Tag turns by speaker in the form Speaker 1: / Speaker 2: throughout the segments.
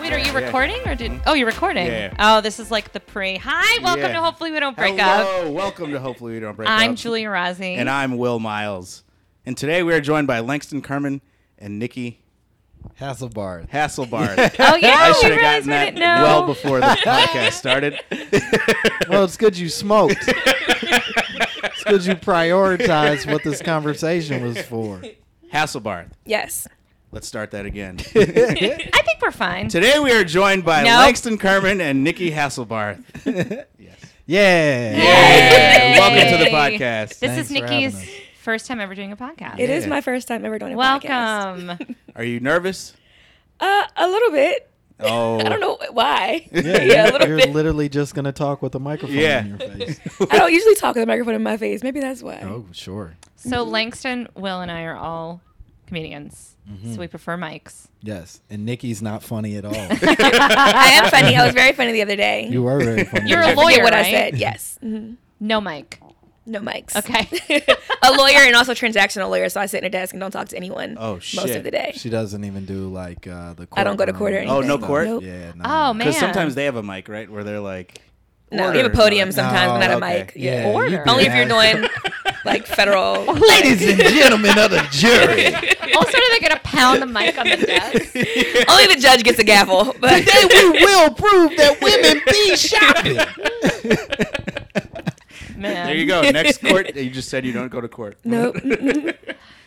Speaker 1: yeah.
Speaker 2: recording or did? Oh, you're recording.
Speaker 1: Yeah.
Speaker 2: Oh, this is like the pre. Hi, welcome
Speaker 1: Yeah.
Speaker 2: to Hopefully We Don't Break Up.
Speaker 1: Hello, welcome to Hopefully We Don't Break Up.
Speaker 2: I'm Julia Rossi.
Speaker 1: And I'm Will Miles. And today we are joined by Langston Carmen and Nikki
Speaker 3: Hasselbard.
Speaker 1: Hasselbard.
Speaker 2: oh yeah,
Speaker 1: I should
Speaker 2: we
Speaker 1: have
Speaker 2: realized
Speaker 1: gotten
Speaker 2: we
Speaker 1: that
Speaker 2: didn't know.
Speaker 1: well before the podcast started.
Speaker 3: Well, it's good you smoked. it's good you prioritized what this conversation was for.
Speaker 1: Hasselbard.
Speaker 4: Yes.
Speaker 1: Let's start that again.
Speaker 2: I think we're fine.
Speaker 1: Today we are joined by
Speaker 2: No.
Speaker 1: Langston Carmen and Nikki Hasselbard.
Speaker 3: Yeah.
Speaker 2: Yay.
Speaker 1: Welcome to the podcast.
Speaker 2: This
Speaker 3: Thanks
Speaker 2: is
Speaker 3: for
Speaker 2: Nikki's
Speaker 3: having us.
Speaker 2: first time ever doing a podcast.
Speaker 4: it is
Speaker 1: Yeah.
Speaker 4: my first time ever doing a podcast.
Speaker 2: Welcome.
Speaker 1: Are you nervous?
Speaker 4: Uh, a little bit.
Speaker 1: Oh,
Speaker 4: I don't know why.
Speaker 3: Yeah,
Speaker 4: yeah, a
Speaker 3: you're,
Speaker 4: little
Speaker 3: you're
Speaker 4: bit.
Speaker 3: literally just gonna talk with a microphone
Speaker 1: Yeah.
Speaker 3: in your face.
Speaker 4: I don't usually talk with a microphone in my face. Maybe that's why.
Speaker 3: Oh, sure.
Speaker 2: so Langston, Will, and I are all comedians,
Speaker 1: Mm-hmm.
Speaker 2: so we prefer mics.
Speaker 3: Yes, and Nikki's not funny at all.
Speaker 4: I am funny. I was very funny the other day.
Speaker 3: you are very funny.
Speaker 2: You're a
Speaker 4: I forget
Speaker 2: lawyer,
Speaker 4: what I
Speaker 2: right?
Speaker 4: said. Yes. Mhm.
Speaker 2: No mic.
Speaker 4: No mics.
Speaker 2: Okay.
Speaker 4: a lawyer and also a transactional lawyer, so I sit in a desk and don't talk to anyone
Speaker 1: Oh,
Speaker 4: most
Speaker 1: shit.
Speaker 4: of the day.
Speaker 3: She doesn't even do like uh, the. Court
Speaker 4: I don't go to court or anything.
Speaker 1: Oh, no court?
Speaker 4: Nope.
Speaker 3: Yeah. No.
Speaker 2: Oh man.
Speaker 1: Because sometimes they have a mic, right? Where they're like,
Speaker 4: No, we have
Speaker 1: Order.
Speaker 4: a podium sometimes, but not
Speaker 1: Oh,
Speaker 4: a
Speaker 1: okay.
Speaker 4: mic. Yeah.
Speaker 3: you'd
Speaker 2: Order.
Speaker 3: be
Speaker 4: Only if you're
Speaker 3: nasty.
Speaker 4: doing like federal.
Speaker 3: Ladies and gentlemen of the jury.
Speaker 2: also, do they get to pound the mic on the desk?
Speaker 4: Only the judge gets a gavel. But
Speaker 3: we will prove that women be shopping.
Speaker 2: Man.
Speaker 1: there you go. Next court. You just said you don't go to court.
Speaker 4: nope.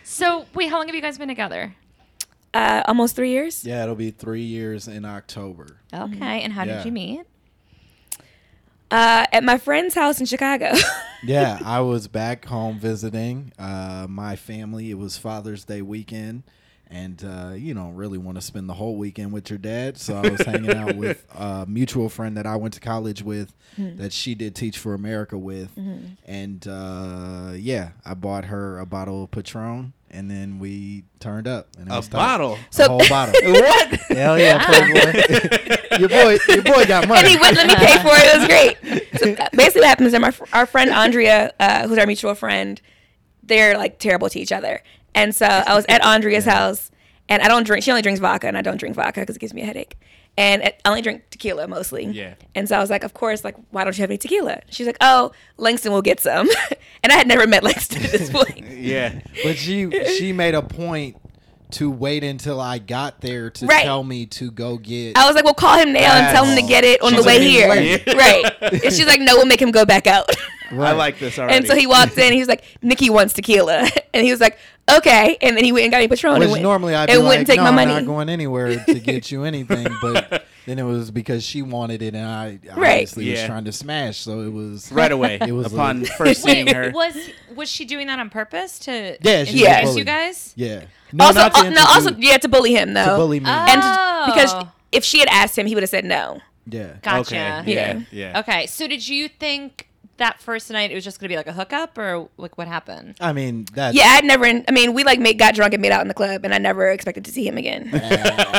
Speaker 2: So wait, how long have you guys been together?
Speaker 4: Uh, almost three years.
Speaker 3: Yeah, it'll be three years in October.
Speaker 2: Okay, and how
Speaker 3: Yeah.
Speaker 2: did you meet?
Speaker 4: Uh, at my friend's house in Chicago.
Speaker 3: Yeah, I was back home visiting uh, my family. It was Father's Day weekend, and uh, you don't really want to spend the whole weekend with your dad. So I was hanging out with a mutual friend that I went to college with,
Speaker 4: Mm-hmm.
Speaker 3: that she did Teach for America with, and uh, yeah, I bought her a bottle of Patron, and then we turned up. And it
Speaker 1: A
Speaker 3: was time.
Speaker 1: bottle.
Speaker 3: A
Speaker 4: So- Ah.
Speaker 3: whole bottle.
Speaker 1: What?
Speaker 3: Hell yeah, Playboy. your boy, your boy got money.
Speaker 4: and he wouldn't let me pay for it. It was great. So uh, basically, what happens is our, our friend Andrea, uh, who's our mutual friend, they're like terrible to each other. And so I was at Andrea's house, and I don't drink. She only drinks vodka, and I don't drink vodka because it gives me a headache. And I only drink tequila mostly.
Speaker 1: Yeah.
Speaker 4: And so I was like, of course, like, why don't you have any tequila? She's like, oh, Langston will get some. and I had never met Langston at this point.
Speaker 1: Yeah.
Speaker 3: But she she made a point to wait until I got there to
Speaker 4: Right. Oh,
Speaker 3: tell me to go get.
Speaker 4: I was like, well, call him now and tell him to
Speaker 3: Wow.
Speaker 4: get it on
Speaker 3: She's
Speaker 4: the way
Speaker 3: like,
Speaker 4: here.
Speaker 3: "Wait."
Speaker 4: Right. And she's like, no, we'll make him go back out.
Speaker 1: I like this already.
Speaker 4: And so he walked in. He was like, "Nikki wants tequila," and he was like, "Okay." And then he went and got me Patron.
Speaker 3: Which
Speaker 4: and went,
Speaker 3: normally I'd be
Speaker 4: and
Speaker 3: like,
Speaker 4: wouldn't take
Speaker 3: no,
Speaker 4: my
Speaker 3: I'm
Speaker 4: money.
Speaker 3: not going anywhere to get you anything. But then it was because she wanted it, and I
Speaker 4: Right.
Speaker 3: obviously was
Speaker 1: Yeah.
Speaker 3: trying to smash. So it was
Speaker 1: right away.
Speaker 3: It was
Speaker 1: upon
Speaker 3: like-
Speaker 1: first seeing her.
Speaker 2: Was was she doing that on purpose to
Speaker 3: Yeah, she was
Speaker 2: introduce
Speaker 4: bullied.
Speaker 2: you guys?
Speaker 3: Yeah. No,
Speaker 4: also,
Speaker 3: not to
Speaker 4: oh, no, also, uh,
Speaker 3: introduce-
Speaker 4: yeah, to bully him though.
Speaker 3: to bully me.
Speaker 4: And to-
Speaker 2: Oh.
Speaker 4: because if she had asked him, he would have said no.
Speaker 3: yeah.
Speaker 2: Gotcha.
Speaker 1: Okay. Yeah. Yeah.
Speaker 2: Okay. So did you think that first night it was just gonna be like a hookup or like what happened?
Speaker 3: I mean that's
Speaker 4: Yeah, I'd never. I mean, we like made, got drunk and made out in the club, and I never expected to see him again.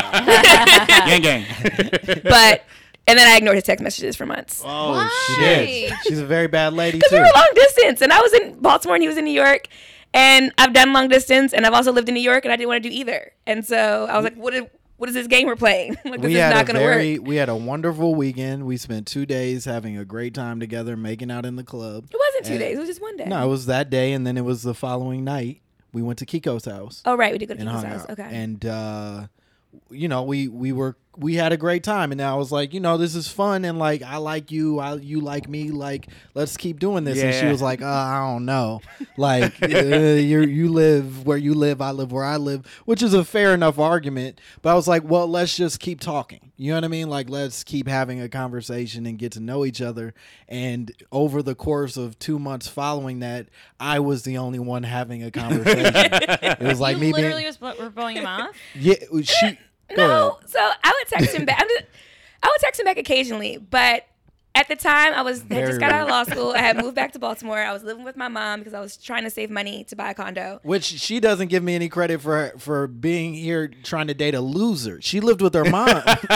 Speaker 1: Gang gang.
Speaker 4: but and then I ignored his text messages for months.
Speaker 1: oh
Speaker 2: Why?
Speaker 3: She is.
Speaker 2: Hey.
Speaker 3: She's a very bad lady
Speaker 4: because
Speaker 3: too.
Speaker 4: we were long distance, and I was in Baltimore and he was in New York, and I've done long distance, and I've also lived in New York, and I didn't want to do either, and so I was like, what? Is, what is this game we're playing? like, this
Speaker 3: we
Speaker 4: is
Speaker 3: had
Speaker 4: not
Speaker 3: a
Speaker 4: going to
Speaker 3: very
Speaker 4: work.
Speaker 3: we had a wonderful weekend. We spent two days having a great time together, making out in the club.
Speaker 4: It wasn't two
Speaker 3: And-
Speaker 4: days. It was just one day.
Speaker 3: No, it was that day, and then it was the following night. We went to Kiko's house
Speaker 4: Oh right, we did go to
Speaker 3: and
Speaker 4: Kiko's
Speaker 3: hung
Speaker 4: house.
Speaker 3: out.
Speaker 4: Okay.
Speaker 3: And uh, you know, we we were we had a great time, and I was like, you know, this is fun, and like I like you, I you like me, like let's keep doing this. And she
Speaker 1: Yeah.
Speaker 3: was like, uh, I don't know, like uh, you you live where you live, I live where I live, which is a fair enough argument. But I was like, well, let's just keep talking. You know what I mean? Like let's keep having a conversation and get to know each other. And over the course of two months following that, I was the only one having a conversation. it was like
Speaker 2: you
Speaker 3: me being,
Speaker 2: literally was bl- were blowing him off.
Speaker 3: yeah, it was she. go
Speaker 4: no,
Speaker 3: ahead.
Speaker 4: so I would text him back. I'm just, I would text him back occasionally, but at the time I was had
Speaker 3: Very
Speaker 4: just got out of law school. I had moved back to Baltimore. I was living with my mom because I was trying to save money to buy a condo.
Speaker 3: Which she doesn't give me any credit for for being here trying to date a loser. She lived with her mom.
Speaker 4: First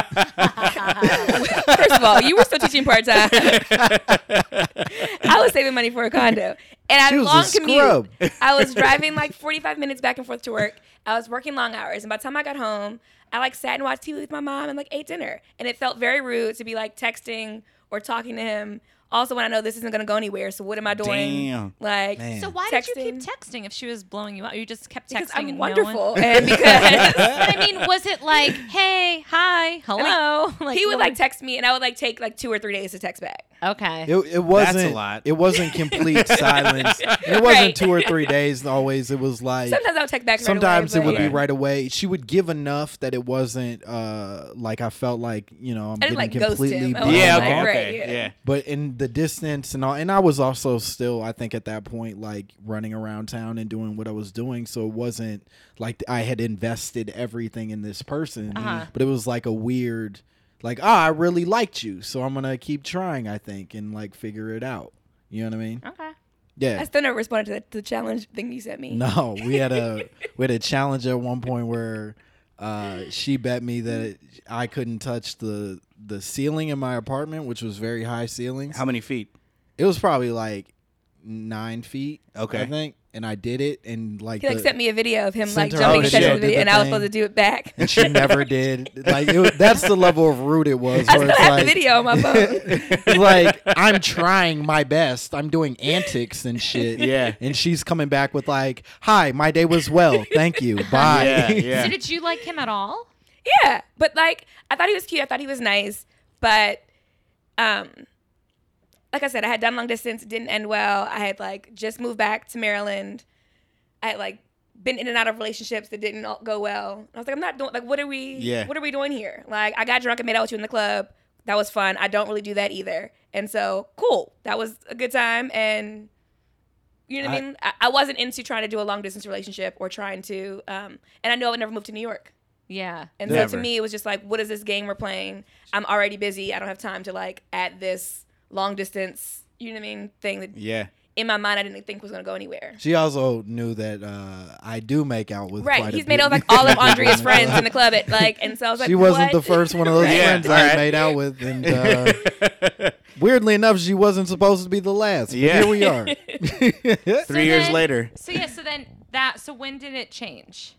Speaker 4: of all, you were still teaching part time. I was saving money for a condo, and I had
Speaker 3: She
Speaker 4: a
Speaker 3: was a
Speaker 4: long commute.
Speaker 3: scrub.
Speaker 4: I was driving like 45 minutes back and forth to work. I was working long hours, and by the time I got home, I like sat and watched TV with my mom and like ate dinner. And it felt very rude to be like texting or talking to him. Also, when I know this isn't gonna go anywhere, so what am I doing?
Speaker 1: Damn.
Speaker 4: Like,
Speaker 3: Man.
Speaker 2: So why did you keep
Speaker 4: Texting.
Speaker 2: texting if she was blowing you up? You just kept texting.
Speaker 4: because I'm
Speaker 2: and
Speaker 4: wonderful,
Speaker 2: No one-
Speaker 4: and because
Speaker 2: but I mean, was it like, hey, hi, hello? like
Speaker 4: he would
Speaker 2: no
Speaker 4: like
Speaker 2: one-
Speaker 4: text me, and I would like take like two or three days to text back.
Speaker 2: Okay.
Speaker 3: It, it wasn't
Speaker 1: lot.
Speaker 3: It wasn't complete silence. It wasn't
Speaker 4: Right.
Speaker 3: two or three days. Always, it was like
Speaker 4: Sometimes I would text back. right away,
Speaker 3: sometimes it
Speaker 4: but-
Speaker 3: would be
Speaker 1: Right.
Speaker 3: right away. She would give enough that it wasn't uh like I felt like you know I'm
Speaker 4: I didn't,
Speaker 3: getting
Speaker 4: like, ghost
Speaker 3: completely
Speaker 4: him. I
Speaker 3: blown
Speaker 4: was
Speaker 1: Yeah.
Speaker 4: like,
Speaker 1: Okay.
Speaker 3: off.
Speaker 4: right,
Speaker 1: okay.
Speaker 4: yeah.
Speaker 1: Yeah.
Speaker 3: But in the distance and all, and I was also still, I think at that point, like running around town and doing what I was doing. So it wasn't like I had invested everything in this person,
Speaker 2: Uh-huh.
Speaker 3: but it was like a weird, like, ah, I really liked you. So I'm going to keep trying, I think, and like figure it out. You know what I mean?
Speaker 2: Okay.
Speaker 3: Yeah.
Speaker 4: I still never responded to the, to the challenge thing you sent me.
Speaker 3: No, we had a we had a challenge at one point where uh, she bet me that I couldn't touch the the ceiling in my apartment, which was very high ceilings.
Speaker 1: How many feet?
Speaker 3: It was probably like nine feet.
Speaker 1: Okay.
Speaker 3: I think, and I did it, and like,
Speaker 4: He like
Speaker 3: the-
Speaker 4: sent me a video of him like
Speaker 3: sent her
Speaker 4: jumping
Speaker 1: a
Speaker 4: and touching
Speaker 1: video,
Speaker 4: the video,
Speaker 3: did the
Speaker 4: and I was
Speaker 3: thing.
Speaker 4: supposed to do it back.
Speaker 3: and she never did. Like it, was- that's the level of rude it was.
Speaker 4: I
Speaker 3: where
Speaker 4: still
Speaker 3: it's
Speaker 4: have
Speaker 3: like,
Speaker 4: the video on my phone.
Speaker 3: like I'm trying my best. I'm doing antics and shit.
Speaker 1: Yeah.
Speaker 3: And she's coming back with like, "Hi, my day was well. Thank you. Bye."
Speaker 1: Yeah, yeah.
Speaker 2: So did you like him at all?
Speaker 4: yeah, but like I thought he was cute. I thought he was nice, but um, like I said, I had done long distance, it didn't end well. I had like just moved back to Maryland. I had like been in and out of relationships that didn't all go well. And I was like, I'm not doing like what are we?
Speaker 1: Yeah.
Speaker 4: What are we doing here? Like I got drunk and made out with you in the club. That was fun. I don't really do that either. And so cool. That was a good time and. You know what I,
Speaker 3: I-
Speaker 4: mean? I, I wasn't into trying to do a long distance relationship or trying to, um, and I know I would never move to New York.
Speaker 2: Yeah.
Speaker 4: And so
Speaker 1: Never.
Speaker 4: to me, it was just like, what is this game we're playing? I'm already busy. I don't have time to like add this long distance, you know what I mean, thing that
Speaker 1: Yeah.
Speaker 4: in my mind I didn't think was going to go anywhere.
Speaker 3: She also knew that uh, I do make out with.
Speaker 4: Right.
Speaker 3: quite a
Speaker 4: He's made out
Speaker 3: few
Speaker 4: with, like all of
Speaker 3: people.
Speaker 4: Andrea's friends in the club at like, and so I was like,
Speaker 3: she wasn't
Speaker 4: what?
Speaker 3: the first one of those
Speaker 1: Right. Yeah,
Speaker 3: friends I
Speaker 1: alright.
Speaker 3: made out with, and uh, weirdly enough, she wasn't supposed to be the last. But
Speaker 1: Yeah.
Speaker 3: here we are.
Speaker 1: Three years
Speaker 2: then-
Speaker 1: later.
Speaker 2: So yeah. So then that. So when did it change?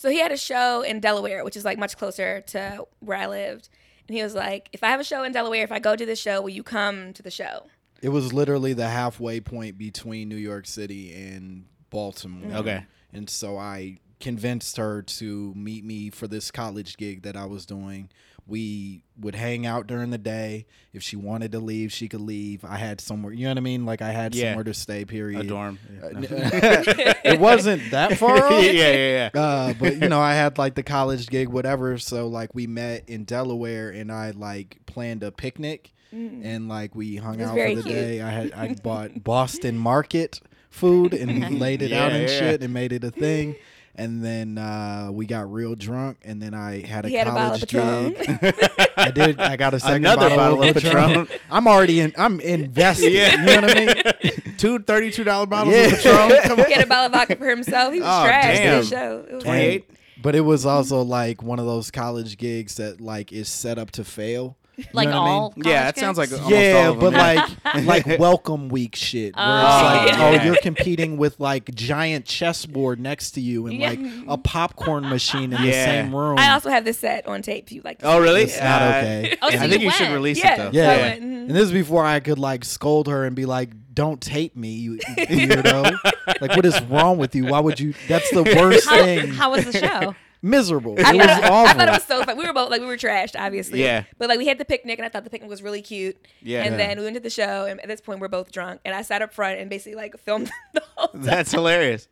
Speaker 4: So he had a show in Delaware, which is like much closer to where I lived. And he was like, if I have a show in Delaware, if I go to this show, will you come to the show?
Speaker 3: It was literally the halfway point between New York City and Baltimore.
Speaker 1: Mm. Okay.
Speaker 3: And so I convinced her to meet me for this college gig that I was doing. We would hang out during the day. If she wanted to leave, she could leave. I had somewhere, you know what I mean? Like I had
Speaker 1: Yeah.
Speaker 3: somewhere to stay, period.
Speaker 1: A dorm. Yeah. Uh, No.
Speaker 3: it wasn't that far
Speaker 1: yeah,
Speaker 3: off.
Speaker 1: yeah, yeah.
Speaker 3: Uh, but you know, I had like the college gig, whatever. So like we met in Delaware, and I like planned a picnic, and like we hung
Speaker 4: That's
Speaker 3: out for
Speaker 4: Mm. very
Speaker 3: the
Speaker 4: cute.
Speaker 3: day. I had I bought Boston Market food and laid it out
Speaker 1: Yeah,
Speaker 3: and
Speaker 1: yeah.
Speaker 3: shit, and made it a thing. And then uh, we got real drunk, and then I had a
Speaker 4: He had a bottle
Speaker 3: college
Speaker 4: of Patron.
Speaker 3: gig. I did. I got a second
Speaker 1: Another
Speaker 3: bottle,
Speaker 1: bottle of
Speaker 3: of Patron.
Speaker 1: Patron.
Speaker 3: I'm already in. I'm invested.
Speaker 1: Yeah.
Speaker 3: You know what I mean?
Speaker 1: Two thirty-two dollar bottles
Speaker 3: Yeah.
Speaker 1: of Patron. Come
Speaker 4: He had a bottle of vodka for himself. He was
Speaker 1: Oh,
Speaker 4: trash
Speaker 1: damn.
Speaker 4: at the show. It was-
Speaker 1: on. 28.
Speaker 3: But it was also like one of those college gigs that like is set up to fail. You know
Speaker 2: Like
Speaker 3: what I mean?
Speaker 2: all.
Speaker 1: Yeah,
Speaker 2: college
Speaker 1: it sounds
Speaker 2: kids?
Speaker 1: like almost all
Speaker 3: Yeah,
Speaker 1: of
Speaker 3: but
Speaker 1: them, yeah.
Speaker 3: like like welcome week shit. Where
Speaker 2: Oh,
Speaker 3: it's like,
Speaker 1: yeah.
Speaker 3: oh, you're competing with like giant chessboard next to you and
Speaker 2: Yeah.
Speaker 3: like a popcorn machine in the
Speaker 1: Yeah.
Speaker 3: same room.
Speaker 4: I also have this set on tape. If you like? to
Speaker 1: Oh,
Speaker 4: see it.
Speaker 1: really?
Speaker 3: It's not
Speaker 1: Uh,
Speaker 3: okay.
Speaker 2: Oh, so
Speaker 1: I think
Speaker 2: you
Speaker 1: you should
Speaker 2: went.
Speaker 1: release
Speaker 4: Yeah,
Speaker 1: it though.
Speaker 4: so
Speaker 3: yeah.
Speaker 4: I went, mhm.
Speaker 3: And this is before I could like scold her and be like, "Don't tape me, you weirdo! like, what is wrong with you? Why would you? That's the worst
Speaker 2: How,
Speaker 3: thing.
Speaker 2: how was the show?
Speaker 3: Miserable.
Speaker 4: I
Speaker 3: It
Speaker 4: thought
Speaker 3: was
Speaker 4: it-
Speaker 3: awful.
Speaker 4: I thought it was so fun. We were both like we were trashed, obviously.
Speaker 1: Yeah.
Speaker 4: But like we had the picnic, and I thought the picnic was really cute.
Speaker 1: Yeah.
Speaker 4: And
Speaker 1: Yeah.
Speaker 4: then we went to the show, and at this point we're both drunk, and I sat up front and basically like filmed the whole. Thing,
Speaker 1: That's hilarious.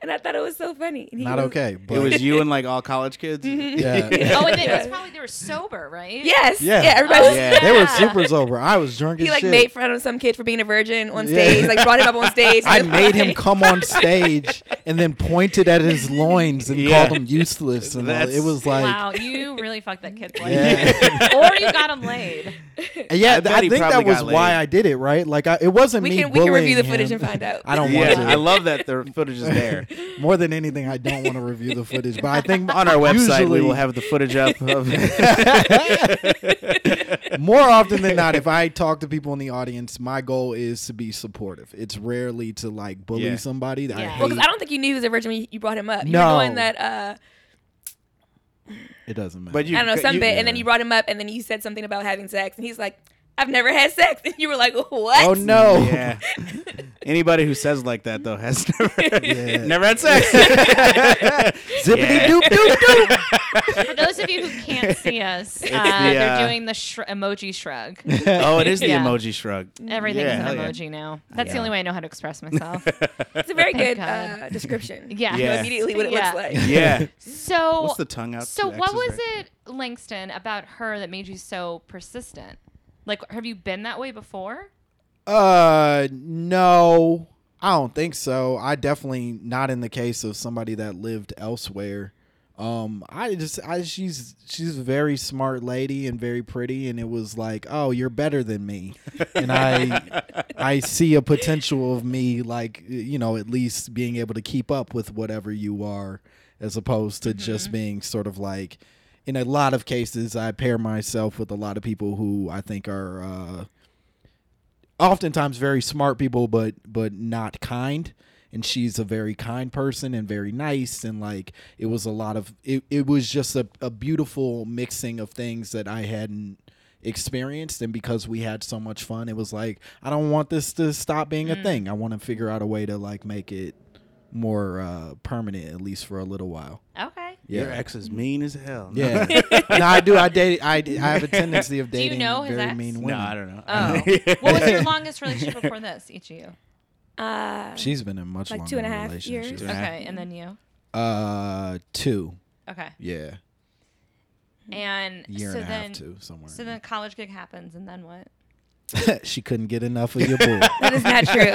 Speaker 4: and I thought it was so funny. And he
Speaker 3: not
Speaker 4: was-
Speaker 3: okay. But
Speaker 1: It was you and like all college kids.
Speaker 3: Yeah.
Speaker 2: Oh, and then it was
Speaker 4: Yeah.
Speaker 2: probably they were sober, right?
Speaker 4: Yes.
Speaker 3: Yeah.
Speaker 4: Yeah. everybody. Was,
Speaker 1: Yeah.
Speaker 3: They were super sober. I was drunk as
Speaker 4: He like
Speaker 3: shit.
Speaker 4: made fun of some kid for being a virgin on
Speaker 3: Yeah.
Speaker 4: stage. Like brought him up on stage.
Speaker 3: I
Speaker 4: and,
Speaker 3: made him
Speaker 4: like-
Speaker 3: come on stage and then pointed at his loins and
Speaker 1: Yeah.
Speaker 3: called him useless. And all.
Speaker 1: That's-
Speaker 3: it was like,
Speaker 2: wow, you really fucked that kid. boy.
Speaker 3: Yeah.
Speaker 2: or you got him laid.
Speaker 3: And yeah,
Speaker 1: I
Speaker 3: th-
Speaker 1: bet
Speaker 3: I,
Speaker 1: he
Speaker 3: think that
Speaker 1: probably
Speaker 3: was
Speaker 1: got
Speaker 3: why
Speaker 1: laid.
Speaker 3: I did it. Right? Like I, it wasn't
Speaker 4: We
Speaker 3: me.
Speaker 4: can- we can
Speaker 3: bullying
Speaker 4: review the footage
Speaker 3: him.
Speaker 4: and find out.
Speaker 3: I don't
Speaker 1: Yeah,
Speaker 3: want to.
Speaker 1: I love that the footage is there.
Speaker 3: More than anything, I don't want to review the footage. But I think
Speaker 1: On our website,
Speaker 3: usually,
Speaker 1: we will have the footage up. Of
Speaker 3: more often than not. If I talk to people in the audience, my goal is to be supportive. It's rarely to like bully
Speaker 1: Yeah.
Speaker 3: somebody. I
Speaker 2: Yeah.
Speaker 3: hate.
Speaker 4: Well, because I don't think you knew he was a virgin when you- you brought him up. You
Speaker 3: No.
Speaker 4: were doing that, uh,
Speaker 3: it doesn't matter.
Speaker 1: but you,
Speaker 4: I don't know, some
Speaker 1: you-
Speaker 4: bit, and then you brought him up, and then you said something about having sex, and he's like, I've never had sex. And you were like, what?
Speaker 3: oh no.
Speaker 1: Yeah. Anybody who says like that though has never,
Speaker 3: Yeah.
Speaker 1: never had sex.
Speaker 3: Zippity doop doop doop.
Speaker 2: For those of you who can't see us, uh,
Speaker 1: the, uh,
Speaker 2: they're doing the sh- emoji shrug.
Speaker 1: oh, it is the
Speaker 2: Yeah.
Speaker 1: emoji shrug.
Speaker 2: Everything's
Speaker 1: Yeah,
Speaker 2: an
Speaker 1: hell yeah.
Speaker 2: emoji now. That's the only way I know how to express myself.
Speaker 4: It's a very good
Speaker 2: Oh, God.
Speaker 4: uh, description.
Speaker 2: Yeah.
Speaker 4: You know
Speaker 1: Yeah.
Speaker 4: immediately what it
Speaker 2: Yeah.
Speaker 4: looks like.
Speaker 1: Yeah.
Speaker 2: So
Speaker 1: What's the tongue out?
Speaker 2: So
Speaker 1: to
Speaker 2: what
Speaker 1: X's
Speaker 2: was
Speaker 1: right?
Speaker 2: it, Langston, about her that made you so persistent? Like, have you been that way before?
Speaker 3: Uh, no, I don't think so. I definitely not in the case of somebody that lived elsewhere. Um, I just, I she's she's a very smart lady and very pretty, and it was like, oh, you're better than me, and I, I see a potential of me, like you know, at least being able to keep up with whatever you are, as opposed to just being sort of like. In a lot of cases, I pair myself with a lot of people who I think are uh, oftentimes very smart people but but not kind and she's a very kind person and very nice and like it was a lot of it, it was just a, a beautiful mixing of things that i hadn't experienced and because we had so much fun it was like i don't want this to stop being
Speaker 4: Mm.
Speaker 3: a thing i want to figure out a way to like make it more uh permanent at least for a little while
Speaker 2: Okay.
Speaker 1: Your ex is mean as hell.
Speaker 3: yeah no i do i date i, I have a tendency of
Speaker 2: you
Speaker 3: dating
Speaker 2: know his
Speaker 3: very
Speaker 2: ex?
Speaker 3: mean
Speaker 1: No,
Speaker 3: women
Speaker 1: I don't know.
Speaker 2: Oh. what was your longest relationship before this? Each of you.
Speaker 4: Uh,
Speaker 3: she's been in much
Speaker 4: Like
Speaker 3: longer
Speaker 4: two and a half
Speaker 3: relationships.
Speaker 4: years?
Speaker 1: Yeah.
Speaker 2: Okay, and then you.
Speaker 3: Uh, two.
Speaker 2: Okay.
Speaker 3: Yeah,
Speaker 2: And
Speaker 3: year
Speaker 2: so
Speaker 3: and a
Speaker 2: then,
Speaker 3: half, two somewhere.
Speaker 2: so then college gig happens, and then what?
Speaker 3: she couldn't get enough of your boo.
Speaker 4: that is not true.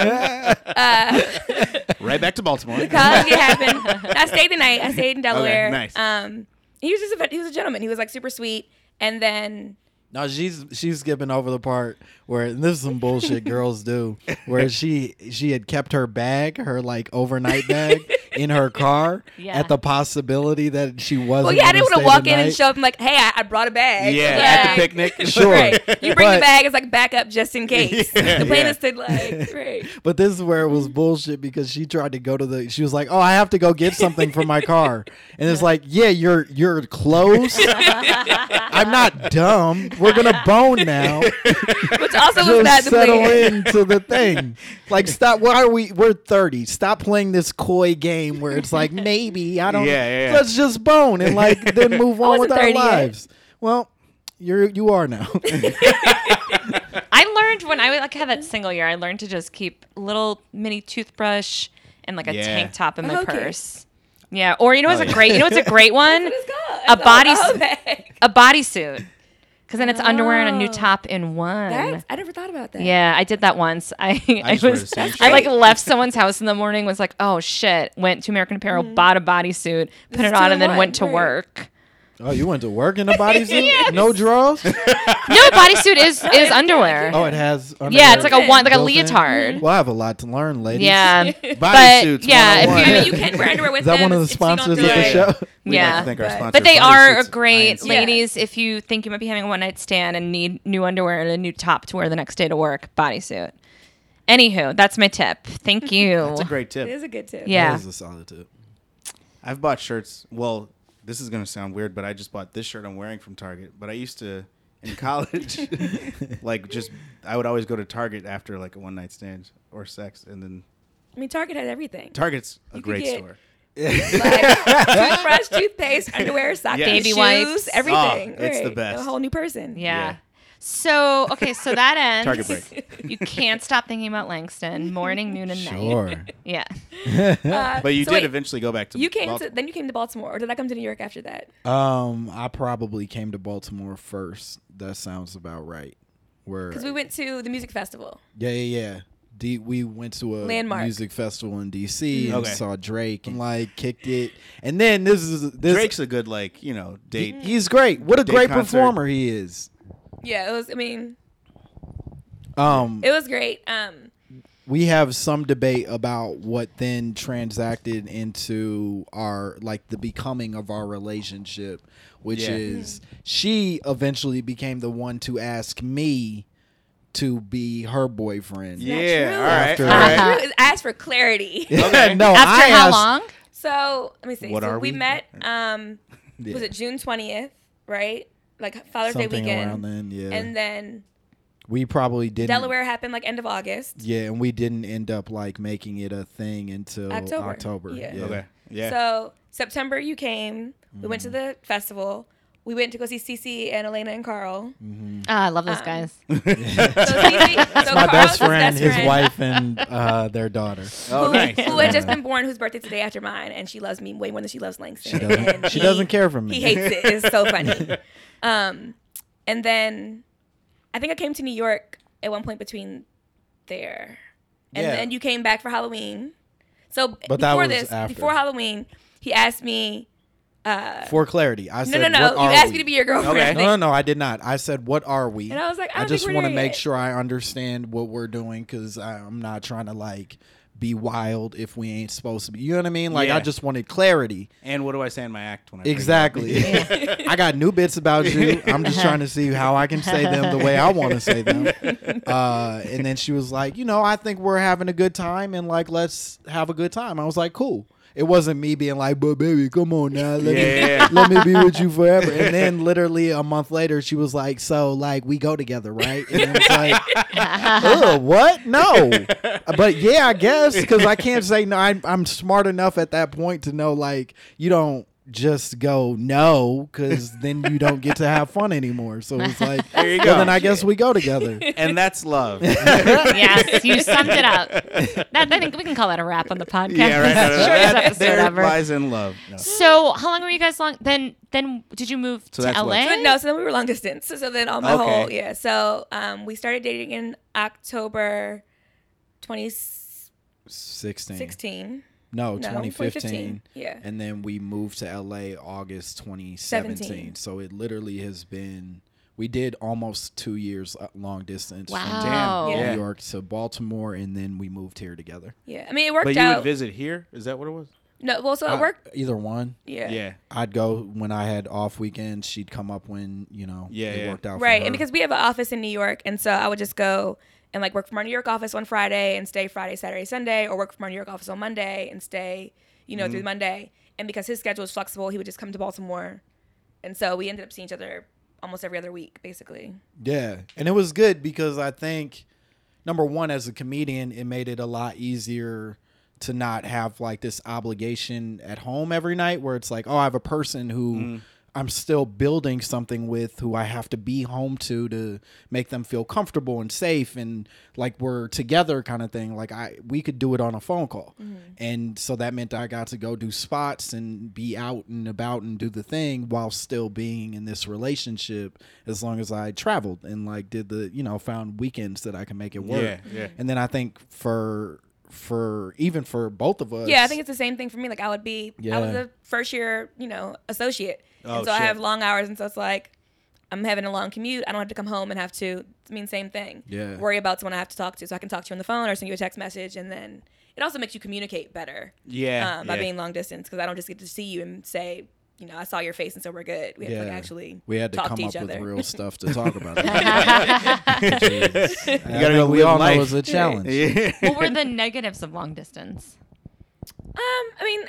Speaker 4: Uh,
Speaker 1: right back to Baltimore.
Speaker 4: college it happened. I stayed the night. I stayed in Delaware.
Speaker 1: nice.
Speaker 4: Um, he was just a, vet- he was a gentleman. He was like super sweet. And then
Speaker 3: no, she's she's skipping over the part where and this is some bullshit girls do, where she she had kept her bag, her like overnight bag, in her car
Speaker 2: Yeah.
Speaker 3: at the possibility that she wasn't.
Speaker 4: well, yeah, I didn't
Speaker 3: want to
Speaker 4: walk in and show up and like, hey, I, I brought a bag.
Speaker 1: Yeah,
Speaker 4: Like,
Speaker 1: at the picnic.
Speaker 3: Sure.
Speaker 4: Right. You bring
Speaker 3: But-
Speaker 4: the bag as like backup just in case.
Speaker 1: Yeah,
Speaker 4: the plan
Speaker 1: yeah.
Speaker 4: is to like, right.
Speaker 3: But this is where it was bullshit because she tried to go to the. She was like, "Oh, I have to go get something for my car," and it's like, "Yeah, you're you're close. I'm not dumb. We're gonna bone now.
Speaker 4: Which also was not
Speaker 3: Just
Speaker 4: the
Speaker 3: settle
Speaker 4: plan.
Speaker 3: into the thing. Like, stop. Why are we? We're thirty. Stop playing this coy game where it's like maybe I don't.
Speaker 1: Yeah, yeah, yeah.
Speaker 3: Let's just bone and like then move on
Speaker 4: wasn't
Speaker 3: with our
Speaker 4: 30 yet.
Speaker 3: lives. Well, you're you are now.
Speaker 2: I learned when I was- like had that single year, I learned to just keep little mini toothbrush and like a
Speaker 1: Yeah. Oh,
Speaker 2: tank top in my
Speaker 4: Okay.
Speaker 2: purse. Yeah, or you know what's
Speaker 1: yeah.
Speaker 2: a great, you know what's a great one?
Speaker 4: It's called-
Speaker 2: A
Speaker 4: it's
Speaker 2: body
Speaker 4: all
Speaker 2: s-
Speaker 4: bag.
Speaker 2: a bodysuit. Because then it's underwear and a new top in one.
Speaker 4: That's, I never thought about that.
Speaker 2: yeah, I did that once. I I,
Speaker 1: just wear the
Speaker 2: was
Speaker 1: same
Speaker 2: I like
Speaker 4: shirt.
Speaker 2: left someone's house in the morning. Was like, oh shit! Went to American Apparel, bought a bodysuit, put it
Speaker 4: two
Speaker 2: on,
Speaker 4: in
Speaker 2: and then
Speaker 4: one,
Speaker 2: went to
Speaker 4: right.
Speaker 2: work.
Speaker 3: oh, you went to work in a bodysuit? No draws?
Speaker 2: No, bodysuit is is underwear.
Speaker 3: Oh, it has.
Speaker 2: yeah, it's like a one like a
Speaker 3: built in?
Speaker 2: leotard.
Speaker 3: Well, I have a lot to learn, ladies.
Speaker 2: Yeah,
Speaker 1: Body
Speaker 2: but
Speaker 1: suits
Speaker 2: yeah, if
Speaker 4: I mean,
Speaker 2: you,
Speaker 4: you can wear underwear with
Speaker 3: Is that
Speaker 4: them
Speaker 3: one of the
Speaker 4: if you don't
Speaker 3: sponsors of
Speaker 4: do
Speaker 3: the
Speaker 4: it.
Speaker 3: show?
Speaker 1: yeah.
Speaker 2: yeah.
Speaker 1: thank our
Speaker 4: But-
Speaker 1: sponsor,
Speaker 2: But they
Speaker 1: Body
Speaker 2: are
Speaker 1: Suits
Speaker 2: great,
Speaker 1: INC.
Speaker 2: ladies. If you think you might be having a one night stand and need new underwear and a new top to wear the next day to work, bodysuit. Anywho, that's my tip. Thank you.
Speaker 1: That's a great tip.
Speaker 4: It is a good tip.
Speaker 2: yeah.
Speaker 3: That is a solid tip.
Speaker 1: I've bought shirts. Well, this is gonna sound weird, but I just bought this shirt I'm wearing from Target. But I used to in college, like just I would always go to Target after like a one night stand or sex, and then
Speaker 4: I mean, Target has everything.
Speaker 1: Target's a
Speaker 4: You could
Speaker 1: great
Speaker 4: get
Speaker 1: store.
Speaker 4: Like, toothbrush, toothpaste, underwear, socks,
Speaker 1: Yeah.
Speaker 2: Baby
Speaker 4: shoes,
Speaker 2: wipes.
Speaker 4: everything.
Speaker 1: Oh, it's the
Speaker 4: Right.
Speaker 1: best.
Speaker 4: A whole new person.
Speaker 2: yeah.
Speaker 1: Yeah.
Speaker 2: So okay, so that ends.
Speaker 1: Target break.
Speaker 2: You can't stop thinking about Langston morning, noon, and night.
Speaker 3: Sure.
Speaker 2: Yeah.
Speaker 4: Uh,
Speaker 1: But you
Speaker 4: so
Speaker 1: did
Speaker 4: wait,
Speaker 1: eventually go back to
Speaker 4: You came
Speaker 1: Baltimore.
Speaker 4: to then you came to Baltimore, or did I come to New York after that?
Speaker 3: um, I probably came to Baltimore first. That sounds about right. Where?
Speaker 4: Because we went to the music festival.
Speaker 3: yeah, yeah, yeah. D- we went to a
Speaker 4: Landmark.
Speaker 3: music festival in D.C. and
Speaker 1: Mm-hmm. Okay.
Speaker 3: saw Drake and like kicked it. And then this is this
Speaker 1: Drake's a good like you know date.
Speaker 3: He's great. What a
Speaker 1: Date
Speaker 3: great
Speaker 1: concert.
Speaker 3: performer he is.
Speaker 4: yeah, it was. I mean,
Speaker 3: Um,
Speaker 4: it was great. Um,
Speaker 3: we have some debate about what then transacted into our like the becoming of our relationship, which
Speaker 1: Yeah.
Speaker 3: is
Speaker 4: Mm-hmm.
Speaker 3: she eventually became the one to ask me to be her boyfriend.
Speaker 4: not
Speaker 1: Yeah,
Speaker 4: true.
Speaker 1: all right,
Speaker 3: After-
Speaker 1: all
Speaker 4: not
Speaker 1: right.
Speaker 2: Uh-huh.
Speaker 4: true. It's asked for clarity.
Speaker 1: Okay.
Speaker 3: no,
Speaker 2: Oh, After
Speaker 3: I
Speaker 2: how
Speaker 3: asked-
Speaker 2: long?
Speaker 4: So let me see.
Speaker 1: What
Speaker 4: so
Speaker 1: are
Speaker 4: we?
Speaker 1: we?
Speaker 4: met. Um,
Speaker 3: Yeah,
Speaker 4: was it June twentieth? Right, like Father's Day
Speaker 3: something
Speaker 4: weekend,
Speaker 3: around then? Yeah,
Speaker 4: and then
Speaker 3: we probably didn't.
Speaker 4: Delaware happened like end of August.
Speaker 3: Yeah, and we didn't end up like making it a thing until
Speaker 4: October.
Speaker 3: October.
Speaker 4: Yeah.
Speaker 1: Okay. Yeah.
Speaker 4: So September you came. We went to
Speaker 3: Mm.
Speaker 4: the festival. We went to go see Cece and Elena and Carl.
Speaker 2: Ah, I love those
Speaker 4: Um,
Speaker 2: guys.
Speaker 4: So Cece, so
Speaker 3: My
Speaker 4: Carl's
Speaker 3: best
Speaker 4: his
Speaker 3: friend, his
Speaker 4: friend,
Speaker 3: wife, and uh, their daughter.
Speaker 1: oh,
Speaker 4: who,
Speaker 1: nice.
Speaker 4: who had just been born, whose birthday's the day after mine, and she loves me way more than she loves Langston.
Speaker 3: She doesn't,
Speaker 4: and
Speaker 3: she
Speaker 4: he-
Speaker 3: doesn't care for me.
Speaker 4: He hates it. It's so funny. Um, and then I think I came to New York at one point between there, and
Speaker 3: Yeah.
Speaker 4: then you came back for Halloween. So
Speaker 3: But that
Speaker 4: before
Speaker 3: was
Speaker 4: this,
Speaker 3: after.
Speaker 4: before Halloween, he asked me. Uh,
Speaker 3: For clarity, I
Speaker 4: no,
Speaker 3: said,
Speaker 4: no, no.
Speaker 3: "What
Speaker 4: You
Speaker 3: are
Speaker 4: asked
Speaker 3: we?"
Speaker 4: me to be your girlfriend.
Speaker 1: Okay.
Speaker 4: I
Speaker 3: No,
Speaker 4: think.
Speaker 3: no, no. I did not. I said, "What are we?"
Speaker 4: And I was like, I,
Speaker 3: I
Speaker 4: don't
Speaker 3: just
Speaker 4: think we're
Speaker 3: want to
Speaker 4: there
Speaker 3: make
Speaker 4: yet.
Speaker 3: sure I understand what we're doing because I'm not trying to like be wild if we ain't supposed to be. You know what I mean? Like, I
Speaker 1: Yeah.
Speaker 3: just wanted clarity.
Speaker 1: and what do I say in my act when I bring it up?
Speaker 3: Exactly. I got new bits about you. I'm just trying to see how I can say them the way I want to say them. Uh, and then she was like, you know, I think we're having a good time and like, let's have a good time. I was like, cool. It wasn't me being like, but baby, come on now. Let,
Speaker 1: Yeah.
Speaker 3: me, let me be with you forever. And then literally a month later, she was like, so like, we go together, right? And I was like, Ugh, what? No. But yeah, I guess because I can't say no. I'm, I'm smart enough at that point to know like you don't just go no because then you don't get to have fun anymore. So it's like,
Speaker 1: There you
Speaker 3: well,
Speaker 1: go.
Speaker 3: then I guess we go together.
Speaker 1: And that's love.
Speaker 2: yes, you summed it up. That I think we can call that a wrap on the podcast.
Speaker 1: yeah, right. No, no, no.
Speaker 2: Shortest
Speaker 1: That-
Speaker 2: episode
Speaker 1: there
Speaker 2: ever.
Speaker 1: lies in love. No.
Speaker 2: So how long were you guys long? Then then did you move to
Speaker 1: So that's what-
Speaker 2: LA?
Speaker 4: So, no, so then we were long distance. So, so then all my
Speaker 1: Okay.
Speaker 4: whole yeah. So um, we started dating in October 2016.
Speaker 3: 16.
Speaker 1: Oh,
Speaker 3: No,
Speaker 4: No,
Speaker 3: 2015.
Speaker 4: 2015. Yeah.
Speaker 3: And then we moved to LA August 2017.
Speaker 4: Seventeen.
Speaker 3: So it literally has been, we did almost two years uh, long distance
Speaker 2: Wow.
Speaker 1: Damn.
Speaker 3: from
Speaker 1: Yeah.
Speaker 3: New York to Baltimore. And then we moved here together.
Speaker 4: Yeah. I mean, it worked
Speaker 1: But you
Speaker 4: out.
Speaker 1: would visit here? Is that what it was?
Speaker 4: no, well, so
Speaker 3: I-
Speaker 4: it worked.
Speaker 3: Either one.
Speaker 4: Yeah.
Speaker 1: Yeah.
Speaker 3: I'd go when I had off weekends. She'd come up when you know
Speaker 1: Yeah,
Speaker 3: it
Speaker 1: yeah.
Speaker 3: worked out for
Speaker 4: Right.
Speaker 3: her.
Speaker 4: And because we have an office in New York. And so I would just go and like work from our New York office on Friday and stay Friday, Saturday, Sunday, or work from our New York office on Monday and stay, you know,
Speaker 1: Mm-hmm.
Speaker 4: through Monday. And because his schedule was flexible, he would just come to Baltimore. And so we ended up seeing each other almost every other week, basically.
Speaker 3: yeah, and it was good because I think number one as a comedian, it made it a lot easier to not have like this obligation at home every night where it's like, oh, I have a person who. I'm still building something with who I have to be home to to make them feel comfortable and safe and like we're together kind of thing. Like I we could do it on a phone call. And so that meant I got to go do spots and be out and about and do the thing while still being in this relationship as long as I traveled and like did the, you know, found weekends that I can make it work.
Speaker 1: Yeah,
Speaker 4: Uh,
Speaker 1: yeah.
Speaker 3: And then I think for for even for both of us
Speaker 4: Yeah, I think it's the same thing for me. Like I would be, I was
Speaker 3: Yeah.
Speaker 4: a first year, you know, associate,
Speaker 1: Oh,
Speaker 4: and so I
Speaker 1: shit.
Speaker 4: have long hours, and so it's like I'm having a long commute. I don't have to come home and have to. I mean, same thing.
Speaker 3: Yeah.
Speaker 4: Worry about someone I have to talk to, so I can talk to you on the phone or send you a text message, and then it also makes you communicate better
Speaker 1: Yeah.
Speaker 4: um, by
Speaker 1: yeah.
Speaker 4: being long distance because I don't just get to see you and say, you know, I saw your face, and so we're good. We have to like, actually
Speaker 3: we had to
Speaker 4: talk
Speaker 3: come
Speaker 4: to
Speaker 3: up
Speaker 4: each
Speaker 3: with
Speaker 4: other.
Speaker 3: real stuff to talk about. you
Speaker 1: you gotta go
Speaker 3: we
Speaker 1: live
Speaker 3: all
Speaker 1: life.
Speaker 3: know it's a challenge.
Speaker 1: Yeah.
Speaker 2: what were the negatives of long distance?
Speaker 4: Um, I mean,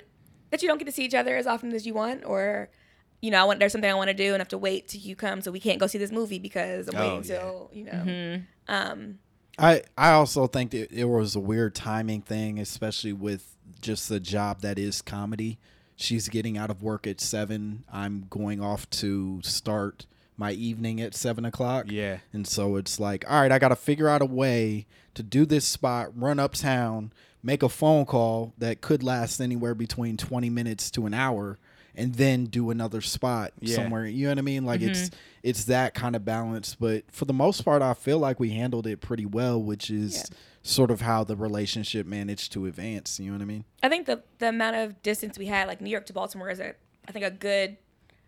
Speaker 4: that you don't get to see each other as often as you want, or you know, I want there's something I want to do and I have to wait till you come, so we can't go see this movie because I'm
Speaker 1: Oh,
Speaker 4: waiting till you know.
Speaker 2: Mm-hmm.
Speaker 4: Um,
Speaker 3: I I also think that it was a weird timing thing, especially with just the job that is comedy. She's getting out of work at seven. I'm going off to start my evening at seven o'clock.
Speaker 1: Yeah.
Speaker 3: And so it's like, all right, I got to figure out a way to do this spot, run uptown, make a phone call that could last anywhere between 20 minutes to an hour, and then do another spot
Speaker 1: Yeah. Mm-hmm.
Speaker 3: somewhere. You know what I mean? Like it's it's that kind of balance. But for the most part, I feel like we handled it pretty well, which is sort of how the relationship managed to advance. You know what I mean?
Speaker 4: I think the the amount of distance we had, like New York to Baltimore, is a I think a good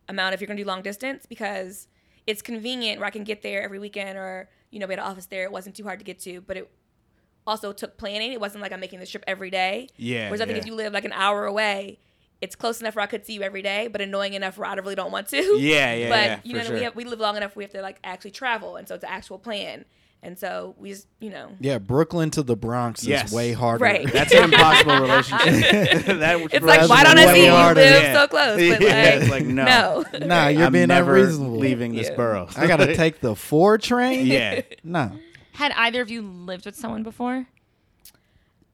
Speaker 4: amount if you're gonna do long distance because it's convenient where I can get there every weekend or, you know, we had an office there. It wasn't too hard to get to, but it also took planning. It wasn't like I'm making this trip every day.
Speaker 1: Yeah,
Speaker 4: Whereas I think
Speaker 1: yeah.
Speaker 4: if you live like an hour away, it's close enough where I could see you every day, but annoying enough where I really don't want to.
Speaker 1: Yeah, yeah,
Speaker 4: But
Speaker 1: yeah,
Speaker 4: you
Speaker 1: for
Speaker 4: know, we
Speaker 1: sure.
Speaker 4: have, we live long enough. We have to like actually travel, and so it's an actual plan. And so we just, you know,
Speaker 3: Yeah, Brooklyn to the Bronx is
Speaker 1: Yes.
Speaker 3: way harder.
Speaker 4: Right.
Speaker 1: That's an impossible relationship. that would-
Speaker 4: it's like
Speaker 3: us is
Speaker 4: why don't I
Speaker 3: way
Speaker 4: see you
Speaker 3: harder.
Speaker 4: live
Speaker 1: Yeah.
Speaker 4: so close? But
Speaker 1: Yeah,
Speaker 4: like,
Speaker 1: it's like, no.
Speaker 4: no.
Speaker 3: Nah, you're
Speaker 1: I'm
Speaker 3: being
Speaker 1: never
Speaker 3: unreasonable.
Speaker 1: leaving this borough.
Speaker 3: I gotta take the four train.
Speaker 1: Yeah.
Speaker 3: nah,
Speaker 2: Had either of you lived with someone before?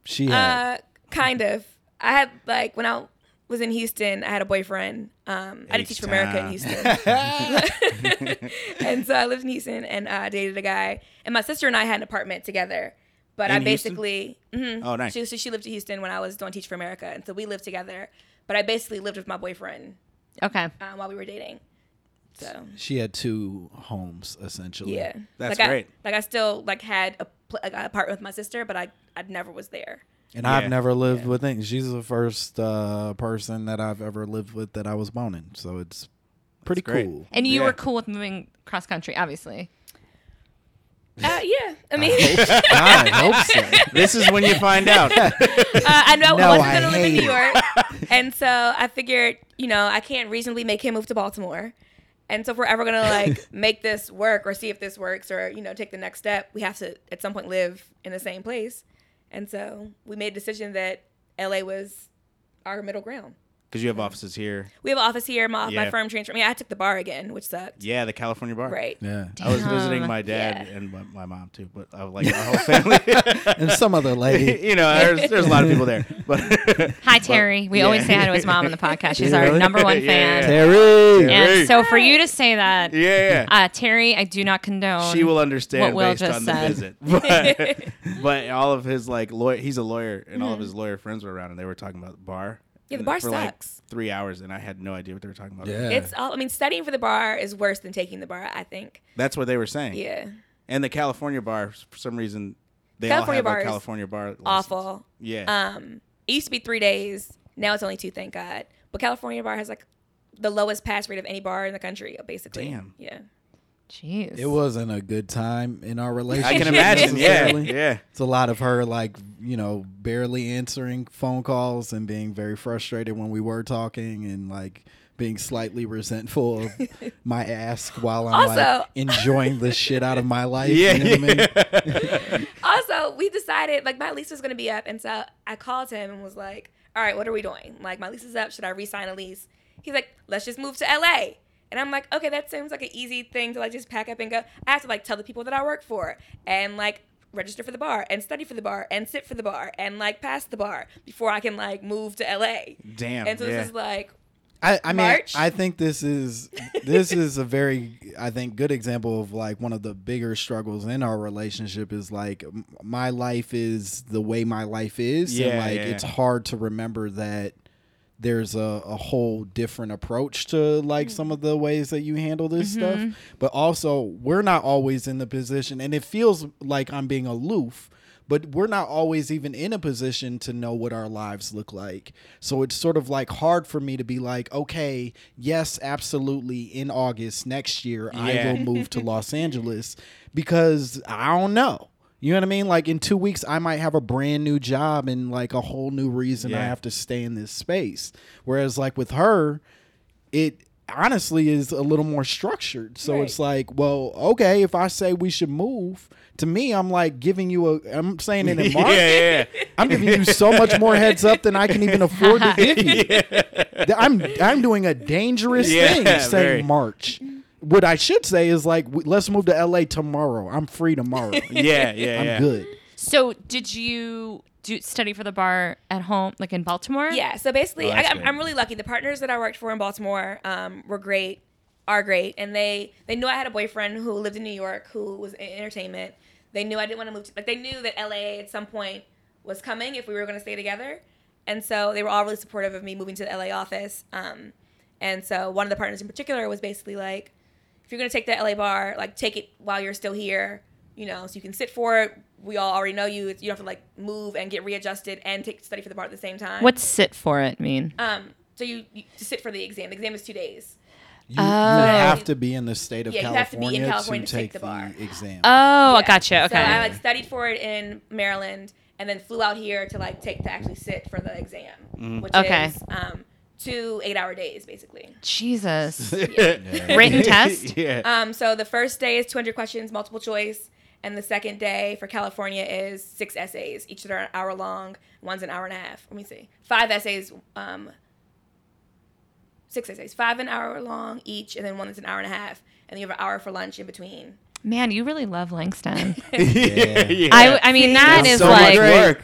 Speaker 3: she had.
Speaker 4: Uh, kind of. I had like when I was in Houston, I had a boyfriend. Um, I did
Speaker 1: Each
Speaker 4: Teach for America in
Speaker 1: time.
Speaker 4: Houston, and so I lived in Houston and uh, dated a guy. And my sister and I had an apartment together. But I
Speaker 1: In Houston?
Speaker 4: basically, mhm.
Speaker 1: Oh, nice.
Speaker 4: She, so she lived in Houston when I was doing Teach for America, and so we lived together. But I basically lived with my boyfriend
Speaker 2: Okay.
Speaker 4: um, while we were dating. So
Speaker 3: she had two homes essentially.
Speaker 4: yeah,
Speaker 1: That's
Speaker 4: like
Speaker 1: great.
Speaker 4: I, like I still like had a pl- like an apartment with my sister, but I I never was there.
Speaker 3: And
Speaker 1: Yeah.
Speaker 3: I've never lived with things. She's the first uh, person that I've ever lived with that I was boning. So it's pretty
Speaker 1: great.
Speaker 3: cool.
Speaker 2: And you
Speaker 1: Yeah.
Speaker 2: were cool with moving cross country, obviously.
Speaker 4: Uh, yeah, I mean,
Speaker 3: I hope so.
Speaker 1: This is when you find out.
Speaker 4: uh, I know
Speaker 3: No,
Speaker 4: I wasn't
Speaker 3: I
Speaker 4: going to live in
Speaker 3: hate
Speaker 4: New York. and so I figured, you know, I can't reasonably make him move to Baltimore. And so if we're ever going to like make this work or see if this works or, you know, take the next step, we have to at some point live in the same place. And so we made a decision that LA was our middle ground.
Speaker 1: Because you have offices here.
Speaker 4: We have an office here. My,
Speaker 1: Yeah.
Speaker 4: my firm transferred me. I took the bar again, which sucked.
Speaker 1: Yeah, the California bar.
Speaker 4: Right. Um,
Speaker 3: Yeah.
Speaker 1: I was
Speaker 2: Damn.
Speaker 1: visiting my dad
Speaker 4: Yeah.
Speaker 1: and my, my mom too, but I was like our whole family.
Speaker 3: And some other lady.
Speaker 1: you know, there's, there's a lot of people there. But
Speaker 2: Hi, Terry. We always
Speaker 1: yeah.
Speaker 2: say hi to his mom on the podcast. She's
Speaker 3: Yeah.
Speaker 2: our number one
Speaker 1: Yeah,
Speaker 2: fan.
Speaker 1: yeah.
Speaker 3: Terry.
Speaker 1: Yeah. Terry.
Speaker 2: And so for you to say that,
Speaker 1: yeah,
Speaker 2: uh, Terry, I do not
Speaker 4: Um,
Speaker 2: condone.
Speaker 1: she will
Speaker 2: what
Speaker 1: understand
Speaker 2: Will
Speaker 1: based
Speaker 2: just
Speaker 1: on
Speaker 2: said.
Speaker 1: the visit. But, but all of his like lawyer, he's a lawyer, and all of his lawyer friends were around, and they were talking about the bar.
Speaker 4: Mm-hmm. Yeah, the
Speaker 1: and
Speaker 4: bar
Speaker 1: for
Speaker 4: sucks.
Speaker 1: Like three hours, and I had no idea what they were talking about.
Speaker 3: Yeah.
Speaker 4: It's all, I mean, studying for the bar is worse than taking the bar, I think.
Speaker 1: that's what they were saying.
Speaker 4: Yeah.
Speaker 1: and the California bar for some reason they
Speaker 4: California
Speaker 1: all
Speaker 4: bar
Speaker 1: have a
Speaker 4: is
Speaker 1: California bar. license.
Speaker 4: Awful.
Speaker 1: Yeah,
Speaker 4: Um, it used to be three days. Now it's only two, thank God. But California bar has like the lowest pass rate of any bar in the country, basically.
Speaker 1: Damn.
Speaker 4: Yeah.
Speaker 2: Jeez.
Speaker 3: It wasn't a good time in our relationship.
Speaker 1: I can imagine. yeah,
Speaker 3: necessarily.
Speaker 1: yeah.
Speaker 3: It's a lot of her like, you know, barely answering phone calls and being very frustrated when we were talking and like being slightly resentful of my ask while I'm like
Speaker 4: Also-
Speaker 3: enjoying the shit out of my life.
Speaker 1: Yeah,
Speaker 3: you know what I mean?
Speaker 4: Also, we decided like my lease was gonna be up, and so I called him and was like, "All right, what are we doing? Like my lease is up. Should I re-sign a lease?" He's like, "Let's just move to LA." And I'm like, "Okay, that seems like an easy thing to like just pack up and go." I have to like tell the people that I work for and like register for the bar and study for the bar and sit for the bar and like pass the bar before I can like move to LA.
Speaker 1: Damn.
Speaker 4: And so
Speaker 1: Oh, yeah.
Speaker 4: this is like
Speaker 3: I, I mean,
Speaker 4: March?
Speaker 3: I think this is this is a very, I think, good example of like one of the bigger struggles in our relationship is like m- my life is the way my life is, and
Speaker 1: Yeah,
Speaker 3: like
Speaker 1: yeah.
Speaker 3: it's hard to remember that there's a, a whole different approach to like some of the ways that you handle this stuff but also we're not always in the position and it feels like i'm being aloof but we're not always even in a position to know what our lives look like so it's sort of like hard for me to be like okay yes absolutely in august next year i
Speaker 1: Yeah.
Speaker 3: will move to los angeles because i don't know you know what I mean? Like in two weeks, I might have a brand new job and like a whole new reason I
Speaker 1: Yeah.
Speaker 3: have to stay in this space. Whereas like with her, it honestly is a little more structured. So
Speaker 4: Right.
Speaker 3: it's like, well, okay, if I say we should move, to me, I'm like giving you a, I'm saying it in March.
Speaker 1: yeah, yeah, yeah.
Speaker 3: I'm giving you so much more heads up than I can even afford to give you. Th- I'm I'm doing a dangerous
Speaker 1: Yeah,
Speaker 3: thing saying
Speaker 1: very.
Speaker 3: March. What I should say is like, w- let's move to LA tomorrow. I'm free tomorrow.
Speaker 1: Yeah, yeah,
Speaker 3: I'm
Speaker 1: yeah.
Speaker 3: good.
Speaker 2: so did you do study for the bar at home, like in Baltimore?
Speaker 4: Yeah. So basically,
Speaker 1: Oh,
Speaker 4: I,
Speaker 1: that's
Speaker 4: I'm,
Speaker 1: good.
Speaker 4: I'm really lucky. The partners that I worked for in Baltimore um, were great, are great, and they they knew I had a boyfriend who lived in New York who was in entertainment. They knew I didn't want to move to, like they knew that LA at some point was coming if we were going to stay together, and so they were all really supportive of me moving to the LA office. Um, and so one of the partners in particular was basically like, if you're gonna take that LA bar, like take it while you're still here, you know, so you can sit for it. We all already know you. It's, you don't have to like move and get readjusted and take study for the bar at the same time.
Speaker 2: What's sit for it mean?
Speaker 4: um? So you, you sit for the exam. The exam is two days.
Speaker 3: You, you have to be in the state of
Speaker 4: Yeah, you have to be
Speaker 3: California
Speaker 4: in
Speaker 3: to,
Speaker 4: California to
Speaker 3: take
Speaker 4: take
Speaker 3: the,
Speaker 4: the bar. Uh,
Speaker 3: exam.
Speaker 2: Oh, I
Speaker 4: Yeah.
Speaker 2: gotcha.
Speaker 4: So I
Speaker 2: Okay.
Speaker 4: like studied for it in Maryland and then flew out here to like take to actually sit for the exam, which
Speaker 2: Okay.
Speaker 4: is um, two eight hour days basically.
Speaker 2: Jesus.
Speaker 1: Yeah.
Speaker 2: Written test?
Speaker 1: yeah.
Speaker 4: Um, so the first day is 200 questions, multiple choice. And the second day for California is six essays. Each that are an hour long. One's an hour and a half. Let me see. Five essays, um, six essays, five an hour long each, and then one that's an hour and a half. And then you have an hour for lunch in between.
Speaker 2: Man, you really love Langston.
Speaker 1: yeah.
Speaker 2: I, I mean, that
Speaker 1: That's
Speaker 2: is
Speaker 1: so
Speaker 2: like,
Speaker 1: much work.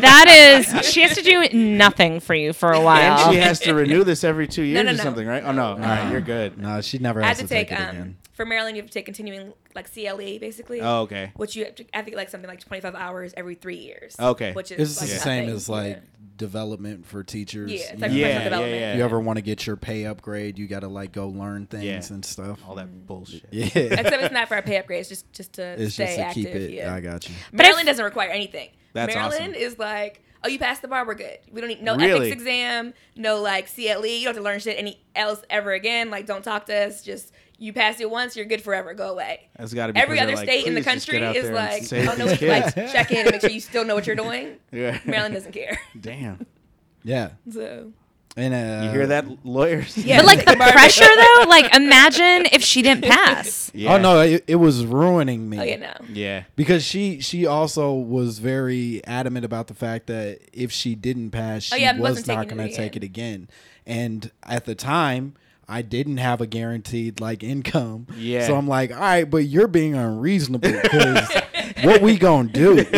Speaker 2: that is, she has to do nothing for you for a while.
Speaker 1: and she has to renew this every two years
Speaker 4: no,
Speaker 1: or
Speaker 4: no.
Speaker 1: something, right? Oh no! All right, you're good.
Speaker 3: no, she never
Speaker 4: I
Speaker 3: has
Speaker 4: had to
Speaker 3: to
Speaker 4: take,
Speaker 3: it
Speaker 4: um,
Speaker 3: again.
Speaker 4: for Maryland, you have to take continuing like CLE basically.
Speaker 1: Oh, okay.
Speaker 4: Which you have to, I think like something like 25 hours every three years.
Speaker 1: Okay.
Speaker 4: Which is
Speaker 3: It's
Speaker 4: like,
Speaker 3: the same
Speaker 4: nothing.
Speaker 3: as like development for teachers.
Speaker 4: Yeah, it's
Speaker 3: you
Speaker 4: like
Speaker 3: know?
Speaker 1: Yeah,
Speaker 4: professional
Speaker 1: yeah,
Speaker 4: development.
Speaker 1: yeah.
Speaker 3: You ever want to get your pay upgrade, you got to like go learn things
Speaker 1: Yeah.
Speaker 3: and stuff.
Speaker 1: All that bullshit.
Speaker 3: Yeah.
Speaker 4: Except it's not for a pay upgrade. It's just just to
Speaker 3: it's
Speaker 4: stay
Speaker 3: just to
Speaker 4: active.
Speaker 3: keep it.
Speaker 4: Yeah.
Speaker 3: I got you.
Speaker 2: But
Speaker 4: Maryland
Speaker 2: I-
Speaker 4: doesn't require anything.
Speaker 1: That's
Speaker 4: Maryland
Speaker 1: awesome.
Speaker 4: is like, oh, you passed the bar, we're good. We don't need no
Speaker 1: Really?
Speaker 4: ethics exam, no like CLE. You don't have to learn shit any else ever again. Like, don't talk to us. Just you passed it once, you're good forever. Go away.
Speaker 1: That's got to be
Speaker 4: Every
Speaker 1: 'cause
Speaker 4: other
Speaker 1: they're like,
Speaker 4: state in the
Speaker 1: "Please just
Speaker 4: country
Speaker 1: get out
Speaker 4: is
Speaker 1: there and
Speaker 4: like,
Speaker 1: save
Speaker 4: oh no,
Speaker 1: these
Speaker 4: we like
Speaker 1: kids."
Speaker 4: check in, make sure you still know what you're doing.
Speaker 1: Yeah.
Speaker 4: Maryland doesn't care.
Speaker 1: Damn.
Speaker 3: Yeah.
Speaker 4: So
Speaker 3: And uh,
Speaker 1: You hear that, lawyers?
Speaker 4: Yeah.
Speaker 2: But like the pressure though, like imagine if she didn't pass.
Speaker 1: Yeah.
Speaker 3: Oh no, it, it was ruining me.
Speaker 4: oh yeah, no.
Speaker 1: Yeah.
Speaker 3: Because she she also was very adamant about the fact that if she didn't pass, she
Speaker 4: Oh, yeah,
Speaker 3: was
Speaker 4: wasn't
Speaker 3: not
Speaker 4: taking
Speaker 3: going
Speaker 4: it
Speaker 3: to take it again. And at the time, I didn't have a guaranteed like income.
Speaker 1: Yeah.
Speaker 3: So I'm like, all right, but you're being unreasonable because what we gonna do?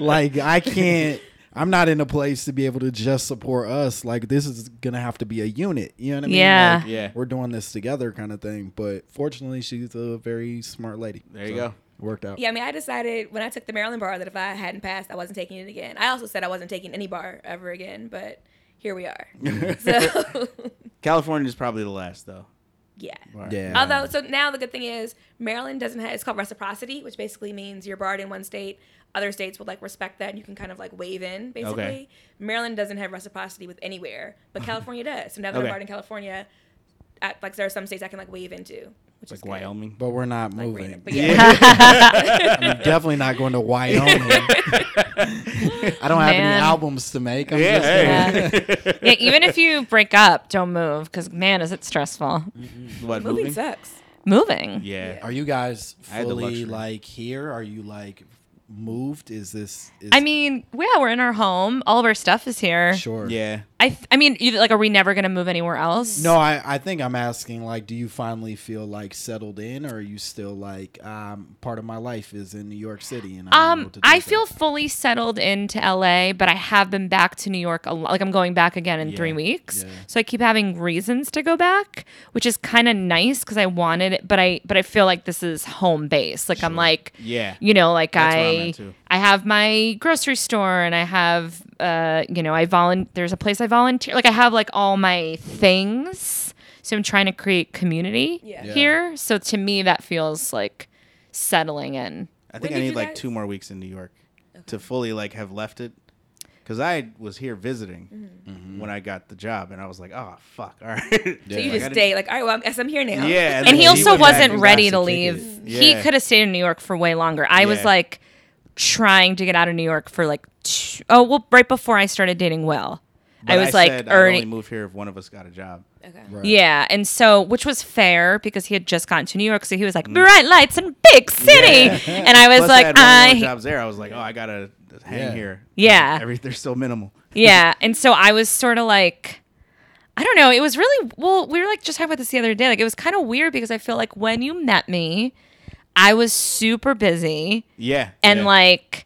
Speaker 3: like I can't. I'm not in a place to be able to just support us. Like this is gonna have to be a unit. You know what I mean?
Speaker 2: Yeah.
Speaker 3: Like,
Speaker 1: Yeah.
Speaker 3: We're doing this together, kind of thing. But fortunately, she's a very smart lady.
Speaker 1: There you go.
Speaker 3: It worked out.
Speaker 4: Yeah, I mean, I decided when I took the Maryland bar that if I hadn't passed, I wasn't taking it again. I also said I wasn't taking any bar ever again, but here we are. So,
Speaker 1: California's probably the last though.
Speaker 4: yeah.
Speaker 1: Bar.
Speaker 3: Yeah.
Speaker 4: Although, so now the good thing is Maryland doesn't have, it's called reciprocity, which basically means you're barred in one state. Other states would like respect that and you can kind of like wave in, basically.
Speaker 1: Okay.
Speaker 4: Maryland doesn't have reciprocity with anywhere, but California does. So now that
Speaker 1: Okay.
Speaker 4: I'm barred in California, I, like there are some states I can like wave into, which is
Speaker 1: Like
Speaker 4: good.
Speaker 1: Wyoming.
Speaker 3: But we're not
Speaker 4: Like,
Speaker 3: moving.
Speaker 4: random. But yeah.
Speaker 3: I'm definitely not going to Wyoming. I don't have any
Speaker 2: Man.
Speaker 3: albums to make. I'm just gonna-
Speaker 1: Yeah.
Speaker 2: Yeah. yeah, even if you break up, don't move because man, is it stressful.
Speaker 1: What
Speaker 4: Moving,
Speaker 1: moving?
Speaker 4: sucks.
Speaker 2: Moving.
Speaker 1: Yeah.
Speaker 3: Are you guys
Speaker 1: I had the
Speaker 3: fully
Speaker 1: luxury.
Speaker 3: like here? Are you like moved? Is this? Is
Speaker 2: I mean, yeah, we're in our home. All of our stuff is here.
Speaker 3: sure.
Speaker 1: Yeah.
Speaker 2: I, th- I mean, you, like, are we never gonna move anywhere else?
Speaker 3: No, I, I think I'm asking like, do you finally feel like settled in, or are you still like, um, part of my life is in New York City, and I don't know
Speaker 2: Um,
Speaker 3: what to do
Speaker 2: I
Speaker 3: with
Speaker 2: feel
Speaker 3: that?
Speaker 2: fully settled into LA, but I have been back to New York. A lot. Like I'm going back again in three
Speaker 1: Yeah,
Speaker 2: weeks,
Speaker 3: yeah.
Speaker 2: so I keep having reasons to go back, which is kind of nice because I wanted it. But I, but I feel like this is home base. Like I'm like,
Speaker 1: Yeah.
Speaker 2: you know, like
Speaker 1: That's where I'm
Speaker 2: I,
Speaker 1: at, too.
Speaker 2: I have my grocery store and I have, uh, you know, I volunteer. There's a place I volunteer. Like I have like all my things. So I'm trying to create community
Speaker 4: Yeah. Yeah.
Speaker 2: here. So to me, that feels like settling in.
Speaker 1: I think
Speaker 4: When
Speaker 1: I
Speaker 4: did
Speaker 1: need
Speaker 4: you
Speaker 1: like
Speaker 4: guys-
Speaker 1: two more weeks in New York to fully like have left it. Cause I was here visiting
Speaker 2: Mm-hmm.
Speaker 1: when I got the job, and I was like, "Oh fuck, all right."
Speaker 4: So you
Speaker 1: Like, I
Speaker 4: just
Speaker 1: didn't-
Speaker 4: stay like, all right, well, I guess I'm here now.
Speaker 1: Yeah,
Speaker 2: and he
Speaker 1: then
Speaker 2: also
Speaker 1: went back
Speaker 2: wasn't
Speaker 1: and
Speaker 2: ready to
Speaker 1: got
Speaker 2: leave.
Speaker 1: tickets.
Speaker 2: He
Speaker 1: Yeah.
Speaker 2: could have stayed in New York for way longer. I was
Speaker 1: Yeah.
Speaker 2: like trying to get out of New York for like t- oh well, right before I started dating Will, I
Speaker 1: But
Speaker 2: was like
Speaker 1: said I'd only
Speaker 2: earning.
Speaker 1: move here if one of us got a job.
Speaker 4: Okay.
Speaker 2: Yeah, and so which was fair because he had just gotten to New York, so he was like bright lights and big city, and I was
Speaker 1: Mm. Plus, I
Speaker 2: like
Speaker 1: had one of
Speaker 2: I
Speaker 1: my jobs there. I was like, "Oh, I gotta hang
Speaker 3: Yeah.
Speaker 1: here."
Speaker 2: Yeah.
Speaker 1: everything's so minimal.
Speaker 2: yeah and so i was sort of like i don't know it was really well we were like just talking about this the other day like it was kind of weird because i feel like when you met me i was super busy
Speaker 1: Yeah,
Speaker 2: and
Speaker 1: yeah.
Speaker 2: like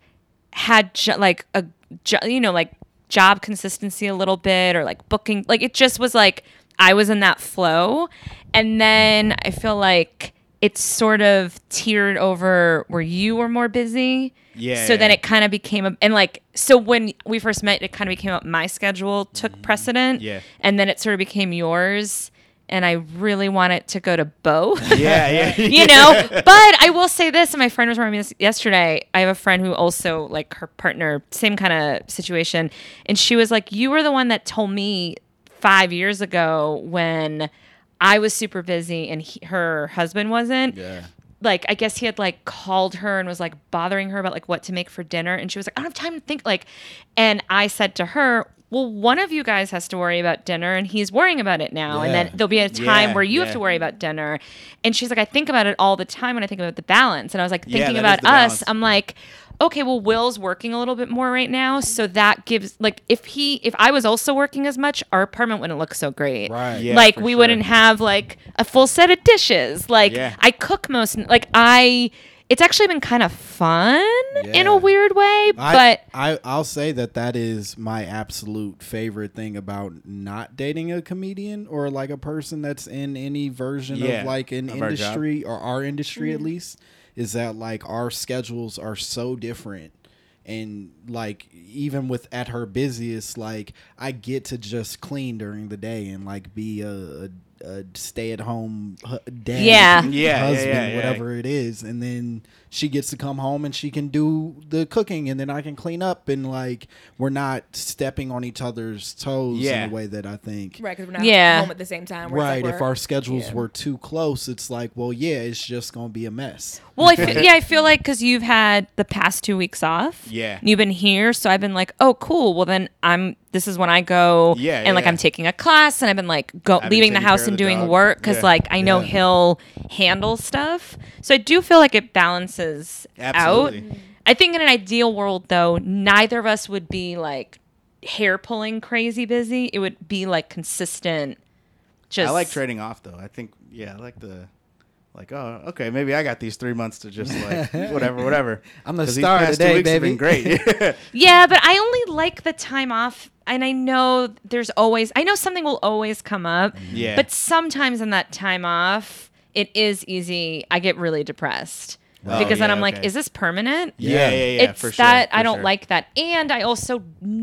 Speaker 2: had jo- like a jo- you know like job consistency a little bit or like booking like it just was like i was in that flow and then i feel like it sort of tiered over where you were more busy
Speaker 1: Yeah,
Speaker 2: so then
Speaker 1: yeah.
Speaker 2: it kind of became a, and like so when we first met it kind of became up my schedule took precedent
Speaker 1: Mm-hmm. Yeah.
Speaker 2: and then it sort of became yours and i really want it to go to both
Speaker 1: yeah, yeah,
Speaker 2: you know. But I will say this, and my friend was reminding me this yesterday. I have a friend who also like her partner, same kind of situation, and she was like, "You were the one that told me five years ago when." I was super busy and he, her husband wasn't.
Speaker 3: Yeah.
Speaker 2: Like I guess he had like called her and was like bothering her about like what to make for dinner and she was like I don't have time to think like and I said to her, "Well, one of you guys has to worry about dinner and he's worrying about it now and
Speaker 3: Yeah.
Speaker 2: then there'll be a time
Speaker 1: Yeah,
Speaker 2: where you
Speaker 1: yeah.
Speaker 2: have to worry about dinner." And she's like, "I think about it all the time and I think about the balance." And I was like,
Speaker 1: Yeah,
Speaker 2: thinking
Speaker 1: that is
Speaker 2: about
Speaker 1: the balance.
Speaker 2: us, I'm like, okay, well, Will's working a little bit more right now, so that gives like if he if I was also working as much, our apartment wouldn't look so great.
Speaker 3: Right.
Speaker 1: Yeah,
Speaker 2: like
Speaker 1: for
Speaker 2: we
Speaker 1: sure.
Speaker 2: wouldn't have like a full set of dishes. Like
Speaker 1: Yeah.
Speaker 2: I cook most like I it's actually been kind of fun in
Speaker 3: Yeah.
Speaker 2: a weird way,
Speaker 3: I,
Speaker 2: but
Speaker 3: I I'll say that that is my absolute favorite thing about not dating a comedian or like a person that's in any version
Speaker 1: Yeah,
Speaker 3: of like an
Speaker 1: of our job.
Speaker 3: industry or our industry
Speaker 2: Mm-hmm.
Speaker 3: at least is that like our schedules are so different and like even with at her busiest like I get to just clean during the day and like be a, a a stay-at-home hu- dad,
Speaker 2: Yeah.
Speaker 1: Yeah, yeah,
Speaker 3: husband,
Speaker 1: yeah, yeah.
Speaker 3: whatever whatever it is and then she gets to come home and she can do the cooking and then i can clean up and like we're not stepping on each other's toes
Speaker 1: Yeah.
Speaker 3: in a way that i think
Speaker 4: Right, because we're not
Speaker 2: Yeah.
Speaker 4: home at the same time. where it's
Speaker 3: right
Speaker 4: like
Speaker 3: if
Speaker 4: we're-
Speaker 3: our schedules
Speaker 4: yeah.
Speaker 3: were too close it's like well yeah it's just gonna be a mess
Speaker 2: well, I feel, yeah, I feel like because you've had the past two weeks off,
Speaker 1: Yeah.
Speaker 2: and you've been here, so I've been like, oh, cool. Well, then I'm. This is when I go,
Speaker 1: Yeah,
Speaker 2: and like
Speaker 1: yeah.
Speaker 2: I'm taking a class, and I've been like go
Speaker 1: been
Speaker 2: leaving the
Speaker 1: taking care
Speaker 2: house
Speaker 1: of
Speaker 2: and
Speaker 1: the
Speaker 2: doing
Speaker 1: dog.
Speaker 2: work because
Speaker 1: Yeah.
Speaker 2: like I know
Speaker 3: Yeah.
Speaker 2: he'll handle stuff. So I do feel like it balances
Speaker 1: Absolutely.
Speaker 2: out. I think in an ideal world, though, neither of us would be like hair pulling crazy busy. It would be like consistent. Just
Speaker 1: I like trading off though. I think yeah, I like the like oh okay maybe I got these three months to just like whatever whatever.
Speaker 3: I'm the
Speaker 1: 'Cause these
Speaker 3: star
Speaker 1: past two
Speaker 3: today,
Speaker 1: weeks have
Speaker 3: baby.
Speaker 1: Been great.
Speaker 2: Yeah, but I only like the time off, and I know there's always, I know something will always come up.
Speaker 1: Mm-hmm. Yeah.
Speaker 2: But sometimes in that time off, it is easy. I get really depressed
Speaker 1: Oh,
Speaker 2: because then
Speaker 1: yeah,
Speaker 2: I'm like,
Speaker 1: okay.
Speaker 2: is this permanent?
Speaker 1: yeah, yeah, yeah.
Speaker 2: it's
Speaker 1: for sure,
Speaker 2: that I
Speaker 1: for
Speaker 2: don't
Speaker 1: sure.
Speaker 2: like that, and I also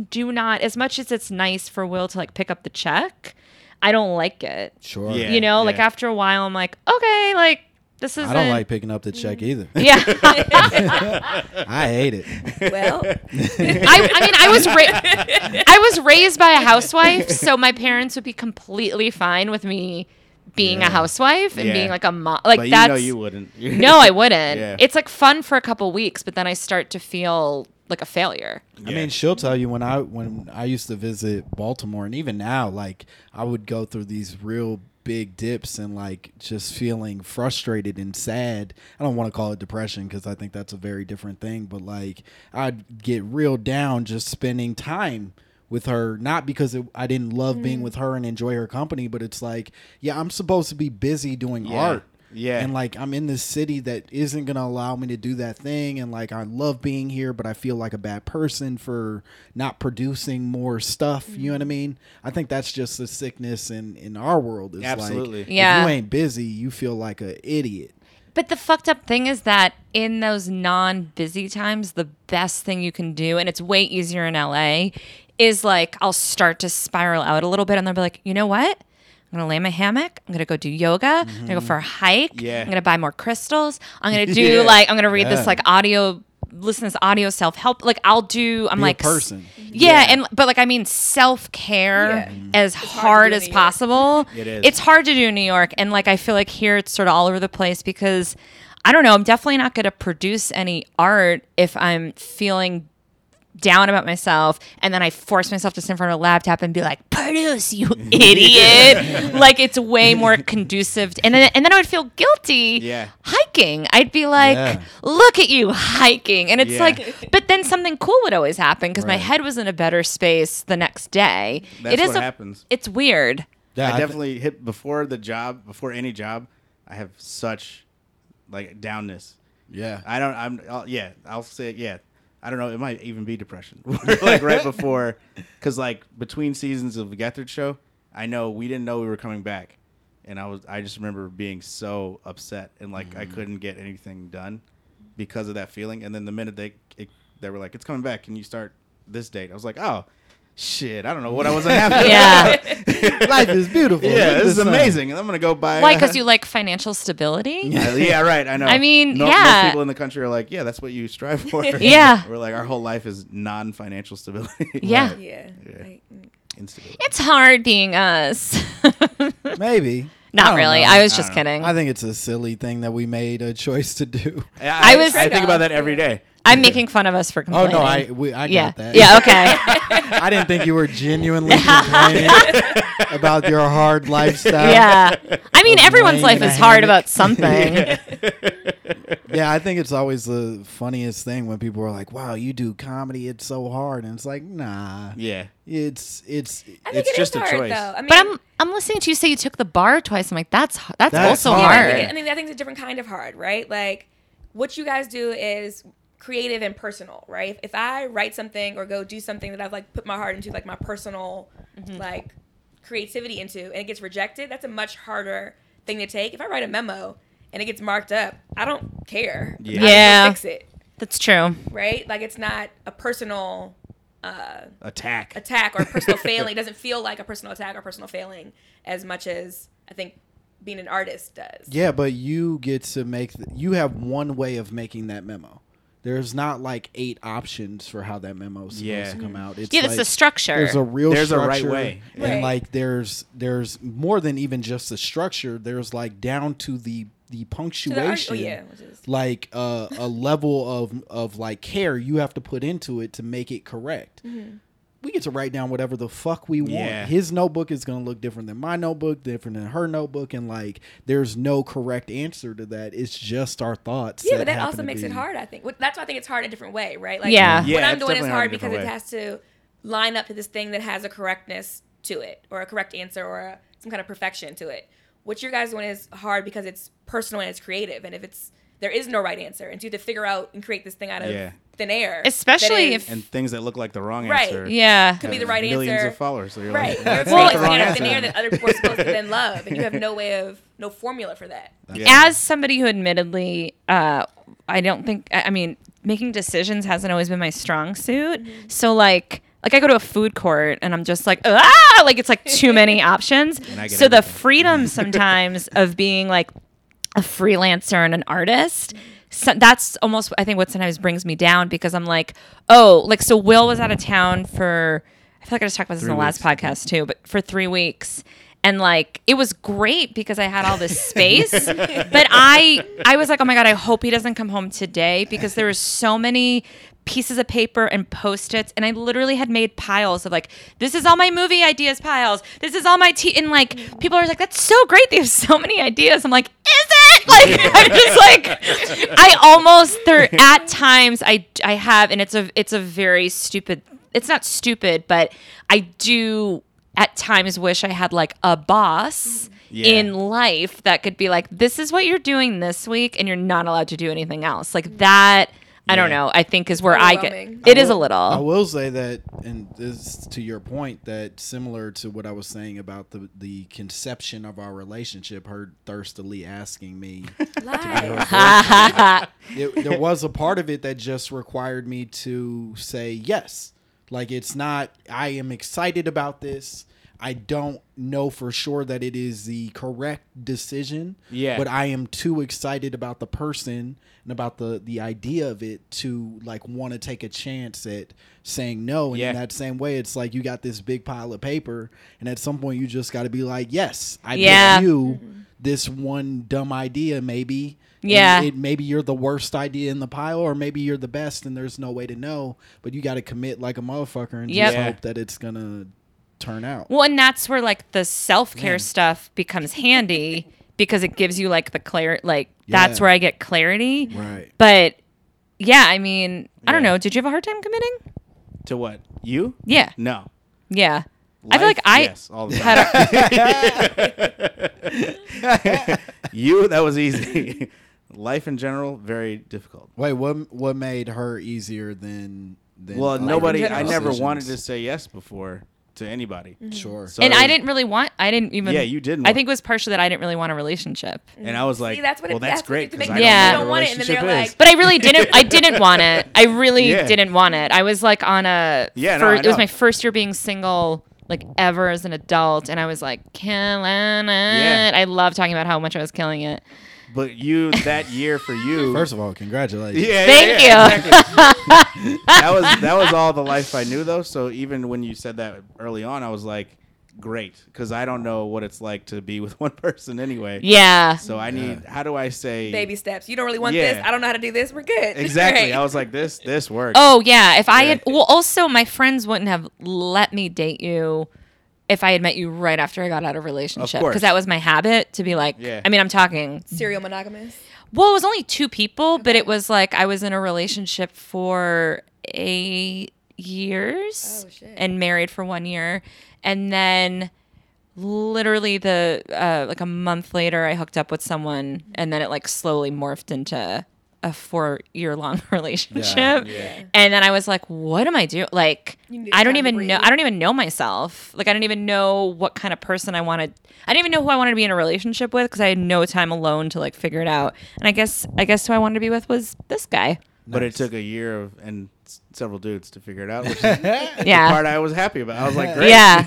Speaker 2: do not. As much as it's nice for Will to like pick up the check, I don't like it.
Speaker 3: sure
Speaker 1: Yeah.
Speaker 2: you know, like
Speaker 1: yeah.
Speaker 2: after a while, I'm like, okay, like this is.
Speaker 3: i don't like picking up the check
Speaker 4: Mm.
Speaker 3: either
Speaker 2: Yeah.
Speaker 3: i hate it
Speaker 4: well,
Speaker 2: I, I mean, I was ra- I was raised by a housewife, so my parents would be completely fine with me being
Speaker 3: Yeah.
Speaker 2: a housewife and
Speaker 1: Yeah.
Speaker 2: being like a mom. Like
Speaker 1: But you
Speaker 2: that's
Speaker 1: know you wouldn't.
Speaker 2: no, I wouldn't.
Speaker 1: Yeah.
Speaker 2: It's like fun for a couple weeks, but then I start to feel like a failure.
Speaker 3: I
Speaker 1: Yeah.
Speaker 3: mean, she'll tell you when I when I used to visit Baltimore, and even now, like I would go through these real big dips and like just feeling frustrated and sad. I don't want to call it depression because I think that's a very different thing, but like I'd get real down just spending time with her not because it, I didn't love being with her and enjoy her company but it's like yeah I'm supposed to be busy doing
Speaker 1: Yeah.
Speaker 3: art
Speaker 1: Yeah.
Speaker 3: and like I'm in this city that isn't gonna allow me to do that thing, and like I love being here, but I feel like a bad person for not producing more stuff. You know what I mean? I think that's just a sickness in in our world. Is
Speaker 1: Absolutely.
Speaker 3: Like,
Speaker 2: Yeah.
Speaker 3: If you ain't busy, you feel like an idiot.
Speaker 2: But the fucked up thing is that in those non busy times, the best thing you can do, and it's way easier in LA, is like I'll start to spiral out a little bit and they'll be like, you know what? I'm gonna lay in my hammock. I'm gonna go do yoga. I'm gonna go for a hike.
Speaker 1: Yeah.
Speaker 2: I'm gonna buy more crystals. I'm gonna do
Speaker 1: Yeah.
Speaker 2: like I'm gonna read
Speaker 3: Mm-hmm. Yeah.
Speaker 2: this like audio listen to this audio self help. Like I'll do I'm
Speaker 3: Be a
Speaker 2: like
Speaker 3: person.
Speaker 2: Yeah, and but like I mean self care as
Speaker 4: hard to
Speaker 2: hard
Speaker 4: do
Speaker 2: as
Speaker 4: in New York.
Speaker 2: possible possible.
Speaker 1: It is.
Speaker 2: It's hard to do in New York, and like I feel like here it's sort of all over the place because I don't know. I'm definitely not going to produce any art if I'm feeling down about myself and then I force myself to sit in front of a laptop and be like, produce, you idiot. like it's way more conducive. And then and then I would feel guilty
Speaker 1: Yeah.
Speaker 2: hiking. I'd be like,
Speaker 3: Yeah.
Speaker 2: look at you hiking. And it's
Speaker 1: Yeah.
Speaker 2: like, but then something cool would always happen because my
Speaker 3: Right.
Speaker 2: head was in a better space the next day.
Speaker 1: That's
Speaker 2: it is
Speaker 1: what
Speaker 2: a-
Speaker 1: happens.
Speaker 2: It's weird.
Speaker 3: Yeah,
Speaker 1: I definitely hit before the job, before any job. I have such like downness.
Speaker 3: yeah.
Speaker 1: I don't. I'm. I'll, yeah, I'll say it. Yeah, I don't know. It might even be depression. like right before, because like between seasons of the Gethard show, I know we didn't know we were coming back, and I was. I just remember being so upset and like I couldn't get anything done because of that feeling. And then the minute they it, they were like, "It's coming back," and you start this date, I was like, "Oh." Shit, I don't know what I wasn't happy.
Speaker 2: Yeah.
Speaker 3: Life is beautiful. Look
Speaker 1: yeah,
Speaker 3: at
Speaker 1: this is
Speaker 3: sun.
Speaker 1: amazing. And I'm gonna go buy.
Speaker 2: Why? Because you like financial stability?
Speaker 1: Uh, yeah, right. I know.
Speaker 2: I mean,
Speaker 1: No-
Speaker 2: yeah.
Speaker 1: Most people in the country are like, yeah, that's what you strive for.
Speaker 2: Yeah.
Speaker 1: We're like, our whole life is non-financial stability.
Speaker 2: Yeah.
Speaker 4: yeah. Like,
Speaker 1: Instability.
Speaker 2: It's hard being us.
Speaker 3: Maybe.
Speaker 2: Not
Speaker 3: don't
Speaker 2: really.
Speaker 3: know.
Speaker 2: I was just
Speaker 1: I don't know.
Speaker 2: kidding.
Speaker 3: I think it's a silly thing that we made a choice to do.
Speaker 1: I,
Speaker 2: I was-
Speaker 1: I think about that every day.
Speaker 2: I'm making fun of us for
Speaker 3: Oh
Speaker 2: complaining.
Speaker 3: no, I we, I
Speaker 2: yeah.
Speaker 3: got that.
Speaker 2: Yeah. Okay.
Speaker 3: I didn't think you were genuinely complaining about your hard lifestyle.
Speaker 2: yeah. I mean, everyone's
Speaker 3: laying
Speaker 2: life
Speaker 3: in a
Speaker 2: is hard
Speaker 3: hammock.
Speaker 2: about something.
Speaker 3: Yeah, I think it's always the funniest thing when people are like, "Wow, you do comedy, it's so hard." And it's like, "Nah.
Speaker 1: Yeah.
Speaker 3: It's it's
Speaker 4: I think
Speaker 1: It's
Speaker 4: it is
Speaker 1: just a
Speaker 4: hard,
Speaker 1: choice.
Speaker 4: Though. I mean,
Speaker 2: But I'm I'm listening to you say you took the bar twice. I'm like, that's h- that's,
Speaker 3: That's
Speaker 2: also
Speaker 3: hard.
Speaker 4: I
Speaker 2: hard.
Speaker 4: think, I think I think it's a different kind of hard, right? Like what you guys do is creative and personal, right? If, if I write something or go do something that I've like put my heart into, like my personal like creativity into, and it gets rejected, that's a much harder thing to take. If I write a memo and it gets marked up, I don't care.
Speaker 1: Yeah.
Speaker 4: I can go
Speaker 2: Yeah.
Speaker 4: fix it,
Speaker 2: That's true.
Speaker 4: right? Like it's not a personal uh,
Speaker 1: Attack.
Speaker 4: attack or personal failing. It doesn't feel like a personal attack or personal failing as much as I think being an artist does.
Speaker 3: Yeah, but you get to make th- you have one way of making that memo. There's not like eight options for how that memo is supposed
Speaker 1: Yeah.
Speaker 3: to come out. It's
Speaker 2: Yeah, that's
Speaker 3: like,
Speaker 2: the structure.
Speaker 3: There's a real
Speaker 1: There's a right
Speaker 3: structure,
Speaker 1: way.
Speaker 3: and
Speaker 4: Right.
Speaker 3: like there's there's more than even just the structure. There's like down to the the
Speaker 4: To the art-
Speaker 3: punctuation.
Speaker 4: oh, yeah, which is-
Speaker 3: like uh, a level of of like care you have to put into it to make it correct.
Speaker 4: Mm-hmm.
Speaker 3: We get to write down whatever the fuck we want.
Speaker 1: Yeah.
Speaker 3: His notebook is going to look different than my notebook, different than her notebook, and like there's no correct answer to that. It's just our thoughts.
Speaker 4: Yeah, but that
Speaker 3: happen
Speaker 4: also
Speaker 3: to
Speaker 4: makes it
Speaker 3: be-
Speaker 4: hard. I think Well, that's why I think it's hard a different way, right? Like,
Speaker 2: Yeah.
Speaker 4: what
Speaker 1: Yeah,
Speaker 4: I'm
Speaker 1: it's
Speaker 4: doing is
Speaker 1: definitely
Speaker 4: hard
Speaker 1: hard a
Speaker 4: because
Speaker 1: different
Speaker 4: it
Speaker 1: way.
Speaker 4: has to line up to this thing that has a correctness to it, or a correct answer, or a, some kind of perfection to it. What you guys doing is hard because it's personal and it's creative, and if it's there is no right answer, and so you have to figure out and create this thing out of
Speaker 1: Yeah.
Speaker 4: thin air, that
Speaker 2: Especially
Speaker 4: is-
Speaker 2: if-
Speaker 1: And things that look like the wrong
Speaker 4: Right.
Speaker 1: answer.
Speaker 2: yeah.
Speaker 4: could be
Speaker 1: have
Speaker 4: the right
Speaker 1: millions
Speaker 4: answer.
Speaker 1: of followers. So you're
Speaker 4: Right.
Speaker 1: like, that's
Speaker 4: That's well,
Speaker 1: not
Speaker 4: it's
Speaker 1: the
Speaker 4: like
Speaker 1: wrong
Speaker 4: out of thin air
Speaker 1: answer.
Speaker 4: that other people are supposed to then love, and you have no way of no formula for that.
Speaker 1: Yeah.
Speaker 2: As somebody who admittedly, uh, I don't think, I I mean, making decisions hasn't always been my strong suit. So, like, like I go to a food court and I'm just like, ah, like it's like too many options.
Speaker 1: And I get
Speaker 2: So the
Speaker 1: everything.
Speaker 2: freedom sometimes of being like a freelancer and an artist so that's almost i think what sometimes brings me down because i'm like oh like so will was out of town for i feel like i just talked about this in the last podcast too but for three weeks and like it was great because i had all this space but i i was like oh my god i hope he doesn't come home today because there was so many pieces of paper and post-its and i literally had made piles of like this is all my movie ideas piles this is all my tea and like people are like that's so great they have so many ideas i'm like is it like i'm just like i almost there at times i i have and it's a it's a very stupid it's not stupid but i do at times wish i had like a boss
Speaker 1: Yeah.
Speaker 2: in life that could be like this is what you're doing this week and you're not allowed to do anything else like that I don't
Speaker 1: Yeah.
Speaker 2: know. I think is where I get.
Speaker 4: Overwhelming.
Speaker 2: It is a
Speaker 3: I
Speaker 2: little.
Speaker 3: will say that, and this is to your point, that similar to what I was saying about the the conception of our relationship, her thirstily asking me
Speaker 4: Lies.
Speaker 3: it, there was a part of it that just required me to say yes. Like it's not. I am excited about this. I don't know for sure that it is the correct decision.
Speaker 1: Yeah.
Speaker 3: But I am too excited about the person and about the the idea of it to like want to take a chance at saying no. And
Speaker 1: Yeah.
Speaker 3: in that same way, it's like you got this big pile of paper, and at some point you just got to be like, yes, I
Speaker 2: Yeah.
Speaker 3: yeah. you Mm-hmm. this one dumb idea maybe and
Speaker 2: Yeah.
Speaker 3: it, maybe you're the worst idea in the pile or maybe you're the best and there's no way to know but you got to commit like a motherfucker and
Speaker 2: Yep.
Speaker 3: just
Speaker 1: Yeah.
Speaker 3: hope that it's gonna turn out
Speaker 2: Well, and that's where like the self care stuff becomes handy because it gives you like the clar Like that's
Speaker 3: Yeah.
Speaker 2: where I get clarity.
Speaker 3: right
Speaker 2: But yeah, I mean, I don't
Speaker 1: Yeah.
Speaker 2: know. Did you have a hard time committing?
Speaker 1: To what? You?
Speaker 2: Yeah,
Speaker 1: No.
Speaker 2: yeah. I feel
Speaker 1: Life?
Speaker 2: like I
Speaker 1: Yes, all the
Speaker 2: had. A,
Speaker 1: You? That was easy. Life in general, very difficult.
Speaker 3: wait what what made her easier than, than
Speaker 1: Well,
Speaker 3: other
Speaker 1: nobody,
Speaker 4: in
Speaker 1: I
Speaker 4: general.
Speaker 1: never
Speaker 3: decisions?
Speaker 1: wanted to say yes before to anybody.
Speaker 4: Mm-hmm.
Speaker 3: sure
Speaker 1: So
Speaker 2: and
Speaker 1: it
Speaker 2: I
Speaker 1: was-
Speaker 2: didn't really want. I didn't even.
Speaker 1: Yeah, you didn't
Speaker 2: I
Speaker 1: want-
Speaker 2: think it was partially that I didn't really want a relationship.
Speaker 1: And I was like,
Speaker 4: See, that's what
Speaker 1: well,
Speaker 4: it-
Speaker 1: that's
Speaker 4: that's what it-
Speaker 1: great.
Speaker 4: to
Speaker 1: 'cause
Speaker 4: make
Speaker 1: I
Speaker 2: you
Speaker 1: don't know
Speaker 2: don't
Speaker 1: what
Speaker 4: want
Speaker 1: a
Speaker 4: it, and then
Speaker 1: relationship
Speaker 4: they're
Speaker 1: is.
Speaker 4: like-
Speaker 2: But I really didn't. I didn't want it. I really
Speaker 1: Yeah.
Speaker 2: didn't want it. I was like on a.
Speaker 1: Yeah, no,
Speaker 2: fir-
Speaker 1: I
Speaker 2: it was
Speaker 1: know.
Speaker 2: my first year being single, like ever as an adult, and I was like killing it.
Speaker 1: Yeah.
Speaker 2: I love talking about how much I was killing it.
Speaker 1: But you, that year for you.
Speaker 3: first of all congratulations
Speaker 1: yeah, yeah,
Speaker 2: Thank
Speaker 1: yeah,
Speaker 2: you.
Speaker 1: exactly. that was that was all the life I knew though. So even when you said that early on, I was like, great because I don't know what it's like to be with one person anyway.
Speaker 2: Yeah.
Speaker 1: So I need. How do I say?
Speaker 4: Baby steps. You don't really want
Speaker 1: Yeah.
Speaker 4: this. I don't know how to do this. We're good.
Speaker 1: Exactly.
Speaker 4: Right.
Speaker 1: I was like, this this works.
Speaker 2: Oh yeah. If I
Speaker 1: Yeah.
Speaker 2: had well, also my friends wouldn't have let me date you if I had met you right after I got out of a relationship
Speaker 1: course.
Speaker 2: because that was my habit to be like.
Speaker 1: Yeah.
Speaker 2: I mean, I'm talking.
Speaker 4: serial monogamous.
Speaker 2: Well, it was only two people, but it was like I was in a relationship for eight years
Speaker 4: Oh, shit.
Speaker 2: and married for one year, and then literally the uh, like a month later, I hooked up with someone,
Speaker 4: Mm-hmm.
Speaker 2: and then it like slowly morphed into a four year long relationship, and then I was like, "What am I doing? Like,
Speaker 4: You need
Speaker 2: I don't
Speaker 4: time to
Speaker 2: even know.
Speaker 4: breathe.
Speaker 2: I don't even know myself. Like, I don't even know what kind of person I wanted. I didn't even know who I wanted to be in a relationship with because I had no time alone to like figure it out. And I guess, I guess who I wanted to be with was this guy.
Speaker 1: But it took a year of and s- several dudes to figure it out. Which is the
Speaker 2: Yeah,
Speaker 1: part I was happy about. I was like, great.
Speaker 2: yeah.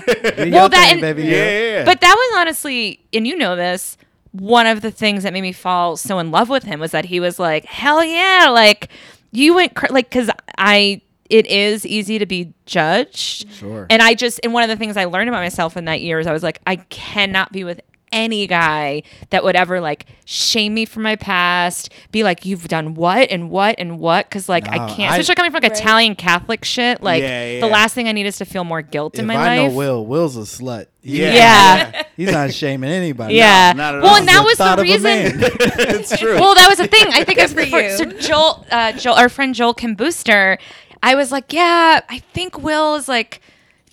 Speaker 2: that
Speaker 3: well, that
Speaker 2: and-
Speaker 1: Yeah,
Speaker 3: baby.
Speaker 1: yeah, yeah.
Speaker 2: But that was honestly, and you know this, one of the things that made me fall so in love with him was that he was like, hell yeah, like you went cr- like because I it is easy to be judged.
Speaker 3: Sure.
Speaker 2: And I just and one of the things I learned about myself in that year is I was like, I cannot be with any guy that would ever like shame me for my past, be like, you've done what and what and what, because like I
Speaker 3: No,
Speaker 2: can't.
Speaker 3: I-
Speaker 2: Especially coming from like,
Speaker 4: Right.
Speaker 2: Italian Catholic shit, like
Speaker 1: Yeah, yeah,
Speaker 2: the
Speaker 1: yeah.
Speaker 2: last thing I need is to feel more guilt in
Speaker 3: if
Speaker 2: my
Speaker 3: I
Speaker 2: life.
Speaker 3: know Will, Will's a slut. He-
Speaker 1: Yeah.
Speaker 2: yeah.
Speaker 3: He's not shaming anybody.
Speaker 2: Yeah.
Speaker 1: not at
Speaker 2: well,
Speaker 1: all.
Speaker 2: and that
Speaker 3: The
Speaker 2: was
Speaker 3: thought
Speaker 2: the
Speaker 3: of a
Speaker 2: reason.
Speaker 3: man.
Speaker 1: it's true.
Speaker 2: Well, that was the thing. I think I
Speaker 4: Good for
Speaker 2: for-
Speaker 4: you.
Speaker 2: So Joel, uh, Joel, our friend Joel Kim Booster, I was like, yeah, I think Will is like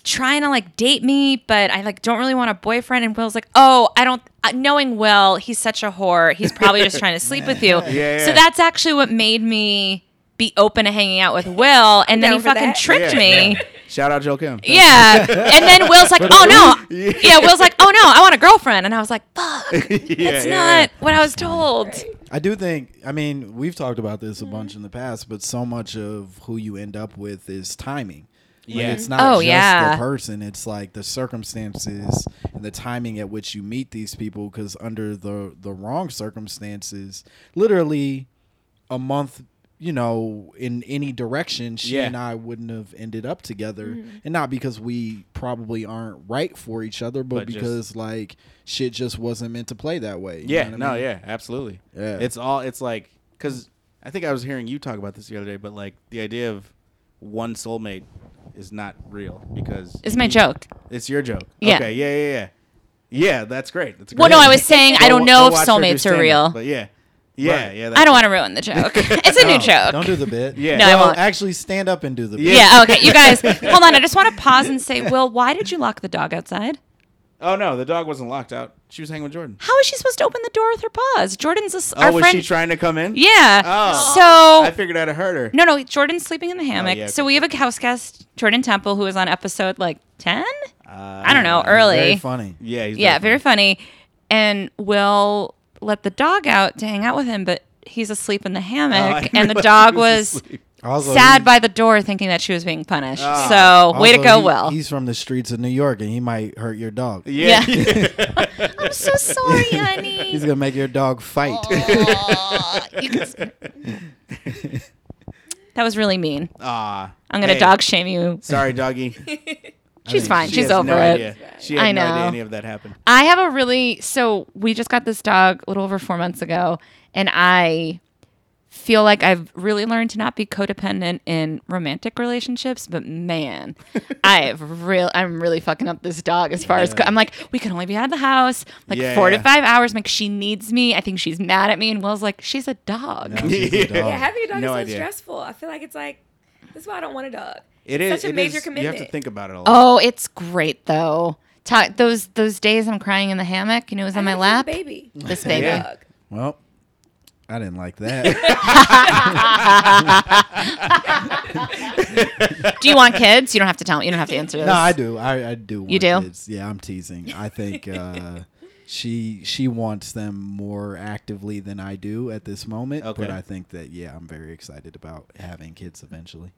Speaker 2: trying to like date me, but I like don't really want a boyfriend. And Will's like, oh, I don't. Uh, knowing Will, he's such a whore. He's probably just trying to sleep with you.
Speaker 1: Yeah,
Speaker 2: So
Speaker 1: yeah.
Speaker 2: that's actually what made me be open to hanging out with Will, and then
Speaker 4: down
Speaker 2: he
Speaker 4: for
Speaker 2: fucking
Speaker 4: that.
Speaker 2: tricked
Speaker 1: Yeah,
Speaker 2: me.
Speaker 1: yeah. Shout out Joel Kim.
Speaker 2: Yeah. And then Will's like, oh no.
Speaker 1: Yeah.
Speaker 2: Yeah, Will's like, oh no, I want a girlfriend. And I was like, fuck.
Speaker 1: Yeah,
Speaker 2: That's
Speaker 1: yeah, yeah.
Speaker 2: not what I was told.
Speaker 3: I do think, I mean, we've talked about this a bunch in the past, but so much of who you end up with is timing. Like,
Speaker 1: Yeah.
Speaker 3: it's not
Speaker 2: Oh,
Speaker 3: just
Speaker 2: yeah.
Speaker 3: the person, it's like the circumstances and the timing at which you meet these people because under the the wrong circumstances, literally a month you know in any direction she
Speaker 1: Yeah.
Speaker 3: and i wouldn't have ended up together
Speaker 2: Mm-hmm.
Speaker 3: and not because we probably aren't right for each other but,
Speaker 1: But just-
Speaker 3: because like shit just wasn't meant to play that way you
Speaker 1: Yeah,
Speaker 3: know what I
Speaker 1: no,
Speaker 3: mean?
Speaker 1: yeah, absolutely.
Speaker 3: Yeah.
Speaker 1: It's all it's like cuz I think I was hearing you talk about this the other day, but like the idea of one soulmate is not real because
Speaker 2: It's my joke.
Speaker 1: it's your joke.
Speaker 2: Yeah.
Speaker 1: Okay, yeah, yeah, yeah. Yeah, that's great. That's a
Speaker 2: Well,
Speaker 1: great.
Speaker 2: no, I was saying I
Speaker 1: Go
Speaker 2: don't
Speaker 1: wa-
Speaker 2: know
Speaker 1: go
Speaker 2: if
Speaker 1: watch her do
Speaker 2: soulmates are
Speaker 1: stand-up,
Speaker 2: real.
Speaker 1: But yeah. Yeah,
Speaker 3: Right.
Speaker 1: yeah.
Speaker 2: I don't
Speaker 1: that's-
Speaker 2: want to ruin the joke. It's
Speaker 1: Oh,
Speaker 2: a new
Speaker 3: No,
Speaker 2: joke.
Speaker 3: Don't do the bit.
Speaker 1: Yeah.
Speaker 2: No, I
Speaker 3: Well,
Speaker 2: won't.
Speaker 3: Actually, stand up and do the
Speaker 1: Yeah.
Speaker 3: bit.
Speaker 2: yeah, okay. You guys, hold on. I just want to pause and say, Will, why did you lock the dog outside?
Speaker 1: Oh no, the dog wasn't locked out. She was hanging with Jordan.
Speaker 2: How is she supposed to open the door with her paws? Jordan's a, s-
Speaker 1: Oh,
Speaker 2: our
Speaker 1: was
Speaker 2: friend.
Speaker 1: she trying to come in?
Speaker 2: yeah.
Speaker 1: Oh.
Speaker 2: So
Speaker 1: I figured I'd have hurt her.
Speaker 2: No, no, Jordan's sleeping in the hammock.
Speaker 1: yeah,
Speaker 2: so
Speaker 1: okay.
Speaker 2: we have a house guest, Jordan Temple, who was on episode like 10?
Speaker 1: Uh,
Speaker 2: I don't know,
Speaker 3: Very
Speaker 2: early.
Speaker 3: funny.
Speaker 1: Yeah, he's
Speaker 2: yeah,
Speaker 1: very
Speaker 2: very funny. And Will let the dog out to hang out with him, but he's asleep in the hammock.
Speaker 1: Oh, I
Speaker 2: and the
Speaker 1: realized
Speaker 2: dog
Speaker 1: he was
Speaker 2: was
Speaker 1: asleep.
Speaker 3: Also,
Speaker 2: sad
Speaker 3: he-
Speaker 2: by the door thinking that she was being punished.
Speaker 1: Ah.
Speaker 2: so, way to
Speaker 3: also,
Speaker 2: go,
Speaker 3: he-
Speaker 2: Will.
Speaker 3: He's from the streets of New York, and he might hurt your dog.
Speaker 1: Yeah.
Speaker 2: I'm so sorry, honey.
Speaker 3: He's gonna make your dog fight.
Speaker 2: Aw, you can- that was really mean.
Speaker 1: Ah.
Speaker 2: I'm going to
Speaker 1: Hey,
Speaker 2: dog shame you.
Speaker 1: Sorry, doggy.
Speaker 2: She's fine.
Speaker 1: She
Speaker 2: She's
Speaker 1: has
Speaker 2: over
Speaker 1: no
Speaker 2: it.
Speaker 1: idea. She had
Speaker 2: I
Speaker 1: no idea
Speaker 2: know.
Speaker 1: any of that happened.
Speaker 2: I have a really so we just got this dog a little over four months ago, and I feel like I've really learned to not be codependent in romantic relationships. But man, I have real I'm really fucking up this dog as far as co- I'm like we can only be out of the house like
Speaker 1: Yeah,
Speaker 2: four
Speaker 1: yeah.
Speaker 2: to five hours. I'm like she needs me. I think she's mad at me, and Will's like she's a dog.
Speaker 3: No, she's a dog.
Speaker 1: Yeah,
Speaker 4: Yeah, having a dog
Speaker 1: Um, No
Speaker 4: is so
Speaker 1: idea.
Speaker 4: stressful. I feel like it's like that's why I don't want a dog.
Speaker 1: It
Speaker 4: It's
Speaker 1: is
Speaker 4: such a
Speaker 1: it
Speaker 4: major
Speaker 1: is-
Speaker 4: commitment.
Speaker 1: You have to think about it a lot.
Speaker 2: Oh, it's great though. Ta- those those days I'm crying in the hammock. You know, it was on
Speaker 4: I
Speaker 2: my
Speaker 4: have a
Speaker 2: lap.
Speaker 4: baby.
Speaker 2: This baby.
Speaker 1: Yeah.
Speaker 4: Dog.
Speaker 3: Well, I didn't like that.
Speaker 2: Do you want kids? You don't have to tell me. You don't have to answer this.
Speaker 3: no, I do. I, I do. Want
Speaker 2: You do?
Speaker 3: Kids. Yeah, I'm teasing. I think uh, she she wants them more actively than I do at this moment. But
Speaker 1: Okay.
Speaker 3: I think that yeah, I'm very excited about having kids eventually.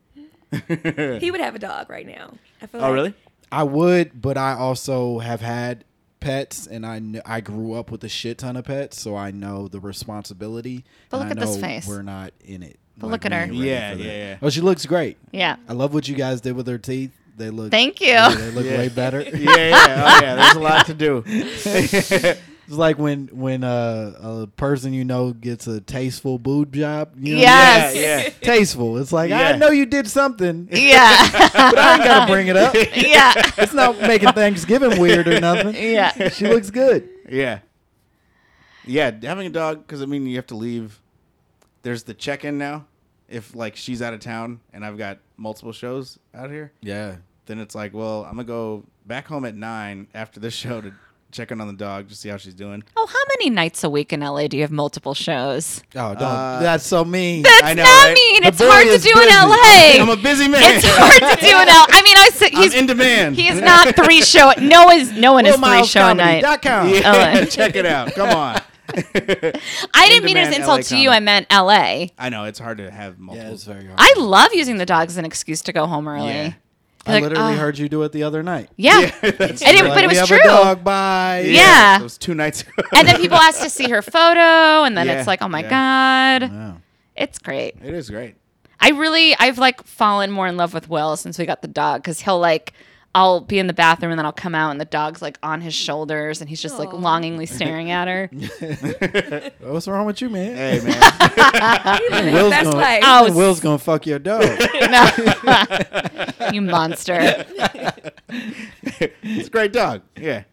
Speaker 4: He would have a dog right now. I feel
Speaker 1: Oh,
Speaker 4: like
Speaker 1: really?
Speaker 3: I would, but I also have had pets, and I kn- I grew up with a shit ton of pets, so I know the responsibility.
Speaker 2: But
Speaker 3: and
Speaker 2: look
Speaker 3: I
Speaker 2: at this
Speaker 3: know
Speaker 2: face.
Speaker 3: We're not in it.
Speaker 2: But look at
Speaker 3: we
Speaker 2: her.
Speaker 3: ain't ready
Speaker 1: Yeah,
Speaker 3: for that.
Speaker 1: yeah, yeah.
Speaker 3: Oh, she looks great.
Speaker 2: yeah.
Speaker 3: I love what you guys did with her teeth. They look.
Speaker 2: Thank you.
Speaker 3: yeah, They look
Speaker 1: Yeah.
Speaker 3: way better.
Speaker 1: yeah, yeah, oh yeah. There's a lot to do.
Speaker 3: It's like when when uh, a person you know gets a tasteful boob job. You know,
Speaker 2: Yes.
Speaker 1: Yeah, yeah.
Speaker 3: Tasteful. It's like I
Speaker 1: Yeah.
Speaker 3: know you did something,
Speaker 2: Yeah.
Speaker 3: but I ain't gotta bring it up.
Speaker 2: yeah.
Speaker 3: It's not making Thanksgiving weird or nothing.
Speaker 2: Yeah.
Speaker 3: She looks good.
Speaker 1: Yeah. Yeah, having a dog because I mean you have to leave. There's the check-in now. If like she's out of town and I've got multiple shows out here,
Speaker 3: Yeah.
Speaker 1: then it's like, well, I'm gonna go back home at nine after this show to check in on the dog to see how she's doing.
Speaker 2: Oh, how many nights a week in LA do you have multiple shows?
Speaker 3: Oh, don't.
Speaker 1: Uh,
Speaker 3: that's so mean.
Speaker 2: That's
Speaker 1: I know,
Speaker 2: not
Speaker 1: right?
Speaker 2: mean.
Speaker 3: The
Speaker 2: it's hard
Speaker 3: boy
Speaker 2: to
Speaker 3: is
Speaker 2: do in
Speaker 3: busy.
Speaker 1: I'm
Speaker 2: LA.
Speaker 1: a busy man.
Speaker 2: It's hard to do in LA. I mean, I said
Speaker 1: I'm
Speaker 2: he's
Speaker 1: in demand.
Speaker 2: He is not three show. No is no one is three show a night.
Speaker 3: com.
Speaker 1: Yeah,
Speaker 2: Oh.
Speaker 1: check it out. Come on.
Speaker 2: I didn't mean it as an
Speaker 1: in-demand
Speaker 2: insult
Speaker 1: LA
Speaker 2: to you.
Speaker 1: comic.
Speaker 2: I meant L.A.
Speaker 1: I know it's hard to have
Speaker 3: Yeah,
Speaker 1: multiple.
Speaker 3: it's very hard.
Speaker 2: I love using the dog as an excuse to go home early.
Speaker 1: Yeah.
Speaker 2: You're
Speaker 3: I
Speaker 2: like,
Speaker 3: literally
Speaker 2: "Ah,
Speaker 3: heard you do it the other night.
Speaker 2: Yeah,
Speaker 1: that's
Speaker 2: And it-
Speaker 1: true.
Speaker 2: but it
Speaker 3: Like, we
Speaker 2: was
Speaker 3: have
Speaker 2: true.
Speaker 3: A dog, bye.
Speaker 2: Yeah.
Speaker 1: It was two nights ago.
Speaker 2: and then people ask to see her photo, and then
Speaker 1: Yeah,
Speaker 2: it's like, oh my god,
Speaker 3: Wow.
Speaker 2: it's great.
Speaker 1: it is great.
Speaker 2: I really, I've like fallen more in love with Will since we got the dog because he'll like, I'll be in the bathroom and then I'll come out and the dog's like on his shoulders and he's just like
Speaker 4: Aw.
Speaker 2: longingly staring at her.
Speaker 3: What's wrong with you, man?
Speaker 1: Hey man.
Speaker 3: Will's
Speaker 4: That's
Speaker 3: gonna,
Speaker 4: like-
Speaker 2: Oh, s-
Speaker 3: Will's gonna fuck your dog.
Speaker 2: you monster.
Speaker 1: it's a great dog. Yeah.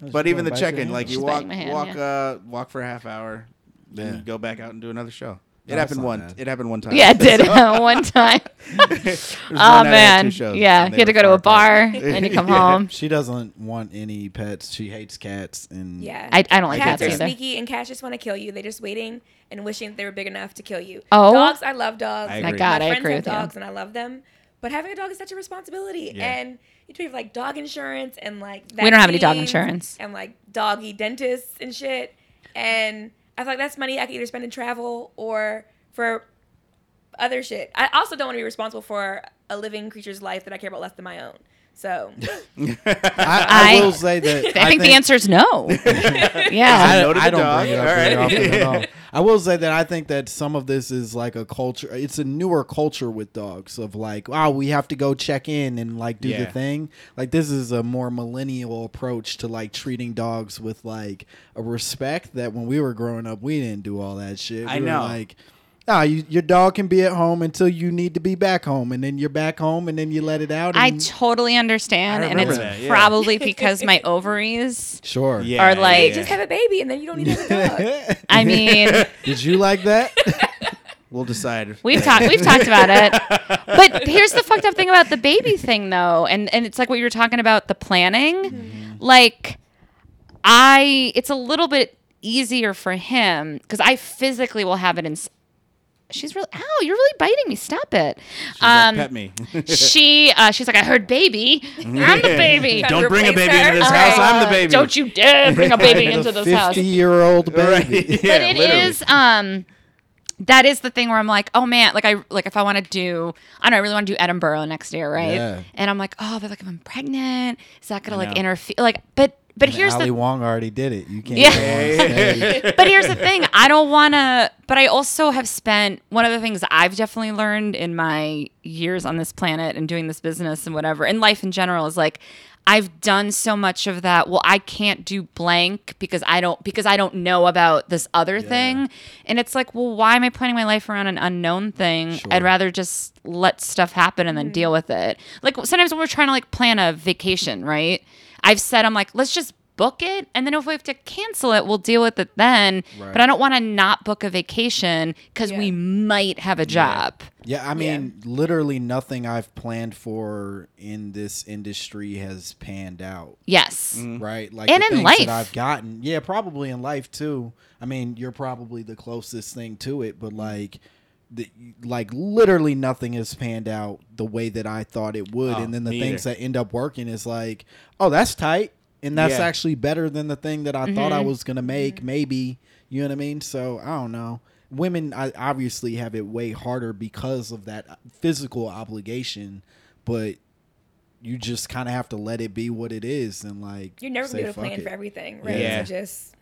Speaker 1: But even the check-in, like you
Speaker 2: She's
Speaker 1: walk,
Speaker 2: biting my hand,
Speaker 1: walk,
Speaker 2: yeah.
Speaker 1: uh, walk for a half hour, then
Speaker 3: Yeah.
Speaker 1: you go back out and do another show. It
Speaker 3: No, it's
Speaker 1: happened
Speaker 3: not
Speaker 1: one.
Speaker 3: bad.
Speaker 1: It happened one time.
Speaker 2: Yeah, it did one time.
Speaker 1: There's one
Speaker 2: Oh
Speaker 1: night I had two
Speaker 2: man,
Speaker 1: shows,
Speaker 2: yeah,
Speaker 1: and
Speaker 2: you
Speaker 1: they
Speaker 2: had to
Speaker 1: were
Speaker 2: go to
Speaker 1: far
Speaker 2: a bar
Speaker 1: apart.
Speaker 2: and you come
Speaker 1: Yeah.
Speaker 2: home.
Speaker 3: She doesn't want any pets. She hates cats and
Speaker 4: Yeah.
Speaker 2: I- I don't like
Speaker 4: cats
Speaker 3: cats
Speaker 4: are
Speaker 3: either.
Speaker 4: sneaky and cats just want to kill you. They're just waiting and wishing that they were big enough to kill you.
Speaker 2: Oh.
Speaker 4: dogs! I love dogs.
Speaker 1: I My agree.
Speaker 2: God,
Speaker 4: My
Speaker 2: I
Speaker 4: friends
Speaker 2: agree
Speaker 4: have
Speaker 2: with you.
Speaker 4: dogs, and I love them. But having a dog is such a responsibility,
Speaker 1: Yeah.
Speaker 4: and you have like dog insurance and like
Speaker 2: We don't have any dog
Speaker 4: vaccines
Speaker 2: insurance.
Speaker 4: and like doggy dentists and shit. And I feel like that's money I could either spend in travel or for other shit. I also don't want to be responsible for a living creature's life that I care about less than my own. So
Speaker 3: I, I,
Speaker 2: I-
Speaker 3: will say that
Speaker 2: I, think, the answer is no. yeah.
Speaker 1: I
Speaker 3: I,
Speaker 1: know to
Speaker 3: I
Speaker 1: the
Speaker 3: don't
Speaker 1: dog.
Speaker 3: bring it up
Speaker 1: All
Speaker 3: very
Speaker 1: right.
Speaker 3: often at all. I will say that I think that some of this is like a culture. It's a newer culture with dogs of like, wow, we have to go check in and like do the
Speaker 1: Yeah.
Speaker 3: thing. Like this is a more millennial approach to like treating dogs with like a respect that when we were growing up, we didn't do all that shit.
Speaker 1: I
Speaker 3: We were
Speaker 1: know.
Speaker 3: like. Ah, you, your dog can be at home until you need to be back home, and then you're back home, and then you let it out.
Speaker 2: I
Speaker 3: and-
Speaker 2: totally understand,
Speaker 1: I
Speaker 2: and it's
Speaker 1: remember that, yeah.
Speaker 2: probably because my ovaries.
Speaker 3: sure.
Speaker 1: Yeah,
Speaker 2: Or,
Speaker 1: yeah,
Speaker 2: like-
Speaker 1: yeah.
Speaker 4: just have a baby, and then you don't need another dog.
Speaker 2: I mean,
Speaker 3: Did you like that?
Speaker 1: we'll decide.
Speaker 2: we've talked we've talked about it, but here's the fucked up thing about the baby thing, though, and and it's like what you were talking about the planning.
Speaker 1: Mm-hmm.
Speaker 2: Like, I it's a little bit easier for him because I physically will have it in. s- She's really ow, you're really biting me. Stop it. um,
Speaker 1: Like, pet me.
Speaker 2: she uh, she's like, I heard baby. I'm the baby.
Speaker 4: Don't bring a baby into this
Speaker 2: Right.
Speaker 4: house, I'm
Speaker 2: Uh, Don't you dare bring a baby into this house.
Speaker 3: Fifty-year-old
Speaker 1: Right.
Speaker 3: baby.
Speaker 1: Yeah,
Speaker 2: but it is
Speaker 1: literally.
Speaker 2: um that is the thing where I'm like, oh man, like I like if I want to do I don't know, I really want to do Edinburgh next year, right?
Speaker 3: Yeah.
Speaker 2: And I'm like, oh, but like if I'm pregnant, is that gonna like
Speaker 1: know.
Speaker 2: interfere like but but
Speaker 3: And
Speaker 2: here's
Speaker 3: Ali
Speaker 2: the
Speaker 3: Wong already did it. You can't.
Speaker 2: Yeah.
Speaker 3: go on stage.
Speaker 2: but here's the thing. I don't wanna but I also have spent one of the things I've definitely learned in my years on this planet and doing this business and whatever and life in general is like I've done so much of that. Well, I can't do blank because I don't because I don't know about this other thing. And it's like, well, why am I planning my life around an unknown thing? I'd rather just let stuff happen and then deal with it. Like sometimes when we're trying to like plan a vacation, right? I've said I'm like, let's just book it and then if we have to cancel it, we'll deal with it then. But I don't want to not book a vacation cuz
Speaker 4: Yeah.
Speaker 2: we might have a job.
Speaker 3: yeah, I mean, literally nothing I've planned for in this industry has panned out.
Speaker 2: Yes.
Speaker 1: Mm, Mm-hmm.
Speaker 3: Right, like
Speaker 2: And
Speaker 3: the
Speaker 2: in
Speaker 3: things
Speaker 2: life.
Speaker 3: that I've gotten, yeah, probably in life too. I mean, you're probably the closest thing to it,
Speaker 1: Mm-hmm.
Speaker 3: but like, the, like literally nothing has panned out the way that I thought it would,
Speaker 1: Oh,
Speaker 3: and then the
Speaker 1: me
Speaker 3: things
Speaker 1: either.
Speaker 3: that end up working is like, oh, that's tight, and that's
Speaker 1: Yeah. Mm-hmm.
Speaker 3: actually better than the thing that I thought I
Speaker 2: Mm-hmm.
Speaker 3: was gonna make. Maybe you know what I mean. So I don't know. Women I obviously have it way harder because of that physical obligation, but you just kind of have to let it be what it is and like
Speaker 4: You're never
Speaker 3: say,
Speaker 4: gonna be able to
Speaker 3: "Fuck
Speaker 4: plan
Speaker 3: it."
Speaker 4: for everything, right?
Speaker 1: Yeah.
Speaker 4: So just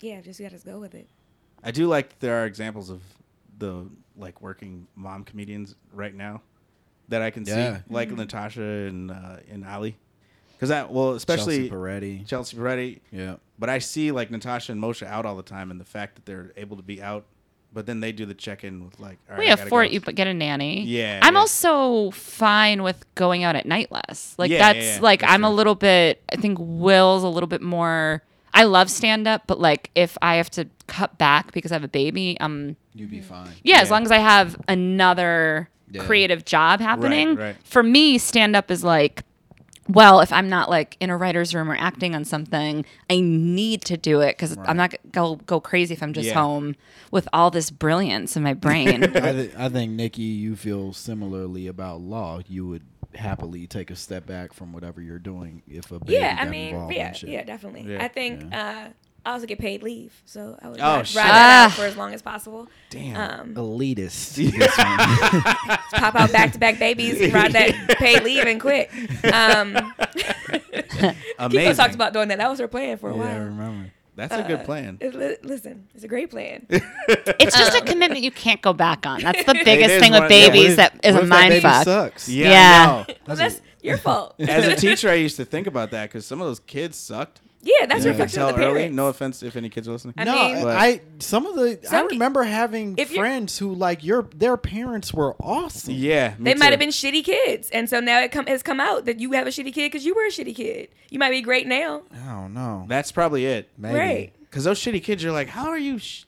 Speaker 4: yeah, just you gotta go with it.
Speaker 1: I do like that there are examples of the like working mom comedians right now that I can
Speaker 3: Yeah.
Speaker 1: see, like
Speaker 4: Mm-hmm.
Speaker 1: Natasha and uh, and Ali, because I well
Speaker 3: Especially
Speaker 1: especially
Speaker 3: Chelsea Peretti.
Speaker 1: Chelsea Peretti.
Speaker 3: yeah.
Speaker 1: But I see like Natasha and Moshe out all the time, and the fact that they're able to be out, but then they do the check in with like all right,
Speaker 2: we
Speaker 1: I gotta
Speaker 2: afford
Speaker 1: go.
Speaker 2: you, but get a nanny.
Speaker 1: Yeah,
Speaker 2: I'm
Speaker 1: yeah.
Speaker 2: also fine with going out at night less. Like
Speaker 1: Yeah, yeah,
Speaker 2: that's
Speaker 1: yeah,
Speaker 2: like
Speaker 1: for
Speaker 2: I'm a
Speaker 1: sure.
Speaker 2: little bit. I think Will's a little bit more. I love stand up, but like if I have to cut back because I have a baby, um,
Speaker 3: You'd
Speaker 4: Mm-hmm.
Speaker 3: be fine.
Speaker 2: yeah, as long as I have another
Speaker 3: Yeah.
Speaker 2: creative job happening.
Speaker 1: right.
Speaker 2: For me, stand up is like, well, if I'm not like in a writer's room or acting on something, I need to do it because I'm not go go crazy if I'm just
Speaker 1: Yeah.
Speaker 2: home with all this brilliance in my brain.
Speaker 3: I, th- I think Nikki, you feel similarly about law. You would happily take a step back from whatever you're doing if a baby
Speaker 4: yeah, I
Speaker 3: got
Speaker 4: mean,
Speaker 3: involved
Speaker 4: yeah,
Speaker 3: and shit.
Speaker 4: yeah, definitely.
Speaker 1: Yeah.
Speaker 4: I think uh, I also get paid leave, so I would
Speaker 1: Oh,
Speaker 4: ride,
Speaker 1: shit.
Speaker 4: ride that out
Speaker 2: Ah.
Speaker 4: for as long as possible.
Speaker 1: Damn.
Speaker 4: Um,
Speaker 3: Elitist.
Speaker 4: pop out back to back babies, ride that paid leave, and quit. Um,
Speaker 1: Amazing.
Speaker 4: Kiko talked about uh, doing that. That was her plan for a
Speaker 3: yeah, I
Speaker 4: while.
Speaker 3: remember.
Speaker 1: That's a good plan.
Speaker 4: It- li- listen, it's a great plan.
Speaker 2: It's just a commitment you can't go back on. That's the biggest
Speaker 1: is
Speaker 2: thing with
Speaker 1: one- yeah,
Speaker 2: babies that is
Speaker 3: What
Speaker 2: a
Speaker 3: if that
Speaker 2: mind
Speaker 3: baby
Speaker 2: fuck.
Speaker 3: Sucks.
Speaker 1: Yeah. I
Speaker 2: Yeah.
Speaker 1: know.
Speaker 4: Well, that's your fault.
Speaker 1: As a teacher, I used to think about that because some of those kids sucked.
Speaker 4: yeah,
Speaker 1: You
Speaker 4: that's your
Speaker 1: could
Speaker 4: reflection of
Speaker 1: tell
Speaker 4: the parents.
Speaker 1: early. No offense if any kids listening.
Speaker 4: I
Speaker 3: no,
Speaker 4: mean-
Speaker 1: But-
Speaker 3: I some of the I
Speaker 4: Some-
Speaker 3: remember having
Speaker 4: if you're-
Speaker 3: friends who like your their parents were awesome.
Speaker 1: yeah, me
Speaker 4: they might
Speaker 1: too.
Speaker 4: have been shitty kids, and so now it come it's come out that you have a shitty kid because you were a shitty kid. You might be great now,
Speaker 3: I don't know.
Speaker 1: That's probably it.
Speaker 3: Maybe.
Speaker 4: right?
Speaker 1: Because those shitty kids, you're like, how are you? Sh-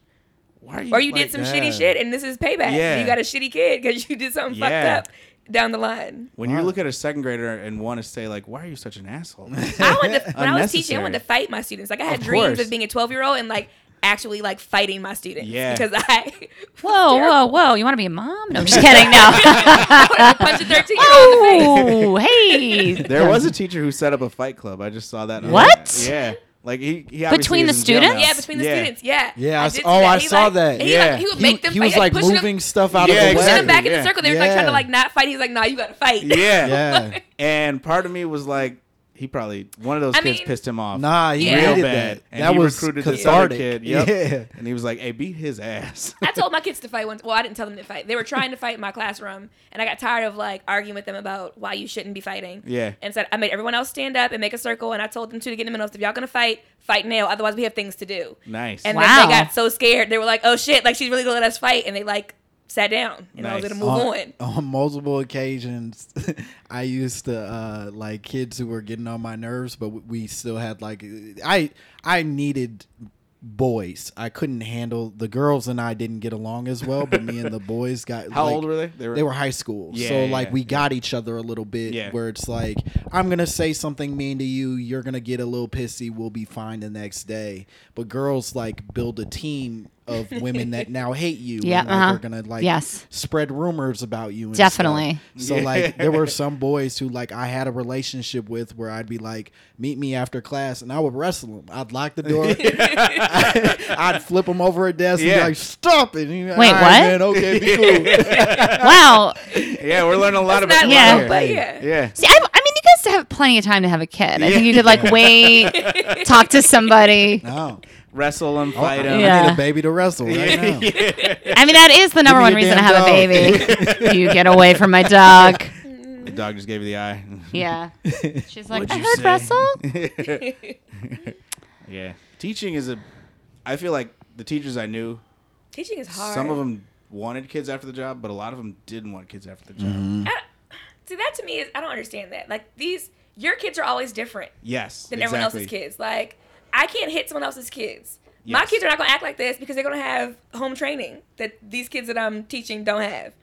Speaker 1: why are you?
Speaker 4: Or you
Speaker 1: like
Speaker 4: did some
Speaker 1: that?"
Speaker 4: shitty shit, and this is payback.
Speaker 1: Yeah.
Speaker 4: You got a shitty kid because you did something
Speaker 1: Yeah.
Speaker 4: fucked up down the line.
Speaker 1: When
Speaker 3: Wow.
Speaker 1: you look at a second grader and want to say like, why are you such an asshole?
Speaker 4: I wanted to, when I was teaching, I
Speaker 1: Unnecessary.
Speaker 4: wanted to fight my students. Like I had
Speaker 1: Of
Speaker 4: dreams
Speaker 1: course.
Speaker 4: of being a twelve year old and like actually like fighting my students.
Speaker 1: Yeah.
Speaker 4: Because I
Speaker 2: Whoa, whoa, whoa! You want to be a mom? No, I'm just kidding. No.
Speaker 4: I wanted to punch a thirteen year old in the
Speaker 2: oh,
Speaker 4: face.
Speaker 2: hey.
Speaker 1: there was a teacher who set up a fight club. I just saw that. on
Speaker 2: What?
Speaker 1: the- Yeah. Like he, he
Speaker 2: Between
Speaker 1: obviously
Speaker 2: the
Speaker 1: is in jail now.
Speaker 2: students?
Speaker 4: Yeah, between the
Speaker 1: Yeah.
Speaker 4: students. Yeah.
Speaker 3: Yeah, I
Speaker 4: did
Speaker 3: s-
Speaker 4: see
Speaker 3: oh, I
Speaker 4: He,
Speaker 3: saw
Speaker 4: like-
Speaker 3: that.
Speaker 4: He, like,
Speaker 1: Yeah.
Speaker 4: he would make them
Speaker 3: he
Speaker 4: fight,
Speaker 3: was like
Speaker 4: pushing
Speaker 3: moving stuff out
Speaker 1: Yeah,
Speaker 3: of the
Speaker 4: Them,
Speaker 3: way.
Speaker 4: pushing
Speaker 1: exactly.
Speaker 4: them back in the
Speaker 1: Yeah.
Speaker 4: circle. They were trying
Speaker 3: Yeah.
Speaker 4: to like not fight. He's like, nah, you gotta fight.
Speaker 1: Yeah.
Speaker 3: Yeah.
Speaker 1: And part of me was like, he probably one of those
Speaker 4: I
Speaker 1: kids
Speaker 4: mean-
Speaker 1: pissed him off.
Speaker 3: Nah, he
Speaker 4: Yeah.
Speaker 1: real
Speaker 3: hated
Speaker 1: bad.
Speaker 3: that.
Speaker 1: And
Speaker 3: that
Speaker 1: he
Speaker 3: was
Speaker 1: recruited this other
Speaker 3: cathartic.
Speaker 1: kid. Yep.
Speaker 3: Yeah.
Speaker 1: And he was like, "Hey, beat his ass."
Speaker 4: I told my kids to fight once. Well, I didn't tell them to fight. They were trying to fight in my classroom, and I got tired of like arguing with them about why you shouldn't be fighting.
Speaker 1: Yeah.
Speaker 4: And said I made everyone else stand up and make a circle, and I told them to get in the middle. If y'all gonna fight, fight now. Otherwise, we have things to do.
Speaker 1: nice.
Speaker 4: And
Speaker 2: Wow.
Speaker 4: then they got so scared. They were like, "Oh shit! Like she's really gonna let us fight," and they like sat down, and I was
Speaker 1: Nice.
Speaker 4: gonna move
Speaker 2: Oh.
Speaker 4: on.
Speaker 3: on multiple occasions, I used to uh, like kids who were getting on my nerves, but w- we still had like I I needed boys. I couldn't handle the girls, and I didn't get along as well. But me and the boys got
Speaker 1: How
Speaker 3: like-
Speaker 1: old were they? They were-
Speaker 3: they were high school,
Speaker 1: Yeah,
Speaker 3: so
Speaker 1: yeah,
Speaker 3: like
Speaker 1: yeah,
Speaker 3: we
Speaker 1: yeah.
Speaker 3: got each other a little bit.
Speaker 1: Yeah.
Speaker 3: where it's like I'm gonna say something mean to you, you're gonna get a little pissy. We'll be fine the next day. But girls like build a team of women that now hate you.
Speaker 2: Yeah,
Speaker 3: and, like,
Speaker 2: uh-huh.
Speaker 3: are gonna like
Speaker 2: Yes.
Speaker 3: spread rumors about you. and
Speaker 2: Definitely.
Speaker 3: stuff. So like there were some boys who like I had a relationship with where I'd be like, meet me after class, and I would wrestle them. I'd lock the door. I'd flip them over a desk and
Speaker 1: Yeah.
Speaker 3: be like, stop it. And you'd be like,
Speaker 2: Wait,
Speaker 3: "All
Speaker 2: what?"
Speaker 3: man, okay, be cool.
Speaker 2: Wow.
Speaker 1: yeah, we're learning a lot
Speaker 4: It's
Speaker 1: about
Speaker 4: not
Speaker 2: Yeah.
Speaker 4: loud, but yeah.
Speaker 1: Yeah.
Speaker 2: See, I, I mean, you guys have plenty of time to have a kid. I think you could like wait, talk to somebody.
Speaker 3: no.
Speaker 1: Wrestle him,
Speaker 3: Oh, I,
Speaker 1: fight him.
Speaker 2: Yeah.
Speaker 3: need a baby to wrestle right now.
Speaker 2: I mean, that is the number
Speaker 3: me
Speaker 2: one
Speaker 3: your
Speaker 2: reason I
Speaker 3: damn
Speaker 2: have
Speaker 3: dog.
Speaker 2: a baby. you get away from my dog.
Speaker 1: The dog just gave you the eye.
Speaker 2: Yeah. She's like,
Speaker 1: What'd
Speaker 2: I
Speaker 1: you
Speaker 2: heard
Speaker 1: say?"
Speaker 2: Russell.
Speaker 1: yeah. Teaching is a. I feel like the teachers I knew,
Speaker 4: Teaching is hard.
Speaker 1: some of them wanted kids after the job, but a lot of them didn't want kids after the job.
Speaker 4: See, that to me is I don't understand that. Like these, your kids are always different.
Speaker 1: Yes.
Speaker 4: than
Speaker 1: exactly.
Speaker 4: everyone else's kids. Like I can't hit someone else's kids. My
Speaker 1: Yes.
Speaker 4: kids are not gonna act like this because they're gonna have home training that these kids that I'm teaching don't have.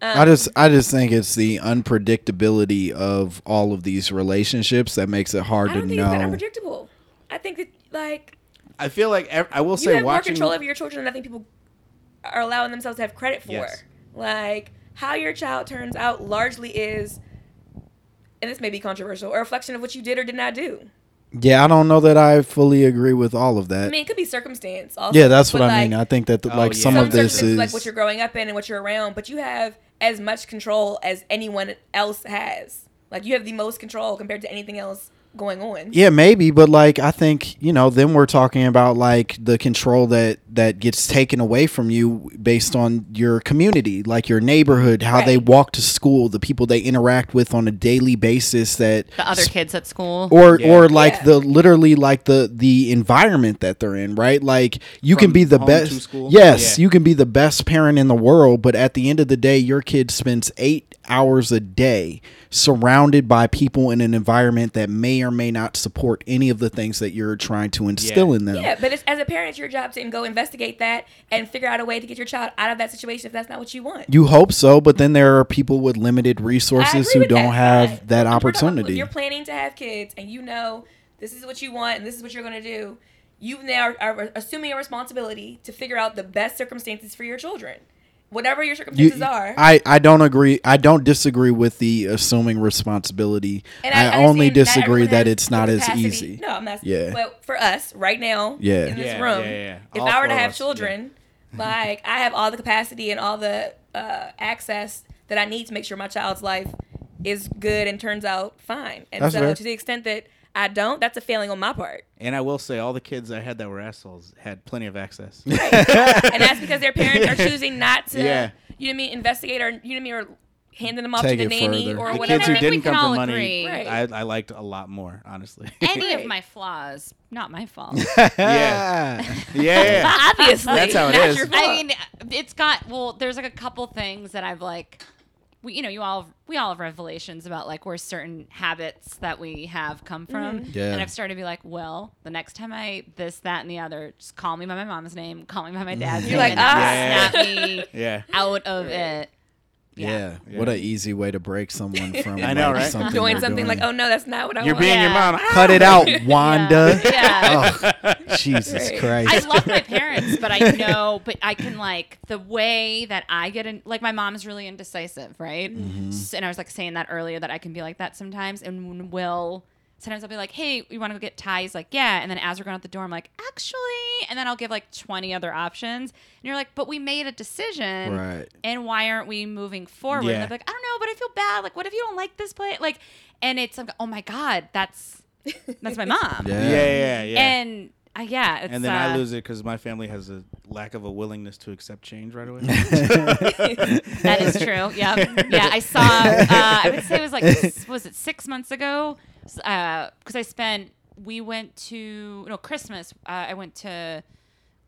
Speaker 4: Um,
Speaker 3: I just I just think it's the unpredictability of all of these relationships that makes it hard
Speaker 4: I
Speaker 3: to
Speaker 4: don't think it's that
Speaker 3: know.
Speaker 4: unpredictable. I think that like
Speaker 1: I feel like ev- I will
Speaker 4: you
Speaker 1: say
Speaker 4: have more
Speaker 1: watching.
Speaker 4: control over your children than I think people are allowing themselves to have credit for.
Speaker 1: Yes.
Speaker 4: Like how your child turns out largely is and this may be controversial, a reflection of what you did or did not do.
Speaker 3: Yeah, I don't know that I fully agree with all of
Speaker 4: I
Speaker 3: that.
Speaker 4: mean, it could be circumstance. Also,
Speaker 3: Yeah, that's
Speaker 4: but,
Speaker 3: what I mean.
Speaker 4: like,
Speaker 3: I think that the,
Speaker 1: Oh,
Speaker 3: like
Speaker 1: yeah.
Speaker 3: some
Speaker 4: some
Speaker 3: of this
Speaker 4: circumstances
Speaker 3: is
Speaker 4: like what you're growing up in and what you're around, but you have as much control as anyone else has. Like you have the most control compared to anything else going on.
Speaker 3: Yeah, maybe, but like I think you know, then we're talking about like the control that that gets taken away from you based on your community, like your neighborhood, how they
Speaker 4: Right.
Speaker 3: walk to school, the people they interact with on a daily basis. That
Speaker 2: The other kids at school.
Speaker 3: or
Speaker 1: Yeah.
Speaker 3: or like
Speaker 4: Yeah.
Speaker 3: the literally like the the environment that they're in right like you can
Speaker 1: From
Speaker 3: be the
Speaker 1: home to
Speaker 3: best
Speaker 1: school?
Speaker 3: yes
Speaker 1: Yeah.
Speaker 3: you can be the best parent in the world but at the end of the day your kid spends 8 hours a day surrounded by people in an environment that may or may not support any of the things that you're trying to instill
Speaker 1: Yeah.
Speaker 3: in them
Speaker 4: Yeah, but it's, as a parent, it's your job to go investigate that and figure out a way to get your child out of that situation if that's not what you want.
Speaker 3: you hope so but then there are people with limited
Speaker 4: I
Speaker 3: resources
Speaker 4: agree
Speaker 3: who
Speaker 4: with
Speaker 3: don't have
Speaker 4: Right.
Speaker 3: that
Speaker 4: If we're talking about-
Speaker 3: opportunity
Speaker 4: You're planning to have kids, and you know this is what you want, and this is what you're going to do. You now are assuming a responsibility to figure out the best circumstances for your children, whatever your
Speaker 3: You-
Speaker 4: circumstances are.
Speaker 3: I, I don't agree. I don't disagree with the assuming responsibility.
Speaker 4: And
Speaker 3: I,
Speaker 4: understand
Speaker 3: only
Speaker 4: not everyone
Speaker 3: disagree
Speaker 4: has
Speaker 3: that
Speaker 4: the
Speaker 3: it's not as
Speaker 4: capacity-
Speaker 3: easy.
Speaker 4: No, I'm not.
Speaker 3: Yeah.
Speaker 4: But for us right now,
Speaker 3: Yeah.
Speaker 4: in this
Speaker 1: Yeah,
Speaker 4: room,
Speaker 1: yeah, yeah.
Speaker 4: if
Speaker 1: All
Speaker 4: I were
Speaker 1: four
Speaker 4: to
Speaker 1: of
Speaker 4: have
Speaker 1: us, yeah.
Speaker 4: children, like I have all the capacity and all the uh, access that I need to make sure my child's life is good and turns out fine. And
Speaker 3: That's
Speaker 4: so,
Speaker 3: fair.
Speaker 4: to the extent that I don't, that's a failing on my part.
Speaker 1: And I will say, all the kids I had that were assholes had plenty of access.
Speaker 4: and that's because their parents are choosing not to,
Speaker 1: Yeah.
Speaker 4: you know what I mean, investigate or you know what I mean, or handing them off
Speaker 3: Take
Speaker 4: to the
Speaker 3: it
Speaker 4: nanny
Speaker 3: further.
Speaker 4: or
Speaker 1: the
Speaker 4: whatever.
Speaker 1: kids who
Speaker 2: I think we
Speaker 1: didn't
Speaker 2: can
Speaker 1: come
Speaker 2: all
Speaker 1: from money,
Speaker 2: agree.
Speaker 4: Right.
Speaker 1: I, I liked a lot more, honestly.
Speaker 2: Any of
Speaker 4: Right.
Speaker 2: my flaws, not my fault.
Speaker 1: yeah, yeah.
Speaker 4: Obviously,
Speaker 1: That's how it
Speaker 4: not
Speaker 1: is.
Speaker 4: your fault.
Speaker 2: I mean, it's got well. There's like a couple things that I've like, we you know you all we all have revelations about like where certain habits that we have come from,
Speaker 3: Yeah.
Speaker 2: and I've started to be like, well, the next time I this that and the other, just call me by my mom's name, call me by my dad's
Speaker 4: You're
Speaker 2: name,
Speaker 4: like,
Speaker 2: and
Speaker 4: "Ah."
Speaker 2: snap me
Speaker 1: Yeah.
Speaker 2: out of it.
Speaker 3: Yeah.
Speaker 1: Yeah.
Speaker 3: What an easy way to break someone from
Speaker 1: I know,
Speaker 3: like,
Speaker 1: right?
Speaker 3: something
Speaker 4: doing
Speaker 3: they're
Speaker 4: something like,
Speaker 3: doing.
Speaker 4: oh no, that's not what I
Speaker 1: You're
Speaker 4: want.
Speaker 1: being your
Speaker 2: Yeah.
Speaker 1: mom.
Speaker 3: Cut it out, Wanda.
Speaker 2: Yeah.
Speaker 3: Oh, Jesus
Speaker 4: Right.
Speaker 2: I
Speaker 3: Christ.
Speaker 2: love my parents, but I know, but I can like the way that I get in. Like my mom's really indecisive, right?
Speaker 1: Mm-hmm.
Speaker 2: S- And I was like saying that earlier that I can be like that sometimes. And when Will, sometimes I'll be like, "Hey, you want to go get ties?" Like, yeah. And then as we're going out the door, I'm like, "Actually," and then I'll give like 20 other options, and you're like, "But we made a decision,
Speaker 3: Right.
Speaker 2: And why aren't we moving forward?" And
Speaker 1: Yeah.
Speaker 2: they're like, "I don't know, but I feel bad. Like, what if you don't like this play?" Like, and it's like, "Oh my god, that's that's my mom."
Speaker 3: Yeah.
Speaker 1: Yeah, yeah, yeah.
Speaker 2: And uh, yeah, it's,
Speaker 1: And then I
Speaker 2: uh,
Speaker 1: lose it because my family has a lack of a willingness to accept change right away.
Speaker 2: That is true. Yeah, yeah. I saw. Uh, I would say it was like s- was it six months ago? Because I spent. We went to no Christmas. Uh, I went to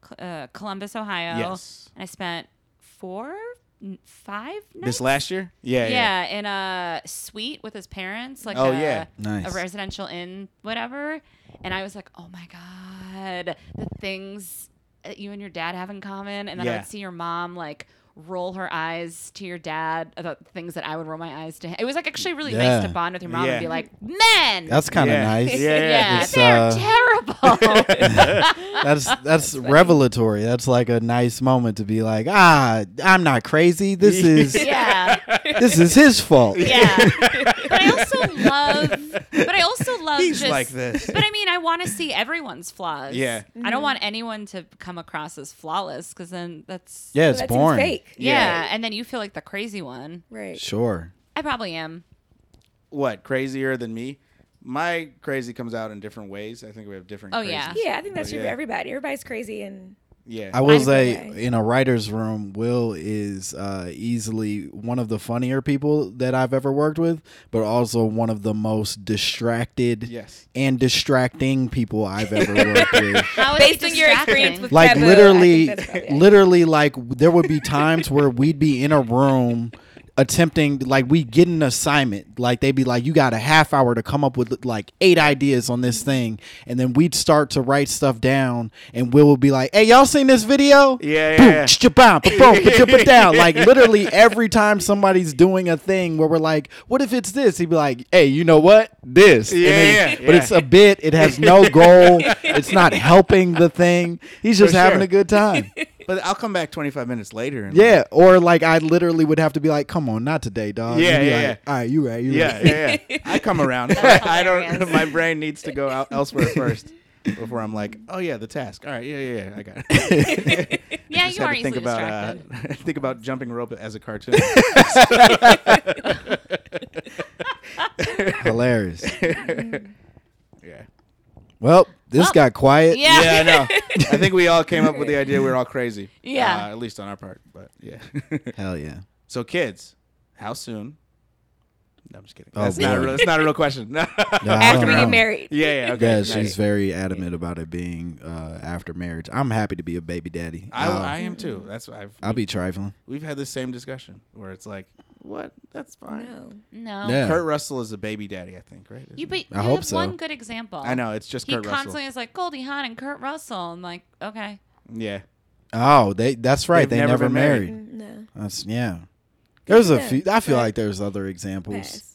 Speaker 2: Cl- uh, Columbus, Ohio,
Speaker 1: Yes.
Speaker 2: and I spent four, n- five. Nights?
Speaker 1: this last year? Yeah, yeah.
Speaker 2: yeah, in a suite with his parents, like
Speaker 1: Oh,
Speaker 2: a,
Speaker 1: yeah.
Speaker 3: Nice.
Speaker 2: a residential inn, whatever. And I was like, oh my god, the things that you and your dad have in common. And then I
Speaker 1: Yeah.
Speaker 2: would see your mom like roll her eyes to your dad about things that I would roll my eyes to him. It was like actually really nice
Speaker 3: Yeah.
Speaker 2: to bond with your mom
Speaker 1: Yeah.
Speaker 2: and be like, men,
Speaker 3: That's kind of
Speaker 1: Yeah.
Speaker 3: nice.
Speaker 1: Yeah,
Speaker 2: yeah,
Speaker 3: It's,
Speaker 2: they're
Speaker 3: uh,
Speaker 2: terrible.
Speaker 3: That's that's revelatory. That's like a nice moment to be like, ah, I'm not crazy. This is
Speaker 2: yeah.
Speaker 3: this is his fault.
Speaker 2: Yeah. but I also love but I also love
Speaker 1: He's
Speaker 2: just
Speaker 1: like this.
Speaker 2: But I mean, I want to see everyone's flaws.
Speaker 1: Yeah.
Speaker 2: I don't want anyone to come across as flawless cuz then that's
Speaker 3: Yeah, it's
Speaker 4: That seems
Speaker 3: boring.
Speaker 4: fake.
Speaker 2: Yeah,
Speaker 1: Yeah.
Speaker 2: and then you feel like the crazy one.
Speaker 4: Right.
Speaker 3: Sure.
Speaker 2: I probably am.
Speaker 1: What, crazier than me? My crazy comes out in different ways. I think we have different
Speaker 2: Oh,
Speaker 1: crazies.
Speaker 2: yeah.
Speaker 4: Yeah, I think that's true for
Speaker 1: Yeah.
Speaker 4: everybody. Everybody's crazy and
Speaker 1: Yeah.
Speaker 3: I will
Speaker 2: Either
Speaker 3: say,
Speaker 4: way.
Speaker 3: in a writer's room, Will is uh, easily one of the funnier people that I've ever worked with, but also one of the most distracted
Speaker 1: Yes.
Speaker 3: and distracting people I've ever worked with.
Speaker 2: How is he
Speaker 4: based on your experience
Speaker 2: distracting?
Speaker 4: with
Speaker 3: Like,
Speaker 4: taboo, I think
Speaker 3: literally,
Speaker 4: that's probably it.
Speaker 3: literally, like, there would be times where we'd be in a room attempting like we get an assignment like they'd be like you got a half hour to come up with like eight ideas on this thing and then we'd start to write stuff down and will would be like hey y'all seen this video
Speaker 1: Yeah,
Speaker 3: Boom,
Speaker 1: yeah, yeah.
Speaker 3: Japan, ba-boom, ba-jip-a down. Like literally every time somebody's doing a thing where we're like, what if it's this? He'd be like, hey, you know what? This. And
Speaker 1: Yeah,
Speaker 3: then-
Speaker 1: yeah,
Speaker 3: but
Speaker 1: yeah.
Speaker 3: it's a bit. It has no goal. it's not helping the thing. He's just
Speaker 1: For
Speaker 3: having
Speaker 1: sure.
Speaker 3: a good time.
Speaker 1: But I'll come back 25 minutes later. And
Speaker 3: Yeah. Or like I literally would have to be like, come on, not today, dog.
Speaker 1: Yeah, yeah,
Speaker 3: like, All right, you right. You
Speaker 1: Yeah,
Speaker 3: right.
Speaker 1: yeah, yeah. I come around.
Speaker 2: That's
Speaker 1: I don't.
Speaker 2: hilarious.
Speaker 1: My brain needs to go out elsewhere first before I'm like, oh yeah, the task. All right, yeah, yeah, yeah I got it.
Speaker 2: Yeah,
Speaker 1: Just
Speaker 2: you
Speaker 1: had
Speaker 2: are
Speaker 1: to think
Speaker 2: easily
Speaker 1: about uh,
Speaker 2: distracted.
Speaker 1: think about jumping rope as a cartoon.
Speaker 3: Hilarious. Well, this got quiet.
Speaker 2: yeah.
Speaker 1: Yeah, I know. I think we all came up with the idea we are all crazy.
Speaker 2: Yeah.
Speaker 1: Uh, at least on our part, but yeah.
Speaker 3: Hell yeah.
Speaker 1: so kids, how soon? No, I'm just kidding.
Speaker 3: Oh,
Speaker 1: that's, not a
Speaker 3: boy.
Speaker 1: real, that's not a real question. yeah,
Speaker 3: No, I
Speaker 4: After
Speaker 3: don't
Speaker 4: we get
Speaker 3: know.
Speaker 4: married.
Speaker 1: yeah, okay.
Speaker 3: Yeah,
Speaker 1: nice.
Speaker 3: she's very adamant about it being uh, after marriage. I'm happy to be a baby daddy.
Speaker 1: I,
Speaker 3: I'll,
Speaker 1: I am too. That's why I've
Speaker 3: I'll be trifling.
Speaker 1: we've had the same discussion where it's like, what? That's fine.
Speaker 4: No.
Speaker 2: No.
Speaker 3: Yeah.
Speaker 1: Kurt Russell is a baby daddy, I think, right?
Speaker 2: You
Speaker 1: Isn't
Speaker 2: but
Speaker 3: I
Speaker 2: you
Speaker 3: hope
Speaker 2: have
Speaker 3: so.
Speaker 2: one good example.
Speaker 1: he? I know it's just
Speaker 2: He
Speaker 1: Kurt
Speaker 2: constantly
Speaker 1: Russell.
Speaker 2: is like Goldie Hawn and Kurt Russell. I'm like, okay.
Speaker 1: Yeah,
Speaker 3: Oh, they that's right.
Speaker 1: They've
Speaker 3: they
Speaker 1: never
Speaker 3: never,
Speaker 1: been
Speaker 3: married.
Speaker 1: married.
Speaker 4: No.
Speaker 3: That's yeah. There's a
Speaker 4: Yeah,
Speaker 3: few. I feel
Speaker 4: but-
Speaker 3: like there's other examples.
Speaker 4: Pass.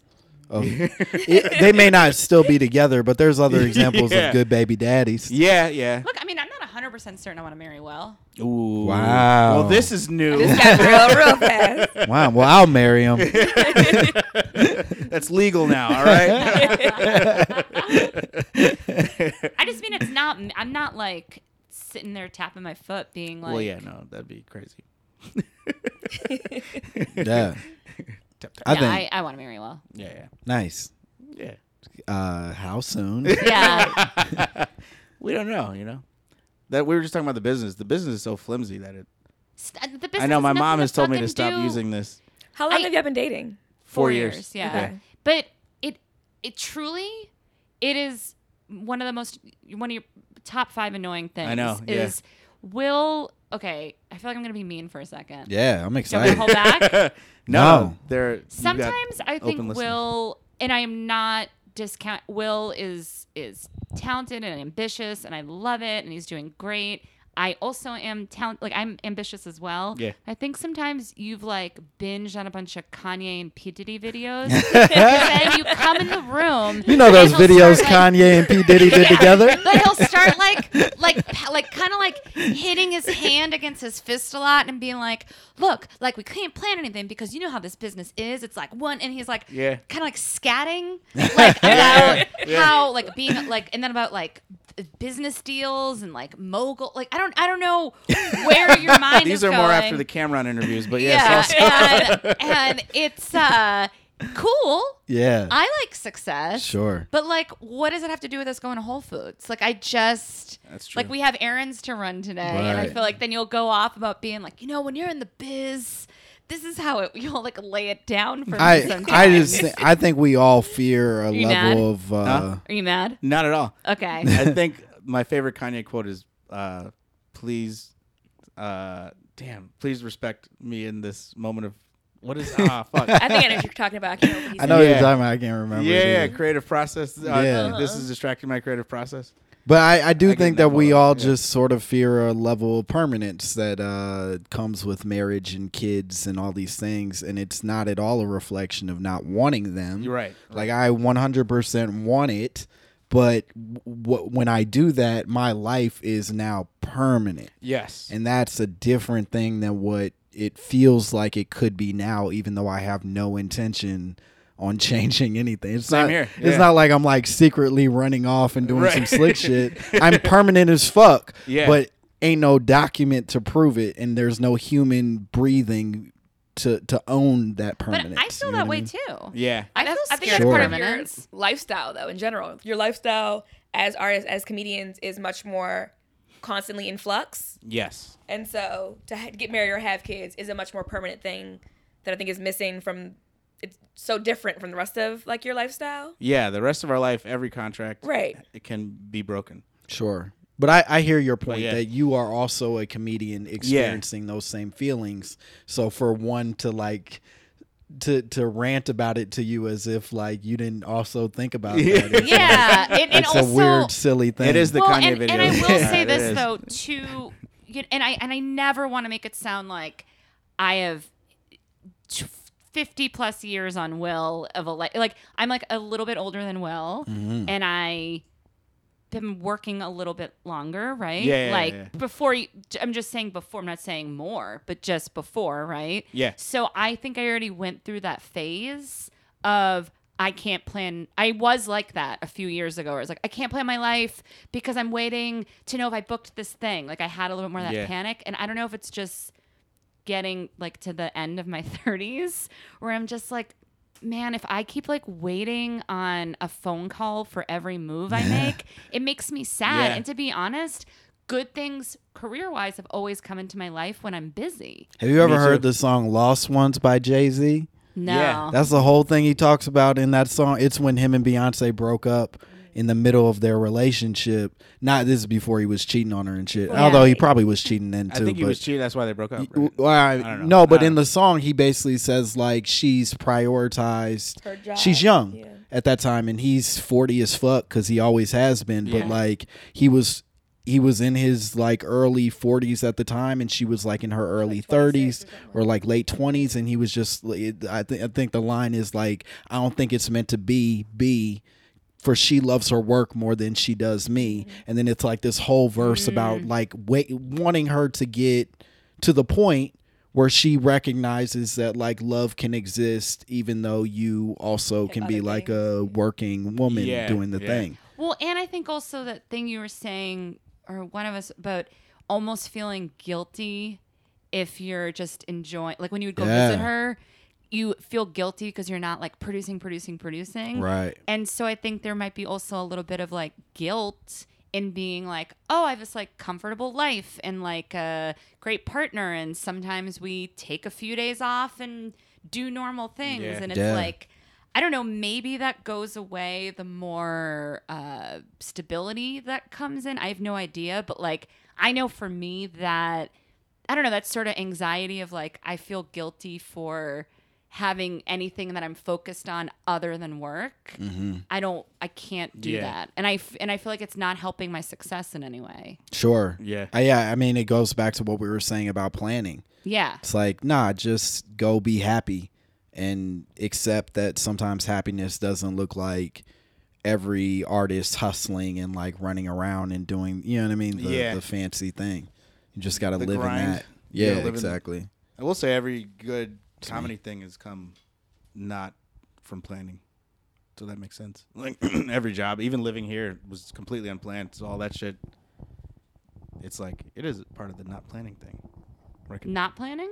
Speaker 3: Of, it, they may not still be together, but there's other examples
Speaker 1: Yeah.
Speaker 3: of good baby daddies.
Speaker 1: yeah, yeah.
Speaker 2: Look, I mean, I'm not 100 percent certain I want to marry Will.
Speaker 1: Ooh.
Speaker 3: Wow.
Speaker 1: Well, this is new.
Speaker 4: This got real, real fast.
Speaker 3: Wow. Well, I'll marry him.
Speaker 1: That's legal now. All right.
Speaker 2: I just mean it's not. I'm not like sitting there tapping my foot, being like,
Speaker 1: well, yeah, no, that'd be crazy.
Speaker 3: Yeah.
Speaker 1: Tap, tap.
Speaker 3: I
Speaker 2: "Yeah,
Speaker 3: think
Speaker 2: I, I want to marry Will.
Speaker 1: Yeah,
Speaker 3: nice.
Speaker 1: yeah, yeah.
Speaker 3: Uh, how soon?
Speaker 2: Yeah.
Speaker 1: We don't know, you know. That we were just talking about the business. The business is so flimsy that it.
Speaker 2: St- uh, the business
Speaker 1: I know
Speaker 2: has
Speaker 1: my
Speaker 2: nothing
Speaker 1: mom has told me to
Speaker 2: fucking
Speaker 1: stop
Speaker 2: do-
Speaker 1: using this.
Speaker 4: How long
Speaker 2: I-
Speaker 4: have y'all been dating?
Speaker 1: Four, years.
Speaker 2: Yeah.
Speaker 1: Okay.
Speaker 2: But it it truly it is one of the most one of your top five annoying things.
Speaker 1: I know, yeah.
Speaker 2: Is will okay, I feel like I'm gonna be mean for a second.
Speaker 3: Yeah, I'm
Speaker 2: Don't wanna
Speaker 3: excited.
Speaker 2: hold back.
Speaker 1: No,
Speaker 3: No.
Speaker 1: they're you got
Speaker 2: Sometimes I
Speaker 1: open
Speaker 2: think
Speaker 1: listeners.
Speaker 2: Will and I am not discount Will is is talented and ambitious and I love it and he's doing great. I also am talent like I'm ambitious as well.
Speaker 1: Yeah.
Speaker 2: I think sometimes you've like binged on a bunch of Kanye and P Diddy videos. and then you come in the room.
Speaker 3: You know those
Speaker 2: and he'll
Speaker 3: videos
Speaker 2: start, like-
Speaker 3: Kanye and P Diddy did together.
Speaker 2: but he'll start like, like, pa- like, kind of like hitting his hand against his fist a lot and being like, "Look, like we can't plan anything because you know how this business is. It's like one." And he's like,
Speaker 1: Yeah.
Speaker 2: kind of like scatting, like about
Speaker 1: Yeah.
Speaker 2: how like being like, and then about like b- business deals and like mogul. Like I don't, I don't know where your mind is
Speaker 1: These are more after
Speaker 2: going.
Speaker 1: the Cameron interviews, but
Speaker 2: yeah,
Speaker 1: yes,
Speaker 2: and, and it's uh cool.
Speaker 3: Yeah.
Speaker 2: I like success.
Speaker 3: sure.
Speaker 2: But like, what does it have to do with us going to Whole Foods? Like, I just
Speaker 1: That's true.
Speaker 2: like we have errands to run today, and I
Speaker 3: Right.
Speaker 2: feel like then you'll go off about being like, you know, when you're in the biz, this is how it you'll like lay it down for me.
Speaker 3: I
Speaker 2: sometimes.
Speaker 3: I just thi- I think we all fear a
Speaker 2: You
Speaker 3: level
Speaker 2: mad?
Speaker 3: of uh,
Speaker 1: Huh?
Speaker 2: Are you mad?
Speaker 1: not at all.
Speaker 2: Okay.
Speaker 1: I think my favorite Kanye quote is, uh, "Please, uh, damn, please respect me in this moment of what is ah fuck."
Speaker 4: I think I know what you're talking about. I can't remember what he
Speaker 3: I know what you're
Speaker 1: Yeah.
Speaker 3: talking about. I can't remember.
Speaker 1: yeah,
Speaker 3: it
Speaker 1: yeah,
Speaker 3: either.
Speaker 1: creative process. Uh,
Speaker 3: Yeah. Mm-hmm.
Speaker 1: This is distracting my creative process.
Speaker 3: But I, I do
Speaker 1: I get
Speaker 3: think
Speaker 1: that
Speaker 3: that we
Speaker 1: vibe,
Speaker 3: all
Speaker 1: yeah.
Speaker 3: just sort of fear a level of permanence that uh, comes with marriage and kids and all these things, and it's not at all a reflection of not wanting them.
Speaker 1: You're right.
Speaker 3: Like I 100% want it, but w- when I do that, my life is now permanent.
Speaker 1: Yes.
Speaker 3: And that's a different thing than what it feels like it could be now, even though I have no intention on changing anything. It's
Speaker 1: Same
Speaker 3: not
Speaker 1: here,
Speaker 3: it's
Speaker 1: yeah.
Speaker 3: not like I'm like secretly running off and doing some
Speaker 1: Right.
Speaker 3: slick shit. I'm permanent as fuck.
Speaker 1: Yeah.
Speaker 3: But ain't no document to prove it and there's no human breathing to to own that
Speaker 2: but
Speaker 3: permanence.
Speaker 2: I feel
Speaker 3: you know
Speaker 2: that
Speaker 3: what
Speaker 2: way
Speaker 3: mean?
Speaker 2: too.
Speaker 1: yeah.
Speaker 2: I feel
Speaker 4: I
Speaker 2: scared
Speaker 4: think that's
Speaker 3: Sure.
Speaker 4: part
Speaker 2: of
Speaker 4: of your
Speaker 2: permanence.
Speaker 4: lifestyle, though. In general, your lifestyle as artists, as comedians, is much more constantly in flux,
Speaker 1: Yes.
Speaker 4: and so to ha- get married or have kids is a much more permanent thing that I think is missing from. It's so different from the rest of like your lifestyle,
Speaker 1: Yeah. The rest of our life, every contract,
Speaker 4: right?
Speaker 1: it can be broken.
Speaker 3: Sure. But I, I hear your point
Speaker 1: yeah.
Speaker 3: that you are also a comedian experiencing those same feelings. So for one to like to to rant about it to you as if like you didn't also think about that. It's,
Speaker 2: Yeah, and, and
Speaker 3: it's
Speaker 2: also
Speaker 3: a weird silly thing.
Speaker 1: It is the Kanye
Speaker 2: and,
Speaker 1: video.
Speaker 2: And I will
Speaker 1: Yeah,
Speaker 2: say
Speaker 1: it
Speaker 2: this
Speaker 1: is.
Speaker 2: though, too, you- and I and I never want to make it sound like I have t- fifty plus years on Will of a life. Like I'm like a little bit older than Will,
Speaker 1: Mm.
Speaker 3: Mm-hmm.
Speaker 2: and I been working a little bit longer, right?
Speaker 1: Yeah, yeah,
Speaker 2: like
Speaker 1: yeah,
Speaker 2: before. You, I'm just saying before. I'm not saying more, but just before, right?
Speaker 1: Yeah.
Speaker 2: So I think I already went through that phase of I can't plan. I was like that a few years ago. Where I was like, I can't plan my life because I'm waiting to know if I booked this thing. Like I had a little bit more of that
Speaker 1: Yeah.
Speaker 2: panic, and I don't know if it's just getting like to the end of my 30s where I'm just like, man, if I keep like waiting on a phone call for every move I make, it makes me sad.
Speaker 1: Yeah.
Speaker 2: And to be honest, good things career wise have always come into my life when I'm busy.
Speaker 3: Have you
Speaker 1: Me
Speaker 3: ever
Speaker 1: too.
Speaker 3: heard the song "Lost Ones" by Jay Z?
Speaker 2: No.
Speaker 1: Yeah,
Speaker 3: That's the whole thing he talks about in that song. It's when him and Beyonce broke up in the middle of their relationship. Not this is before he was cheating on her and shit. Although he probably was cheating then
Speaker 1: I
Speaker 3: too.
Speaker 1: think he
Speaker 3: but-
Speaker 1: was cheating. That's why they broke up.
Speaker 3: Well,
Speaker 1: right?
Speaker 3: I-
Speaker 1: don't know.
Speaker 3: no, but
Speaker 1: I
Speaker 3: in
Speaker 1: don't-
Speaker 3: the song, he basically says like she's prioritized.
Speaker 4: Her job,
Speaker 3: She's young
Speaker 4: yeah.
Speaker 3: at that time, and he's forty as fuck because he always has been.
Speaker 1: Yeah.
Speaker 3: But like he was, he was in his like early forties at the time, and she was like in her early thirties or, like late twenties, and he was just. it- I think I think the line is like I don't think it's meant to be be. For she loves her work more than she does me, and then it's like this whole verse about like wait, wanting her to get to the point where she recognizes that like love can exist even though you also can be
Speaker 4: other
Speaker 3: like a working woman
Speaker 1: Yeah,
Speaker 3: doing the
Speaker 1: yeah.
Speaker 3: thing.
Speaker 2: Well, and I think also that thing you were saying, or one of us, about almost feeling guilty if you're just enjoying, like when you would go
Speaker 3: Yeah.
Speaker 2: visit her, you feel guilty because you're not like producing, producing, producing.
Speaker 3: Right.
Speaker 2: And so I think there might be also a little bit of like guilt in being like, oh, I have this like comfortable life and like a great partner. And sometimes we take a few days off and do normal things.
Speaker 1: Yeah.
Speaker 2: And it's
Speaker 3: Yeah.
Speaker 2: like, I don't know, maybe that goes away the more uh, stability that comes in. I have no idea. But like, I know for me that I don't know, that sort of anxiety of like, I feel guilty for having anything that I'm focused on other than work. I don't, I can't do
Speaker 1: Mm-hmm. Yeah.
Speaker 2: that. And I, f- and I feel like it's not helping my success in any way.
Speaker 3: Sure.
Speaker 1: Yeah.
Speaker 3: I, yeah. I mean, it goes back to what we were saying about planning.
Speaker 2: Yeah.
Speaker 3: It's like, nah, just go be happy and accept that sometimes happiness doesn't look like every artist hustling and like running around and doing, you know what I mean? The,
Speaker 1: Yeah.
Speaker 3: the fancy thing. You just got to
Speaker 1: The
Speaker 3: live in
Speaker 1: grind.
Speaker 3: that.
Speaker 1: You
Speaker 3: Yeah,
Speaker 1: gotta live in-
Speaker 3: exactly.
Speaker 1: I will say every good comedy thing has come not from planning. So that makes sense. Like every job, even living here was completely unplanned. So all that shit, it's like it is part of the not planning thing. Where I could-
Speaker 2: Not planning?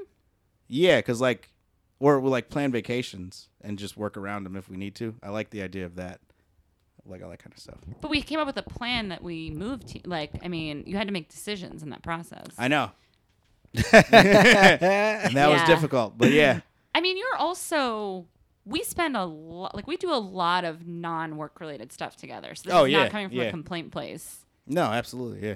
Speaker 1: Yeah, because like, or we like plan vacations and just work around them if we need to. I like the idea of that, like all that kind of stuff.
Speaker 2: But we came up with a plan that we moved to. Like, I mean, you had to make decisions in that process.
Speaker 1: I know. and that was
Speaker 2: Yeah.
Speaker 1: difficult, but yeah,
Speaker 2: I mean, you're also we spend a lot, like we do a lot of non-work related stuff together. So this
Speaker 1: Oh,
Speaker 2: is
Speaker 1: yeah,
Speaker 2: not coming from
Speaker 1: yeah.
Speaker 2: a complaint place.
Speaker 1: no, absolutely, yeah.